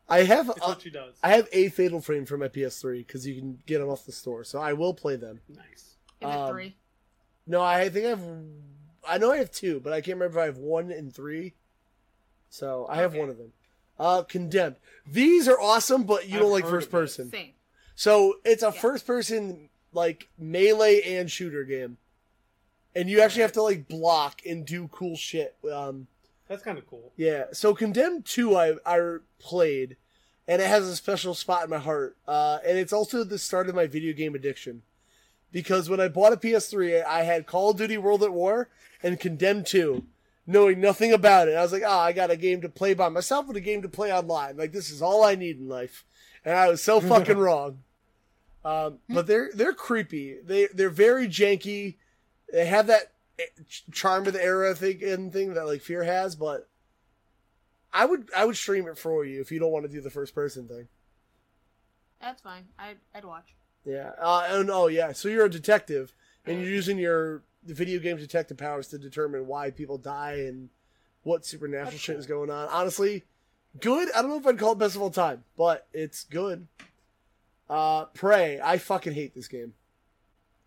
Speaker 1: I have
Speaker 3: It's
Speaker 1: uh,
Speaker 3: what she does.
Speaker 1: I have a Fatal Frame for my PS3 because you can get them off the store. So I will play them.
Speaker 3: nice.
Speaker 2: is it
Speaker 1: Um,
Speaker 2: three?
Speaker 1: No, I think I have. I know I have two, but I can't remember if I have one and three. So I have
Speaker 2: Okay.
Speaker 1: one of them. Uh, Condemned. These are awesome, but you
Speaker 3: I've
Speaker 1: don't like
Speaker 3: heard
Speaker 1: first
Speaker 3: of it.
Speaker 1: person.
Speaker 2: Same.
Speaker 1: So it's a
Speaker 2: Yeah.
Speaker 1: first person like melee and shooter game. And you actually have to like block and do cool shit. Um
Speaker 3: That's kind of cool.
Speaker 1: yeah. So Condemned 2 I I played and it has a special spot in my heart. Uh and it's also the start of my video game addiction. Because when I bought a PS3, I had Call of Duty World at War and Condemned 2, knowing nothing about it. I was like, ah, I got a game to play by myself and a game to play online. Like this is all I need in life. and I was so fucking wrong. Um, but they're they're creepy. They they're very janky. They have that eh, ch- charm of the era thing and thing that like Fear has, but I would I would stream it for you if you don't want to do the first person thing.
Speaker 2: That's fine. I'd, I'd watch.
Speaker 1: Yeah. Uh, and oh yeah, so you're a detective and you're using your video game detective powers to determine why people die and what supernatural
Speaker 3: That's
Speaker 1: shit
Speaker 3: cool.
Speaker 1: is going on. Honestly, good. I don't know if I'd call it best of all time, but it's good. Uh, Prey. I fucking hate this game.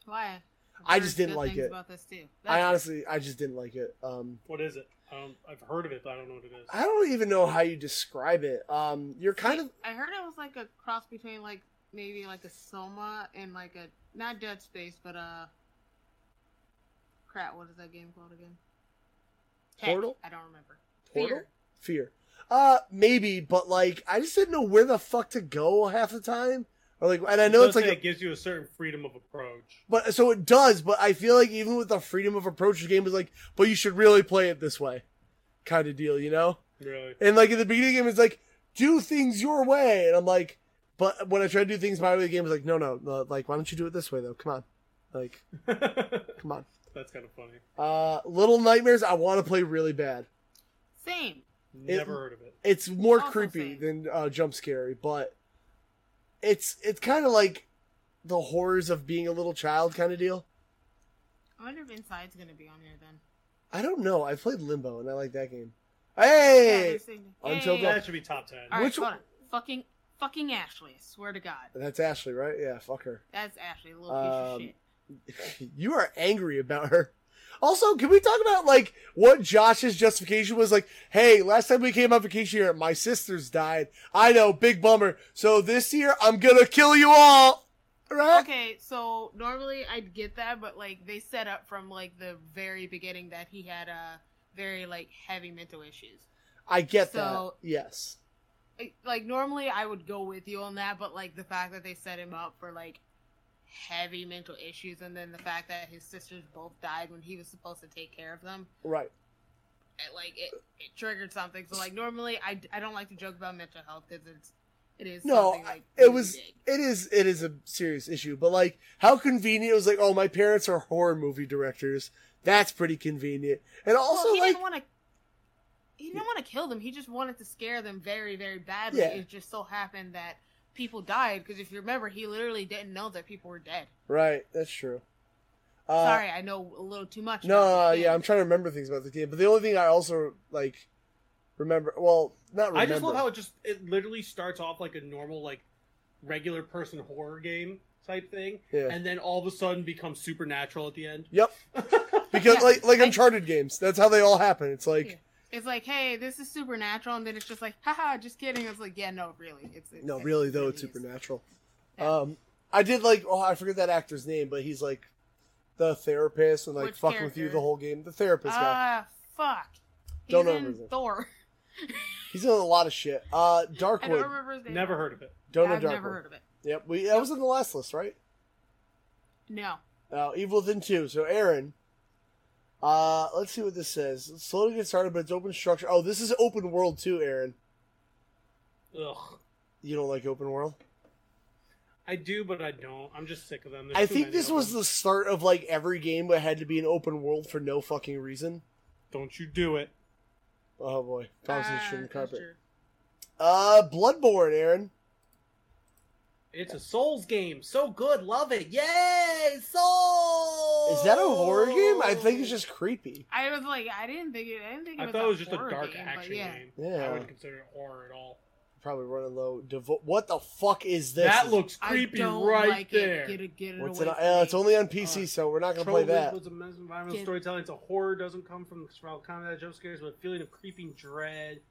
Speaker 2: Why?
Speaker 1: I
Speaker 2: I've
Speaker 1: just
Speaker 2: heard
Speaker 1: didn't
Speaker 2: good
Speaker 1: like
Speaker 2: things
Speaker 1: it.
Speaker 2: About this too.
Speaker 1: I
Speaker 2: That's-
Speaker 1: honestly, I just didn't like it. Um,
Speaker 3: What is it? I don't, I've heard of it, but I don't know what it is.
Speaker 1: I don't even know how you describe it. Um, you're kind of
Speaker 2: I heard it was like a cross between like maybe like a Soma and like a not Dead Space, but uh, crap. What is that game called again? Heck,
Speaker 1: Portal?
Speaker 2: I don't remember.
Speaker 1: Portal?
Speaker 2: Fear.
Speaker 1: fear. Uh, maybe, but like, I just didn't know where the fuck to go half the time. Or like, and I know
Speaker 3: It
Speaker 1: it's
Speaker 3: does
Speaker 1: like
Speaker 3: say
Speaker 1: a-
Speaker 3: it gives you a certain freedom of approach.
Speaker 1: But so it does, but I feel like even with the freedom of approach, the game is like, but you should really play it this way, kind of deal, you know?
Speaker 3: Really,
Speaker 1: And like at the beginning of the game, it's like, do things your way, and I'm like, but when I try to do things my way, the game is like, no, no, no, like why don't you do it this way though? Come on, like
Speaker 3: that's
Speaker 1: come on.
Speaker 3: kind of funny.
Speaker 1: Uh, Little Nightmares, I want to play really bad.
Speaker 2: Same.
Speaker 3: Never heard of it.
Speaker 1: It's more
Speaker 2: Also
Speaker 1: creepy
Speaker 2: same.
Speaker 1: than uh, jump scary, but it's it's kind of like the horrors of being a little child kind of deal.
Speaker 2: I wonder if Inside's gonna be on here then.
Speaker 1: I don't know. I played Limbo and I like that game.
Speaker 2: Yeah,
Speaker 1: Hey,
Speaker 2: they're saying-
Speaker 1: Until
Speaker 2: Hey!
Speaker 1: Dawn.
Speaker 3: That should be top ten.
Speaker 2: All right,
Speaker 1: Which
Speaker 2: hold
Speaker 1: one-
Speaker 2: on. Fucking, fucking Ashley. I swear to God,
Speaker 1: that's Ashley, right? Yeah, fuck her.
Speaker 2: that's Ashley, a little piece
Speaker 1: Um,
Speaker 2: of shit.
Speaker 1: you are angry about her. Also, can we talk about like what Josh's justification was? Like, hey, last time we came on vacation here, my sisters died. I know, big bummer. So this year, I'm gonna kill you all. Right?
Speaker 2: Okay, so normally I'd get that, but like they set up from like the very beginning that he had uh, very like heavy mental issues.
Speaker 1: I get
Speaker 2: So-
Speaker 1: that. Yes.
Speaker 2: Like- Like normally I would go with you on that, but like the fact that they set him up for like heavy mental issues, and then the fact that his sisters both died when he was supposed to take care of them,
Speaker 1: Right.
Speaker 2: it, like it, it triggered something. So like normally I, I don't like to joke about mental health because it's it is
Speaker 1: No,
Speaker 2: something, like,
Speaker 1: it
Speaker 2: really
Speaker 1: was-
Speaker 2: big.
Speaker 1: It is. It is a serious issue. But like, how convenient it was like, oh, my parents are horror movie directors. That's pretty convenient. And also,
Speaker 2: well, he
Speaker 1: like,
Speaker 2: didn't want to. He didn't want to kill them. He just wanted to scare them very, very badly.
Speaker 1: Yeah.
Speaker 2: It just so happened that people died because if you remember, he literally didn't know that people were dead.
Speaker 1: right. That's true. Uh,
Speaker 2: Sorry, I know a little too much.
Speaker 1: No,
Speaker 2: about
Speaker 1: uh,
Speaker 2: this
Speaker 1: yeah, I'm
Speaker 2: game.
Speaker 1: trying to remember things about the game, but the only thing I also like remember, well, not remember.
Speaker 3: I just love how it just it literally starts off like a normal like regular person horror game type thing,
Speaker 1: yeah.
Speaker 3: and then all of a sudden becomes supernatural at the end.
Speaker 1: Yep. because
Speaker 2: Yeah,
Speaker 1: like like
Speaker 2: I-
Speaker 1: Uncharted games, that's how they all happen. It's like
Speaker 2: Yeah. It's like, hey, this is supernatural, and then it's just like, haha, just kidding. It's like, yeah, no, really, it's, it's
Speaker 1: no,
Speaker 2: it
Speaker 1: really though, it's
Speaker 2: is.
Speaker 1: supernatural.
Speaker 2: Yeah.
Speaker 1: Um, I did like oh I forget that actor's name, but he's like the therapist and like
Speaker 2: Which
Speaker 1: fucking with you
Speaker 2: character?
Speaker 1: the whole game. The therapist guy.
Speaker 2: Ah, fuck. He's
Speaker 1: Don't know
Speaker 2: in
Speaker 1: his name.
Speaker 2: Thor.
Speaker 1: He's in a lot of shit. Uh,
Speaker 2: I don't
Speaker 1: Darkwood.
Speaker 2: remember his name.
Speaker 3: Never heard of it.
Speaker 1: Don't know
Speaker 2: I've never
Speaker 1: Darkwood.
Speaker 2: heard of it.
Speaker 1: Yep, we that was in the last list, right?
Speaker 2: No.
Speaker 1: Uh, Evil Within 2. So, Aaron. Uh, let's see what this says. It's slowly get started, but it's open structure. Oh, this is open world too, Aaron.
Speaker 3: Ugh.
Speaker 1: You don't like open world?
Speaker 3: I do, but I don't. I'm just sick of them. There's
Speaker 1: I
Speaker 3: too
Speaker 1: think
Speaker 3: many
Speaker 1: this
Speaker 3: of
Speaker 1: was
Speaker 3: them.
Speaker 1: the start of like every game that had to be an open world for no fucking reason.
Speaker 3: Don't you do it?
Speaker 1: Oh boy,
Speaker 2: Ah,
Speaker 1: conversation in the
Speaker 2: that's
Speaker 1: carpet.
Speaker 2: true.
Speaker 1: Uh, Bloodborne, Aaron.
Speaker 3: It's a Souls game. So good. Love it. Yeah.
Speaker 6: Yay, soul!
Speaker 1: Is that a horror
Speaker 2: Oh.
Speaker 1: game? I think it's just creepy.
Speaker 2: I was like, I didn't think it. I didn't think it
Speaker 3: I
Speaker 2: was
Speaker 3: thought
Speaker 2: a
Speaker 3: it was just a
Speaker 2: horror
Speaker 3: dark
Speaker 2: game, but
Speaker 3: action
Speaker 2: yeah.
Speaker 3: game. I
Speaker 1: Yeah.
Speaker 3: wouldn't consider it horror at all.
Speaker 1: Probably running low. Devo- what the fuck is this?
Speaker 3: that
Speaker 1: Is-
Speaker 3: looks
Speaker 2: I
Speaker 3: creepy
Speaker 2: don't
Speaker 3: right
Speaker 2: like
Speaker 3: there.
Speaker 2: It. Get it, get it
Speaker 1: What's it?
Speaker 2: away
Speaker 1: on-
Speaker 2: from
Speaker 1: Uh,
Speaker 2: me.
Speaker 1: it's only on PC,
Speaker 3: Uh,
Speaker 1: so we're not gonna
Speaker 3: Troll
Speaker 1: play that.
Speaker 3: visuals, immersive environmental
Speaker 2: Get-
Speaker 3: storytelling. It's a horror doesn't come from survival combat, jump scares, but a feeling of creeping dread.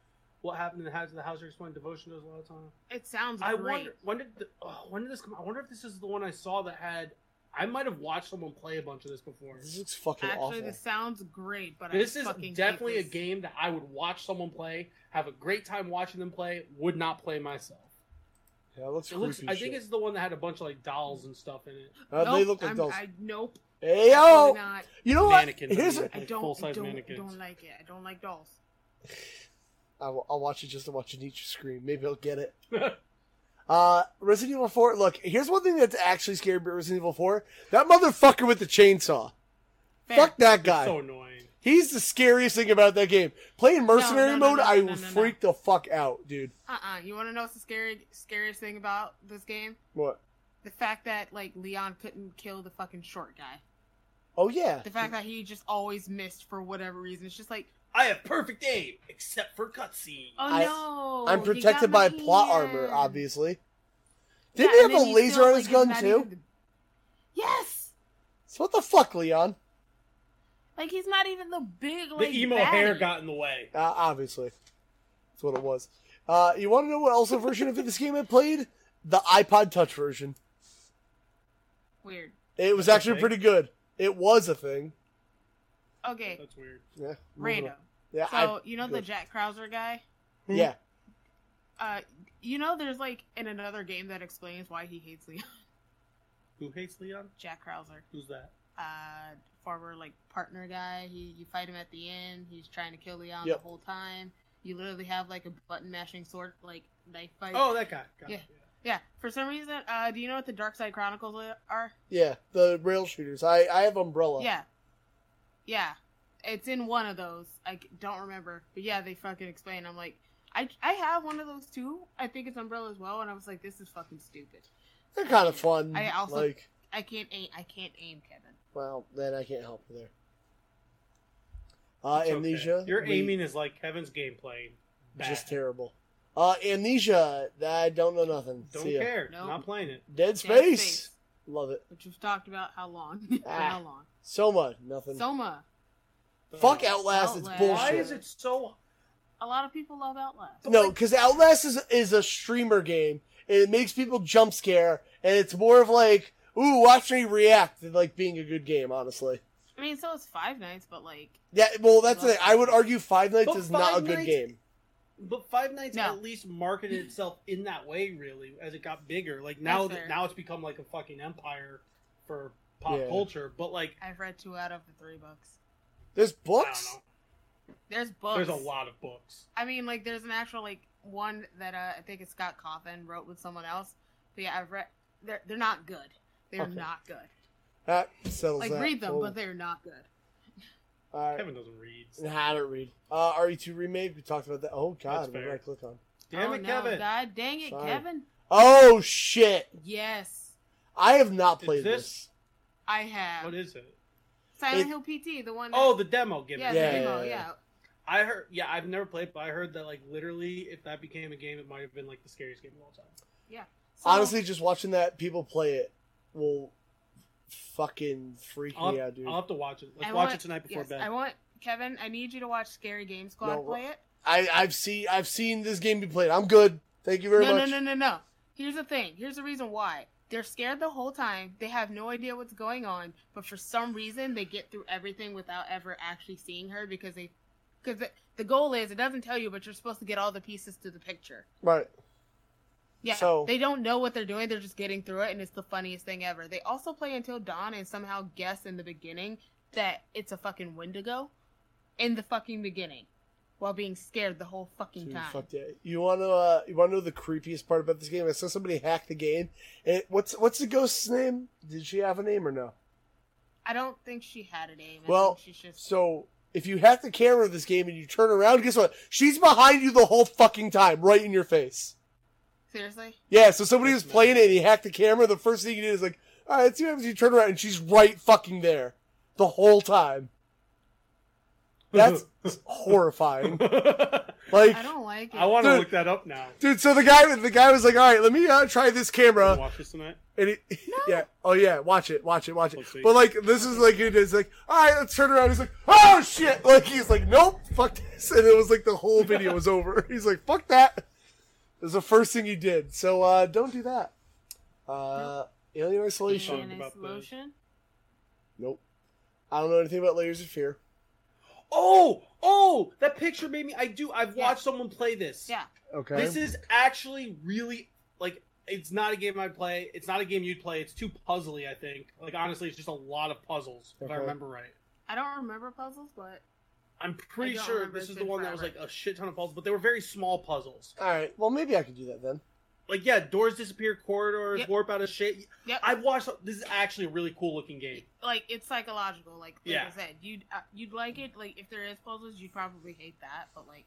Speaker 3: What happened in the house of the house you're exploring? Devotion does a lot of time.
Speaker 2: It sounds
Speaker 3: I
Speaker 2: great.
Speaker 3: wonder when did the, oh, when did this come? I wonder if this is the one I saw that had. I might have watched someone play a bunch of this before.
Speaker 1: This looks fucking
Speaker 2: Actually,
Speaker 1: awful.
Speaker 2: this sounds great, but
Speaker 3: This
Speaker 2: I
Speaker 3: is
Speaker 2: fucking
Speaker 3: definitely a
Speaker 2: hate this.
Speaker 3: game that I would watch someone play, have a great time watching them play, would not play myself.
Speaker 1: Yeah, it looks
Speaker 3: It
Speaker 1: creepy.
Speaker 3: looks,
Speaker 1: as
Speaker 3: I
Speaker 1: shit.
Speaker 3: think it's the one that had a bunch of like dolls and stuff in it.
Speaker 1: Uh,
Speaker 2: nope,
Speaker 1: they look like
Speaker 2: I'm-
Speaker 1: dolls.
Speaker 2: I, nope.
Speaker 1: Hey
Speaker 2: absolutely
Speaker 1: yo,
Speaker 2: not.
Speaker 1: you know what?
Speaker 3: Mannequins, I
Speaker 1: Here's
Speaker 3: mean.
Speaker 1: a-
Speaker 2: I
Speaker 3: Like
Speaker 2: don't, I
Speaker 3: full-size
Speaker 2: don't,
Speaker 3: mannequins.
Speaker 2: don't like it. I don't like dolls.
Speaker 1: I will, I'll watch it just to watch Nietzsche scream. Maybe I'll get it. Uh, Resident Evil 4, look, here's one thing that's actually scary about Resident Evil 4. That motherfucker with the chainsaw.
Speaker 2: Fair.
Speaker 1: Fuck that guy.
Speaker 3: So annoying.
Speaker 1: He's the scariest thing about that game. Playing mercenary
Speaker 2: no, no,
Speaker 1: mode,
Speaker 2: no,
Speaker 1: I
Speaker 2: no,
Speaker 1: will
Speaker 2: no, no.
Speaker 1: freak the fuck out, dude.
Speaker 2: Uh-uh. You want to know what's the scary, scariest thing about this game?
Speaker 1: What?
Speaker 2: The fact that like Leon couldn't kill the fucking short guy.
Speaker 1: Oh yeah.
Speaker 2: The fact that he just always missed for whatever reason. It's just like,
Speaker 3: I have perfect aim, except for cutscene.
Speaker 2: oh
Speaker 1: I-
Speaker 2: no.
Speaker 1: I'm
Speaker 2: he got
Speaker 1: protected by
Speaker 2: my
Speaker 1: plot armor,
Speaker 2: hand.
Speaker 1: obviously.
Speaker 2: Yeah,
Speaker 1: Didn't he
Speaker 2: and
Speaker 1: have a
Speaker 2: then
Speaker 1: laser
Speaker 2: still,
Speaker 1: on his
Speaker 2: like,
Speaker 1: gun
Speaker 2: not
Speaker 1: too?
Speaker 2: even- Yes.
Speaker 1: So what the fuck, Leon?
Speaker 2: Like he's not even the big
Speaker 3: the
Speaker 2: like
Speaker 3: emo
Speaker 2: baddie.
Speaker 3: hair got in the way.
Speaker 1: Uh, obviously, that's what it was. Uh, you want to know what else a version of this game I played? The iPod Touch version.
Speaker 2: weird.
Speaker 1: It was
Speaker 3: That's a
Speaker 1: actually
Speaker 3: thing?
Speaker 1: pretty good. It was a thing.
Speaker 2: Okay,
Speaker 3: That's weird.
Speaker 1: Yeah. moving
Speaker 2: random.
Speaker 1: on. Yeah. I-
Speaker 2: So you know the
Speaker 1: good.
Speaker 2: Jack Krauser guy?
Speaker 1: yeah.
Speaker 2: Uh, you know there's like in another game that explains why he hates Leon.
Speaker 3: Who hates Leon?
Speaker 2: Jack Krauser,
Speaker 3: Who's that?
Speaker 2: uh, former like partner guy. He you fight him at the end. He's trying to kill Leon
Speaker 1: Yep.
Speaker 2: the whole time. You literally have like a button mashing sword like knife fight.
Speaker 3: Oh, that guy. Got it,
Speaker 2: Yeah, for some reason, uh, do you know what the Dark Side Chronicles are?
Speaker 1: Yeah. The rail shooters. I I have Umbrella.
Speaker 2: Yeah. Yeah. It's in one of those. I c- don't remember. But yeah, they fucking explain. I'm like, I, I have one of those too. I think it's Umbrella as well. And I was like, this is fucking stupid.
Speaker 1: They're kind of fun.
Speaker 2: I also-
Speaker 1: like.
Speaker 2: I can't aim. I can't aim, Kevin.
Speaker 1: Well, then I can't help you there. Uh,
Speaker 3: It's okay.
Speaker 1: amnesia.
Speaker 3: Your
Speaker 1: we-
Speaker 3: aiming is like Kevin's gameplay. Bad.
Speaker 1: just terrible. Uh, amnesia. I don't know nothing.
Speaker 3: Don't
Speaker 1: See ya.
Speaker 3: care.
Speaker 2: Nope.
Speaker 3: Not playing it.
Speaker 1: Dead
Speaker 2: Dead
Speaker 1: Space. Love it
Speaker 2: Which we've talked about how long. for
Speaker 1: Ah,
Speaker 2: how long.
Speaker 1: so much. Nothing.
Speaker 2: Soma.
Speaker 1: Fuck
Speaker 3: Uh,
Speaker 1: Outlast. It's
Speaker 2: Outlast.
Speaker 1: bullshit.
Speaker 3: Why is it so?
Speaker 2: A lot of people love Outlast.
Speaker 1: No, because Outlast is is a streamer game. And it makes people jump scare, and it's more of like, ooh, watch me react than like being a good game. Honestly,
Speaker 2: I mean, so it's Five Nights, but like,
Speaker 1: yeah. Well, that's
Speaker 2: Well-
Speaker 1: it. I would argue Five Nights
Speaker 3: But
Speaker 1: is not a
Speaker 3: Five
Speaker 1: good
Speaker 3: Nights-
Speaker 1: game.
Speaker 3: But Five Nights
Speaker 2: No.
Speaker 3: at least marketed itself in that way, really, as it got bigger. Like now,
Speaker 2: That's
Speaker 3: that
Speaker 2: fair.
Speaker 3: now it's become like a fucking empire for pop
Speaker 1: Yeah.
Speaker 3: culture. But like,
Speaker 2: I've read two out of the three books.
Speaker 1: There's
Speaker 3: I don't
Speaker 1: books.
Speaker 3: know.
Speaker 2: There's books.
Speaker 3: There's a lot of books.
Speaker 2: I mean, like, there's an actual like one that uh, I think it's Scott Coffin wrote with someone else. But yeah, I've read. They're they're not good. They're
Speaker 1: Okay.
Speaker 2: not good.
Speaker 1: That settles
Speaker 2: Like
Speaker 1: that.
Speaker 2: read them,
Speaker 1: Cool.
Speaker 2: but they're not good.
Speaker 1: All right.
Speaker 3: Kevin doesn't read.
Speaker 1: Nah, I don't read. Uh, RE2 remake. We talked about that. Oh
Speaker 3: That's
Speaker 1: God, what did
Speaker 3: fair.
Speaker 1: I click on?
Speaker 3: Damn
Speaker 2: Oh,
Speaker 3: it,
Speaker 2: no,
Speaker 3: Kevin!
Speaker 2: God dang it,
Speaker 1: Sorry.
Speaker 2: Kevin.
Speaker 1: Oh shit!
Speaker 2: Yes,
Speaker 1: I have not played
Speaker 3: Is this-
Speaker 1: this.
Speaker 2: I have
Speaker 3: What is it?
Speaker 2: Silent
Speaker 1: It-
Speaker 2: Hill PT, the one.
Speaker 3: Oh,
Speaker 2: that-
Speaker 3: the demo. Give
Speaker 2: yeah,
Speaker 3: it.
Speaker 2: the
Speaker 1: Yeah,
Speaker 2: demo,
Speaker 1: yeah,
Speaker 2: yeah,
Speaker 1: yeah.
Speaker 3: I heard. Yeah, I've never played, but I heard that like literally, if that became a game, it might have been like the scariest game of all time.
Speaker 2: So,
Speaker 1: Honestly, just watching that people play it will fucking freak
Speaker 3: I'll,
Speaker 1: me out, dude.
Speaker 3: I'll have to watch it. Let's
Speaker 2: I
Speaker 3: watch
Speaker 2: want-
Speaker 3: it tonight before
Speaker 2: yes,
Speaker 3: bed.
Speaker 2: I want Kevin. I need you to watch Scary Game Squad
Speaker 1: No,
Speaker 2: play it.
Speaker 1: I, I've seen I've seen this game be played. I'm good. Thank you very
Speaker 2: no,
Speaker 1: much.
Speaker 2: no, no, no, no. Here's the thing. Here's the reason why. They're scared the whole time. They have no idea what's going on, but for some reason they get through everything without ever actually seeing her because they because the, the goal is it doesn't tell you, but you're supposed to get all the pieces to the picture.
Speaker 1: Right.
Speaker 2: Yeah.
Speaker 1: So-
Speaker 2: they don't know what they're doing. They're just getting through it and it's the funniest thing ever. They also play Until Dawn and somehow guess in the beginning that it's a fucking Wendigo in the fucking beginning while being scared the whole fucking
Speaker 1: Dude,
Speaker 2: time.
Speaker 1: fuck yeah. You wanna uh, you wanna know the creepiest part about this game? I saw somebody hack the game. And it- what's what's the ghost's name? Did she have a name or no?
Speaker 2: I don't think she had a name. I
Speaker 1: Well,
Speaker 2: think she's just
Speaker 1: So if you hack the camera of this game and you turn around, guess what? She's behind you the whole fucking time, right in your face.
Speaker 2: seriously.
Speaker 1: Yeah, so somebody was
Speaker 3: That's
Speaker 1: playing it and he hacked the camera. The first thing he did is like, all right, let's see what happens. You turn around and she's right fucking there the whole time. That's horrifying. Like,
Speaker 2: I don't like it.
Speaker 3: I want to
Speaker 1: Dude.
Speaker 3: look that up now.
Speaker 1: dude, so the guy, the guy was like, all right, let me uh, try this camera.
Speaker 3: Watch this tonight.
Speaker 1: And he, yeah, oh yeah, watch it, watch it, watch it.
Speaker 3: Let's see.
Speaker 1: But like, this is like, it is like, all right, let's turn around. He's like, oh shit. Like, he's like, nope, fuck this. And it was like the whole video was over. He's like, fuck that. It was the first thing he did. So, uh, don't do that. Uh, Alien Isolation.
Speaker 3: talked
Speaker 2: Alien
Speaker 3: about the-
Speaker 2: Isolation.
Speaker 1: Nope. I don't know anything about Layers of Fear.
Speaker 3: Oh, oh, that picture made me. I do. I've
Speaker 2: Yeah.
Speaker 3: watched someone play this.
Speaker 2: Yeah.
Speaker 1: Okay.
Speaker 3: This is actually really like it's not a game I play. It's not a game you'd play. It's too puzzly. I think. Like honestly, it's just a lot of puzzles. If I
Speaker 1: Okay.
Speaker 3: remember right.
Speaker 2: I don't remember puzzles, but
Speaker 3: I'm pretty
Speaker 2: don't
Speaker 3: sure
Speaker 2: remember.
Speaker 3: this
Speaker 2: It's
Speaker 3: is the
Speaker 2: been
Speaker 3: one that was like
Speaker 2: forever.
Speaker 3: a shit ton of puzzles, but they were very small puzzles.
Speaker 1: All right. Well, maybe I could do that then.
Speaker 3: like yeah, doors disappear, corridors
Speaker 2: Yep.
Speaker 3: warp out of shit.
Speaker 2: Yep.
Speaker 3: I've watched. This is actually a really cool looking game.
Speaker 2: like it's psychological. Like, like
Speaker 3: Yeah.
Speaker 2: I said, you'd uh, you'd like it. Like if there is puzzles, you'd probably hate that. But like,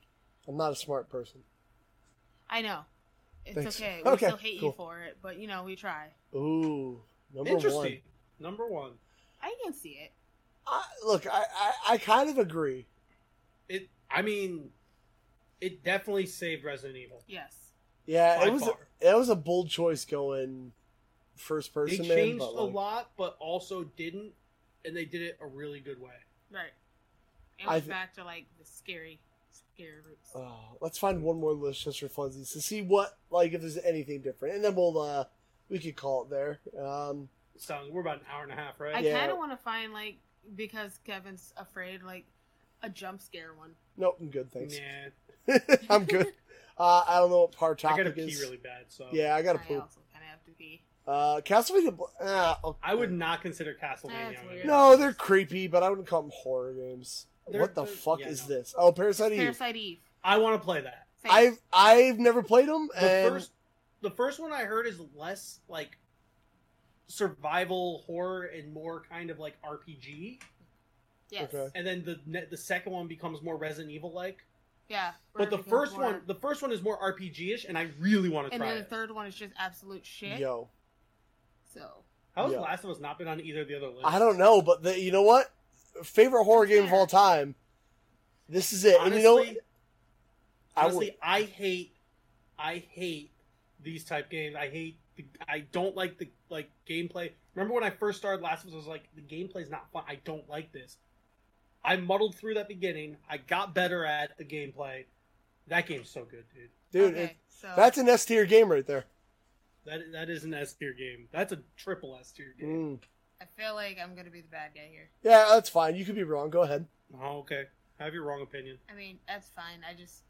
Speaker 1: I'm not a smart person.
Speaker 2: I know it's
Speaker 1: Thanks.
Speaker 2: okay. We
Speaker 1: Okay,
Speaker 2: still hate
Speaker 1: cool.
Speaker 2: you for it, but you know we try.
Speaker 1: Ooh, number
Speaker 3: Interesting.
Speaker 1: one.
Speaker 3: Number one.
Speaker 2: I can see it.
Speaker 1: I, look, I, I, I kind of agree.
Speaker 3: It. I mean, it definitely saved Resident Evil.
Speaker 2: Yes.
Speaker 1: Yeah,
Speaker 3: By
Speaker 1: it was
Speaker 3: far.
Speaker 1: that was a bold choice going first
Speaker 3: They
Speaker 1: person. man,
Speaker 3: changed
Speaker 1: but,
Speaker 3: a
Speaker 1: like,
Speaker 3: lot, but also didn't, and they did it a really good way.
Speaker 2: Right. And
Speaker 1: I
Speaker 2: we're
Speaker 1: thi-
Speaker 2: back to like the scary, scary roots.
Speaker 1: Oh, let's find one more list just for funsies to see what like if there's anything different, and then we'll uh we could call it there. Um,
Speaker 3: So we're about an hour and a half, right?
Speaker 2: I
Speaker 1: yeah.
Speaker 2: kind of want to find like because Kevin's afraid like a jump scare one.
Speaker 1: nope, I'm good,
Speaker 3: Nah,
Speaker 1: thanks. I'm good. Uh, I don't know what par
Speaker 3: I
Speaker 1: topic
Speaker 3: gotta pee
Speaker 1: is.
Speaker 3: really bad, so
Speaker 1: Yeah, I
Speaker 2: I
Speaker 1: gotta poop.
Speaker 2: also kind of have to pee.
Speaker 1: Uh, Castlevania. Bl- Ah, I'll-
Speaker 3: I would not consider Castlevania.
Speaker 2: That's
Speaker 3: on
Speaker 2: weird.
Speaker 3: it.
Speaker 1: No, they're creepy, but I wouldn't call them horror games.
Speaker 3: They're-
Speaker 1: what the
Speaker 3: they're-
Speaker 1: fuck
Speaker 3: yeah,
Speaker 1: is
Speaker 3: no.
Speaker 1: this? Oh, Parasite Eve.
Speaker 2: Parasite Eve.
Speaker 3: I want to play that.
Speaker 2: Same.
Speaker 1: I've I've never played them,
Speaker 3: The
Speaker 1: and
Speaker 3: first, the first one I heard is less like survival horror and more kind of like RPG,
Speaker 2: yes.
Speaker 1: okay.
Speaker 3: and then the ne- the second one becomes more Resident Evil like.
Speaker 2: Yeah. where
Speaker 3: But the
Speaker 2: it becomes
Speaker 3: first
Speaker 2: more-
Speaker 3: one, the first one is more RPG ish, and I really want to
Speaker 2: and
Speaker 3: try
Speaker 2: then the
Speaker 3: it.
Speaker 2: third one is just absolute shit.
Speaker 1: yo,
Speaker 2: So
Speaker 3: How has
Speaker 1: Yeah.
Speaker 3: Last of Us not been on either of the other lists?
Speaker 1: I don't know, but the, you know what? Favorite horror game of all time. This is it, and you know what?
Speaker 3: Honestly-
Speaker 1: I would-
Speaker 3: Honestly, I, hate, I hate these type games. I hate, the, I don't like the like gameplay. Remember when I first started Last of Us? I was like, the gameplay's not fun. I don't like this. I muddled through that beginning. I got better at the gameplay. That game's so good, dude.
Speaker 1: dude,
Speaker 2: okay,
Speaker 1: it,
Speaker 3: uh,
Speaker 2: so
Speaker 1: that's an S tier game right there.
Speaker 3: That that is an S tier game. That's a triple S tier
Speaker 1: Mm.
Speaker 3: game.
Speaker 2: I feel like I'm gonna be the bad guy here.
Speaker 1: Yeah, that's fine. You could be wrong. Go ahead.
Speaker 3: Oh, okay. I have your wrong opinion.
Speaker 2: I mean, that's fine. I just,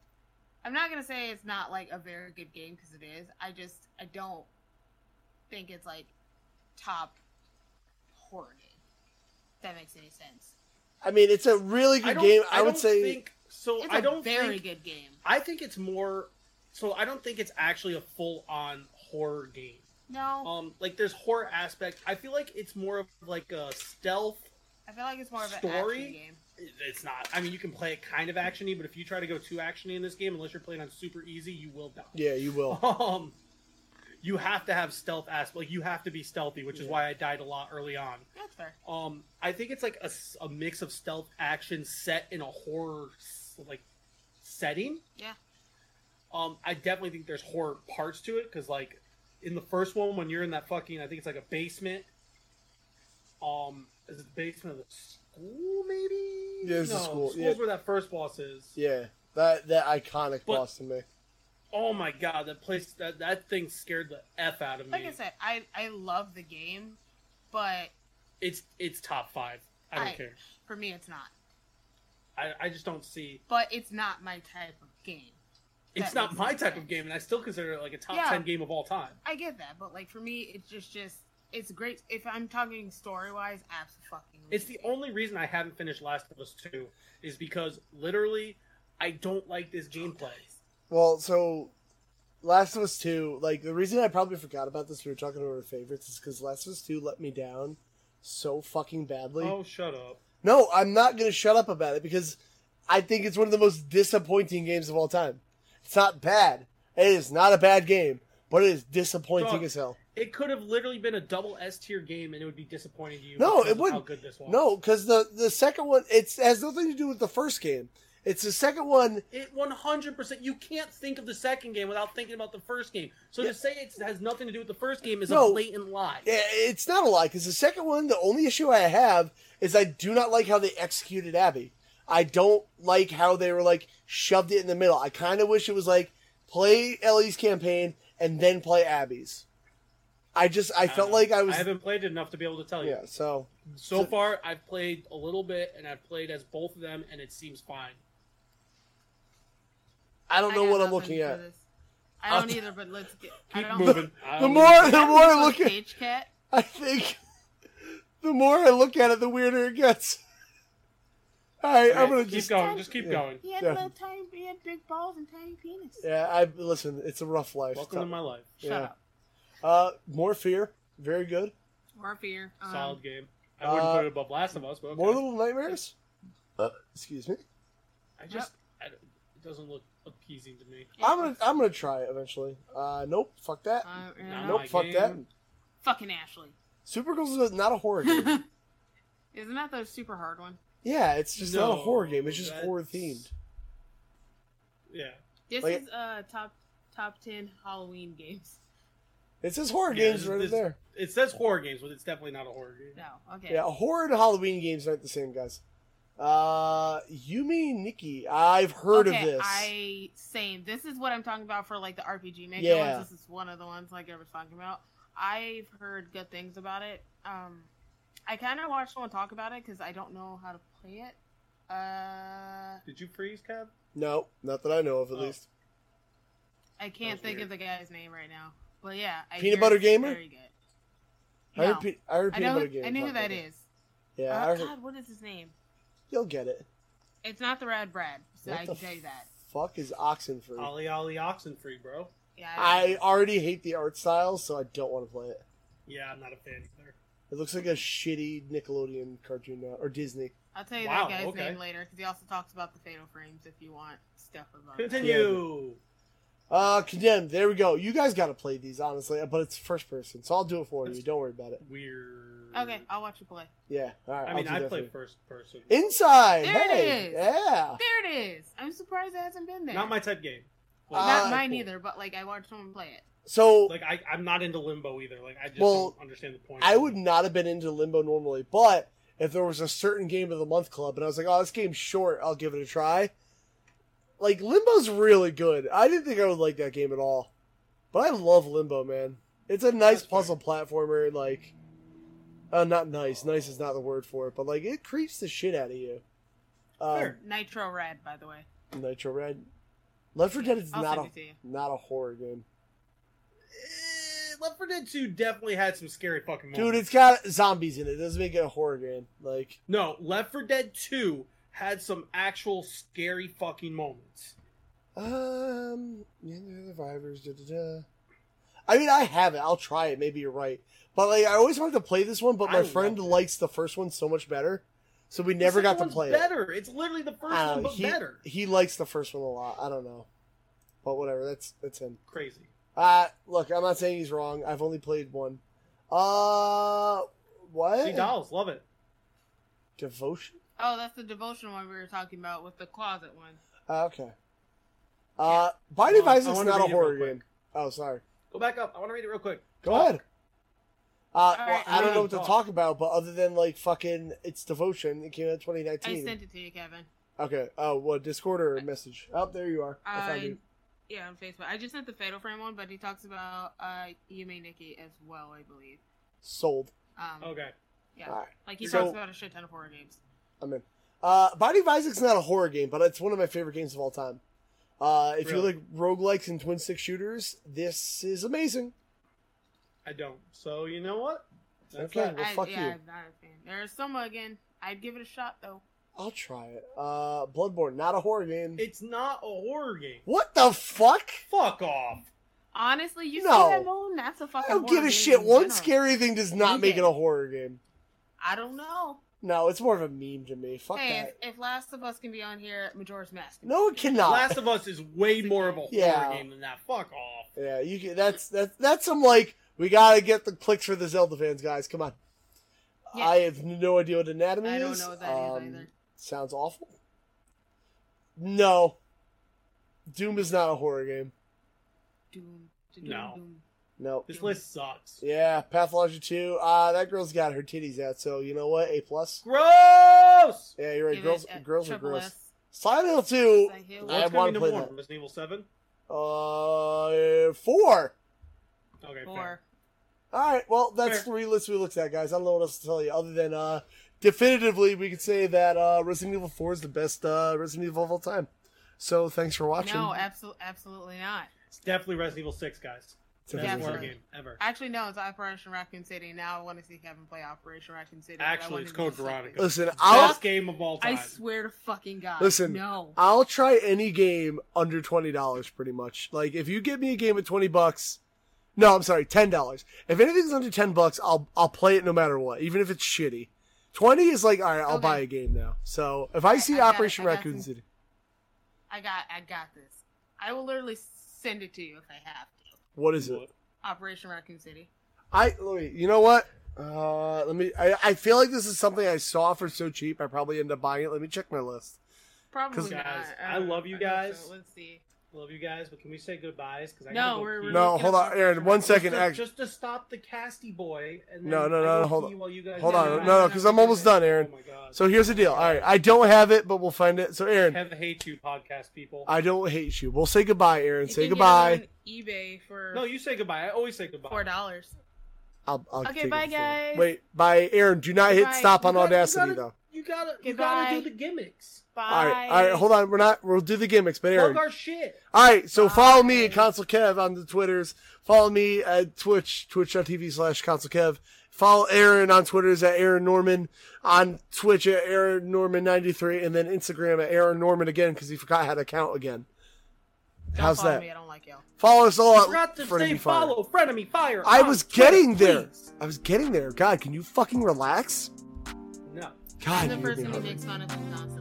Speaker 2: I'm not gonna say it's not like a very good game because it is. I just, I don't think it's like top horror game. If that makes any sense.
Speaker 1: I mean, it's a really good
Speaker 3: I don't,
Speaker 1: game. I, would
Speaker 3: don't
Speaker 1: say
Speaker 3: think, so.
Speaker 2: It's
Speaker 3: I
Speaker 2: a
Speaker 3: I don't
Speaker 2: very
Speaker 3: think
Speaker 2: good game.
Speaker 3: I think it's more. So I don't think it's actually a full on horror game.
Speaker 2: No,
Speaker 3: Um, like there's horror aspect. I feel like it's more of like a stealth.
Speaker 2: I feel like it's more of an
Speaker 3: story?
Speaker 2: action game.
Speaker 3: It's not. I mean, you can play it kind of actiony, but if you try to go too actiony in this game, unless you're playing on super easy, you will die.
Speaker 1: yeah, you will.
Speaker 3: Um, you have to have stealth aspect. Like you have to be stealthy, which is
Speaker 1: Yeah.
Speaker 3: why I died a lot early on.
Speaker 2: That's fair.
Speaker 3: Um, I think it's like a, s- a mix of stealth action set in a horror s- like setting.
Speaker 2: Yeah.
Speaker 3: Um, I definitely think there's horror parts to it because like in the first one when you're in that fucking I think it's like a basement. Um, is it the basement of the school maybe?
Speaker 1: Yeah, it's the school,
Speaker 3: School's
Speaker 1: yeah.
Speaker 3: where that first boss is.
Speaker 1: Yeah, that that iconic
Speaker 3: But-
Speaker 1: boss to me.
Speaker 3: Oh my god, that place that that thing scared the f out of me.
Speaker 2: Like I said, I I love the game, but
Speaker 3: it's it's top five. I don't
Speaker 2: I-
Speaker 3: care.
Speaker 2: for me it's not.
Speaker 3: I, I just don't see.
Speaker 2: But it's not my type of game.
Speaker 3: It's
Speaker 2: That
Speaker 3: not
Speaker 2: makes
Speaker 3: my
Speaker 2: sense.
Speaker 3: type of game, and I still consider it like a top
Speaker 2: Yeah.
Speaker 3: ten game of all time.
Speaker 2: I get that, but like for me, it's just just it's great. If I'm talking story wise, absolutely.
Speaker 3: It's the only reason I haven't finished Last of Us 2 is because literally I don't like
Speaker 1: Oh,
Speaker 3: this gameplay.
Speaker 1: Well, so Last of Us Two, like the reason I probably forgot about this, we were talking about our favorites, is because Last of Us Two let me down so fucking badly.
Speaker 3: Oh, shut up.
Speaker 1: No, I'm not gonna shut up about it because I think it's one of the most disappointing games of all time. It's not bad. It is not a bad game, but it is disappointing
Speaker 3: Dog.
Speaker 1: as hell.
Speaker 3: It could have literally been a double S tier game and it would be disappointing to you.
Speaker 1: No,
Speaker 3: because
Speaker 1: it
Speaker 3: of
Speaker 1: wouldn't.
Speaker 3: How good this was.
Speaker 1: No, because the the second one it's has nothing to do with the first game. It's the second one.
Speaker 3: It 100%. You can't think of the second game without thinking about the first game. So
Speaker 1: Yeah.
Speaker 3: to say it has nothing to do with the first game is
Speaker 1: No.
Speaker 3: a blatant lie.
Speaker 1: yeah, It's not a lie because the second one. The only issue I have is I do not like how they executed Abby. I don't like how they were like shoved it in the middle. I kind of wish it was like play Ellie's campaign and then play Abby's. I just I,
Speaker 3: don't
Speaker 1: felt
Speaker 3: know.
Speaker 1: like I was
Speaker 3: Uh, I haven't played it enough to be able to tell you.
Speaker 1: Yeah, so
Speaker 3: So
Speaker 1: So-
Speaker 3: far, I've played a little bit and I've played as both of them and it seems fine.
Speaker 1: I don't know
Speaker 2: got
Speaker 1: what I'm
Speaker 2: nothing
Speaker 1: looking
Speaker 2: for
Speaker 1: at.
Speaker 2: this. I
Speaker 1: I'll
Speaker 2: don't
Speaker 1: t-
Speaker 2: either, but let's get. I
Speaker 3: Keep
Speaker 2: don't,
Speaker 3: moving.
Speaker 1: The more the more I look at
Speaker 2: Cage Cat.
Speaker 1: I think the more I look at it, the weirder it gets. All right, I'm gonna
Speaker 3: keep
Speaker 1: just
Speaker 3: going. Just keep
Speaker 1: yeah.
Speaker 3: going.
Speaker 2: He had
Speaker 1: Yeah.
Speaker 2: little tiny, he had big balls and tiny penis.
Speaker 1: Yeah, I listen. It's a rough life.
Speaker 3: Welcome to my life.
Speaker 2: Shut
Speaker 1: yeah.
Speaker 2: up.
Speaker 1: uh, more fear. Very good.
Speaker 2: Or fear. Um,
Speaker 3: Solid game. I wouldn't
Speaker 1: uh,
Speaker 3: put it above Last of Us, but okay.
Speaker 1: More little nightmares. Uh, excuse me.
Speaker 3: I just I don't- it doesn't look appeasing to me.
Speaker 2: yeah.
Speaker 1: I'm gonna I'm gonna try it eventually. Uh, nope. Fuck that.
Speaker 2: Uh, you
Speaker 3: No,
Speaker 2: know,
Speaker 1: nope.
Speaker 3: my
Speaker 1: Fuck
Speaker 3: game.
Speaker 1: that.
Speaker 2: Fucking Ashley.
Speaker 1: Supergirl's is not a horror game.
Speaker 2: Isn't that the super hard one?
Speaker 1: yeah, it's just not a
Speaker 3: No,
Speaker 1: horror game. It's just
Speaker 3: that's-
Speaker 1: horror themed.
Speaker 3: Yeah.
Speaker 2: This
Speaker 1: Like-
Speaker 2: is uh top top ten Halloween games.
Speaker 1: It says horror
Speaker 3: Yeah,
Speaker 1: games
Speaker 3: this-
Speaker 1: right
Speaker 3: this-
Speaker 1: there.
Speaker 3: It says horror games, but it's definitely not a horror game.
Speaker 2: No, okay.
Speaker 1: Yeah, horror and Halloween games aren't the same, guys. Uh, Yumi Nikki. I've heard
Speaker 2: okay,
Speaker 1: of this.
Speaker 2: I same. This is what I'm talking about for like the RPG maker
Speaker 1: Yeah.
Speaker 2: ones. This is one of the ones like I was talking about. I've heard good things about it. Um, I kind of watched someone talk about it because I don't know how to play it. Uh,
Speaker 3: Did you freeze, Kev?
Speaker 1: No, not that I know of, at
Speaker 3: Oh.
Speaker 1: least.
Speaker 2: I
Speaker 3: That was
Speaker 2: can't think
Speaker 3: weird.
Speaker 2: of the guy's name right now. But yeah, I
Speaker 1: Peanut
Speaker 2: hear
Speaker 1: Butter
Speaker 2: it's
Speaker 1: Gamer?
Speaker 2: Very good.
Speaker 1: I
Speaker 2: No.
Speaker 1: heard, pe- I heard
Speaker 2: I
Speaker 1: peanut
Speaker 2: know.
Speaker 1: butter
Speaker 2: Who,
Speaker 1: games.
Speaker 2: I knew who
Speaker 1: not
Speaker 2: that
Speaker 1: peanut.
Speaker 2: is.
Speaker 1: Yeah,
Speaker 2: Uh,
Speaker 1: I heard,
Speaker 2: God, what is his name?
Speaker 1: you'll get it.
Speaker 2: It's not the Red Brad. So
Speaker 1: What
Speaker 2: I
Speaker 1: the
Speaker 2: can tell you that.
Speaker 1: Fuck is Oxenfree.
Speaker 3: Ollie Ollie Oxenfree, bro.
Speaker 2: Yeah.
Speaker 1: I already hate the art style, so I don't want to play it.
Speaker 3: Yeah, I'm not a fan either.
Speaker 1: It looks like a shitty Nickelodeon cartoon now, or Disney.
Speaker 2: I'll tell you
Speaker 3: Wow,
Speaker 2: that guy's
Speaker 3: okay.
Speaker 2: name later because he also talks about the Fatal Frames if you want stuff uh, about it.
Speaker 3: Continue.
Speaker 1: Uh, Condemned. There we go. You guys got to play these, honestly, uh, but it's first person, so I'll do it for you.
Speaker 3: That's-
Speaker 1: Don't worry about it.
Speaker 3: Weird.
Speaker 2: Okay, I'll watch you play.
Speaker 1: Yeah. All right.
Speaker 3: I mean,
Speaker 1: I'll do
Speaker 3: I
Speaker 1: that for
Speaker 3: play
Speaker 1: you.
Speaker 3: first person.
Speaker 1: Inside.
Speaker 2: There it
Speaker 1: hey.
Speaker 2: is.
Speaker 1: Yeah.
Speaker 2: There it is. I'm surprised it hasn't been there.
Speaker 3: Not my type game.
Speaker 1: Uh,
Speaker 2: Not
Speaker 1: Ah,
Speaker 2: mine
Speaker 1: cool.
Speaker 2: either, but like I watched someone play it.
Speaker 1: So
Speaker 3: like I, I'm not into Limbo either. Like I just
Speaker 1: Well,
Speaker 3: don't understand the point.
Speaker 1: I would not have been into Limbo normally, but if there was a certain game of the month club and I was like, oh, this game's short, I'll give it a try. Like, Limbo's really good. I didn't think I would like that game at all. But I love Limbo, man. It's a nice
Speaker 3: That's
Speaker 1: puzzle platformer, like. Uh, not nice. Nice is not the word for it, but like it creeps the shit out of you. Um,
Speaker 3: Sure.
Speaker 2: Nitro Red, by the way.
Speaker 1: Nitro Red, Left 4 Dead is
Speaker 2: I'll
Speaker 1: not
Speaker 2: send
Speaker 1: a
Speaker 2: it to you.
Speaker 1: not a horror game,
Speaker 3: Eh, Left 4 Dead 2 definitely had some scary fucking moments.
Speaker 1: dude. It's got zombies in it. it doesn't make it a horror game. Like
Speaker 3: No, Left 4 Dead 2 had some actual scary fucking moments.
Speaker 1: Um, yeah, the survivors. Da, da, da. I mean, I have it. I'll try it. Maybe you're right. But like, I always wanted to play this one, but
Speaker 3: I
Speaker 1: my
Speaker 3: love
Speaker 1: friend
Speaker 3: it.
Speaker 1: likes the first one so much better, so we
Speaker 3: The
Speaker 1: never got
Speaker 3: second
Speaker 1: to
Speaker 3: one's
Speaker 1: play it.
Speaker 3: better. It's literally the first
Speaker 1: I don't
Speaker 3: one,
Speaker 1: know,
Speaker 3: but
Speaker 1: he,
Speaker 3: better.
Speaker 1: He likes the first one a lot. I don't know, but whatever. That's that's him.
Speaker 3: Crazy.
Speaker 1: Uh look, I'm not saying he's wrong. I've only played one. Uh,
Speaker 3: See,
Speaker 1: what?
Speaker 3: dolls, love it.
Speaker 1: Devotion.
Speaker 2: Oh, that's the devotion one we were talking about with the closet one.
Speaker 1: Uh, okay. Uh, Binding of
Speaker 3: Well, I
Speaker 1: Isaac's
Speaker 3: wanna
Speaker 1: not
Speaker 3: read
Speaker 1: a
Speaker 3: it real
Speaker 1: horror
Speaker 3: quick.
Speaker 1: game. Oh, sorry.
Speaker 3: Go back up. I want to read it real quick.
Speaker 1: Go
Speaker 3: Talk.
Speaker 1: ahead. Uh,
Speaker 2: All
Speaker 1: well,
Speaker 2: right,
Speaker 1: I don't
Speaker 3: um,
Speaker 1: know what to
Speaker 3: talk.
Speaker 1: talk about, but other than like fucking, it's devotion. It came out in
Speaker 2: I
Speaker 1: 2019.
Speaker 2: sent it to you, Kevin.
Speaker 1: Okay. Oh, what Discord or message? Oh, there you are. I found
Speaker 2: I
Speaker 1: you.
Speaker 2: yeah on Facebook. I just sent the Fatal Frame one, but he talks about uh Yume Nikki as well, I believe.
Speaker 1: Sold.
Speaker 2: Um,
Speaker 3: Okay.
Speaker 2: yeah,
Speaker 1: All right.
Speaker 2: like he
Speaker 1: So-
Speaker 2: talks about a shit ton of horror games.
Speaker 1: I'm in. Uh, Body of Isaac's not a horror game, but it's one of my favorite games of all time. Uh, if
Speaker 3: Really?
Speaker 1: you like roguelikes and twin stick shooters, this is amazing.
Speaker 3: I don't. So, you know what? That's
Speaker 1: Okay.
Speaker 3: that.
Speaker 1: Well,
Speaker 2: I,
Speaker 1: fuck
Speaker 2: yeah,
Speaker 1: you.
Speaker 2: I'm not a fan. There's Soma again. I'd give it a shot though.
Speaker 1: I'll try it. Uh, Bloodborne, not a horror game.
Speaker 3: It's not a horror game.
Speaker 1: what the fuck?
Speaker 3: Fuck off.
Speaker 2: Honestly, you
Speaker 1: No.
Speaker 2: see that moon? That's a fucking.
Speaker 1: I don't
Speaker 2: horror
Speaker 1: give a
Speaker 2: game
Speaker 1: shit.
Speaker 2: in
Speaker 1: One
Speaker 2: general.
Speaker 1: scary thing does not
Speaker 2: Leave
Speaker 1: make
Speaker 2: it.
Speaker 1: it a horror game.
Speaker 2: I don't know.
Speaker 1: No, it's more of a meme to me. Fuck
Speaker 2: hey,
Speaker 1: that.
Speaker 2: if, if Last of Us can be on here, Majora's Mask. can be
Speaker 1: No,
Speaker 2: on
Speaker 1: it
Speaker 2: here.
Speaker 1: cannot.
Speaker 3: Last of Us is way more of a horror
Speaker 1: Yeah.
Speaker 3: game than that. Fuck off.
Speaker 1: Yeah, you can, that's that's that's some like we gotta get the clicks for the Zelda fans, guys. Come on.
Speaker 2: Yeah.
Speaker 1: I have no idea what anatomy
Speaker 2: I don't
Speaker 1: is.
Speaker 2: know what that is
Speaker 1: Um,
Speaker 2: either.
Speaker 1: Sounds awful. No, Doom is not a horror game.
Speaker 2: Doom. Doom,
Speaker 3: No.
Speaker 2: Doom.
Speaker 1: No.
Speaker 3: This list sucks.
Speaker 1: Yeah, Pathology Two. Uh that girl's got her titties out. So you know what? A plus.
Speaker 3: Gross!
Speaker 1: Yeah, you're right.
Speaker 2: Give
Speaker 1: girls,
Speaker 2: it a
Speaker 1: girls are
Speaker 2: triple
Speaker 1: gross.
Speaker 2: S.
Speaker 1: Silent Hill Two.
Speaker 2: Silent Hill.
Speaker 1: I
Speaker 3: What's
Speaker 1: wanna
Speaker 3: going to
Speaker 1: play
Speaker 3: be more?
Speaker 1: that.
Speaker 3: Resident Evil 7?
Speaker 1: Uh, four.
Speaker 3: Okay, fair.
Speaker 2: Four.
Speaker 1: All right. Well, that's
Speaker 3: Fair.
Speaker 1: three lists we looked at, guys. I don't know what else to tell you other than uh, definitively we can say that uh, Resident Evil Four is the best uh, Resident Evil of all time. So thanks for watching.
Speaker 2: No, absolutely, absolutely not.
Speaker 3: It's definitely Resident Evil 6, guys.
Speaker 1: It's a
Speaker 3: Best
Speaker 2: Yeah,
Speaker 1: video
Speaker 3: horror
Speaker 2: so-
Speaker 1: game.
Speaker 3: game ever.
Speaker 2: Actually, no, it's Operation Raccoon City. Now I want to see Kevin play Operation Raccoon City. but I
Speaker 3: Actually,
Speaker 2: wanted
Speaker 3: it's
Speaker 2: to
Speaker 3: Code
Speaker 2: do something.
Speaker 3: Veronica.
Speaker 1: Listen, I'll
Speaker 3: Best game of all
Speaker 2: I
Speaker 3: time.
Speaker 2: swear to fucking God.
Speaker 1: Listen,
Speaker 2: no.
Speaker 1: I'll try any game under twenty dollars, pretty much. Like if you give me a game at twenty bucks, no, I'm sorry, ten dollars. If anything's under ten bucks, I'll I'll play it no matter what, even if it's shitty. Twenty is like all right, I'll
Speaker 2: Okay.
Speaker 1: buy a game now. So if I see
Speaker 2: I got it,
Speaker 1: Operation
Speaker 2: I got
Speaker 1: Raccoon
Speaker 2: some-
Speaker 1: City,
Speaker 2: I got, I got this. I will literally send it to you if I have to.
Speaker 1: what is it?
Speaker 2: Operation Raccoon City.
Speaker 1: I wait, you know what? Uh, let me. I, I feel like this is something I saw for so cheap. I probably end up buying it. Let me check my list.
Speaker 2: Probably not.
Speaker 3: Guys, I
Speaker 2: don't
Speaker 3: love
Speaker 2: know.
Speaker 3: you
Speaker 2: I hope
Speaker 3: guys.
Speaker 2: So. Let's see.
Speaker 3: Love you guys, but can we say goodbyes? Because
Speaker 2: No, we're- we're-
Speaker 1: No,
Speaker 2: looking
Speaker 1: hold on,
Speaker 2: up
Speaker 1: Aaron.
Speaker 2: Operation
Speaker 1: One
Speaker 2: Raccoon
Speaker 1: second.
Speaker 3: just,
Speaker 1: Actually,
Speaker 3: just to stop the casty boy. And then
Speaker 1: No, no,
Speaker 3: I
Speaker 1: no,
Speaker 3: go
Speaker 1: hold
Speaker 3: pee
Speaker 1: on.
Speaker 3: While you guys
Speaker 1: hold
Speaker 2: No,
Speaker 1: on.
Speaker 2: no,
Speaker 1: No,
Speaker 2: no,
Speaker 1: no,
Speaker 2: no,
Speaker 1: because
Speaker 2: no,
Speaker 1: I'm almost
Speaker 2: no.
Speaker 1: done, Aaron.
Speaker 3: Oh my god.
Speaker 1: So here's the deal. All right, I don't have it, but we'll find it. So Aaron,
Speaker 3: Kev hates you, podcast people.
Speaker 1: I don't hate you. We'll say goodbye, Aaron.
Speaker 2: You
Speaker 1: Say
Speaker 2: can get it on
Speaker 1: goodbye.
Speaker 2: eBay for
Speaker 3: no, you say goodbye. I always say goodbye.
Speaker 2: four dollars.
Speaker 1: I'll, I'll
Speaker 2: Okay,
Speaker 1: take it
Speaker 2: bye,
Speaker 1: before-
Speaker 2: guys.
Speaker 1: Wait, bye, Aaron. Do not hit
Speaker 2: Goodbye.
Speaker 1: stop
Speaker 3: You
Speaker 1: on
Speaker 3: gotta- you
Speaker 1: Audacity
Speaker 3: gotta-
Speaker 1: though.
Speaker 3: You gotta, you
Speaker 2: Goodbye.
Speaker 3: gotta do the gimmicks.
Speaker 2: Bye.
Speaker 1: All right, all right. Hold on. We're not. We'll do the gimmicks, but Aaron.
Speaker 3: Plug our shit.
Speaker 1: All right, so follow me at
Speaker 2: Bye.
Speaker 1: Console Kev on the Twitters. Follow me at Twitch, twitch.tv slash Console Kev. Follow Aaron on Twitters at Aaron Norman, on Twitch at Aaron Norman93, and then Instagram at Aaron Norman again because he forgot how to count again.
Speaker 2: Don't
Speaker 1: How's
Speaker 2: follow
Speaker 1: that?
Speaker 2: Me, I don't like y'all.
Speaker 1: Follow us all
Speaker 3: I
Speaker 1: at
Speaker 3: forgot to
Speaker 1: Frenemy
Speaker 3: say
Speaker 1: Fire.
Speaker 3: follow Frenemy Fire.
Speaker 1: I
Speaker 3: on
Speaker 1: was
Speaker 3: Twitter,
Speaker 1: getting there.
Speaker 3: please.
Speaker 1: I was getting there. God, can you fucking relax?
Speaker 3: No.
Speaker 1: God,
Speaker 2: I'm the
Speaker 1: you make me
Speaker 2: person who
Speaker 1: hungry.
Speaker 2: makes fun of this nonsense.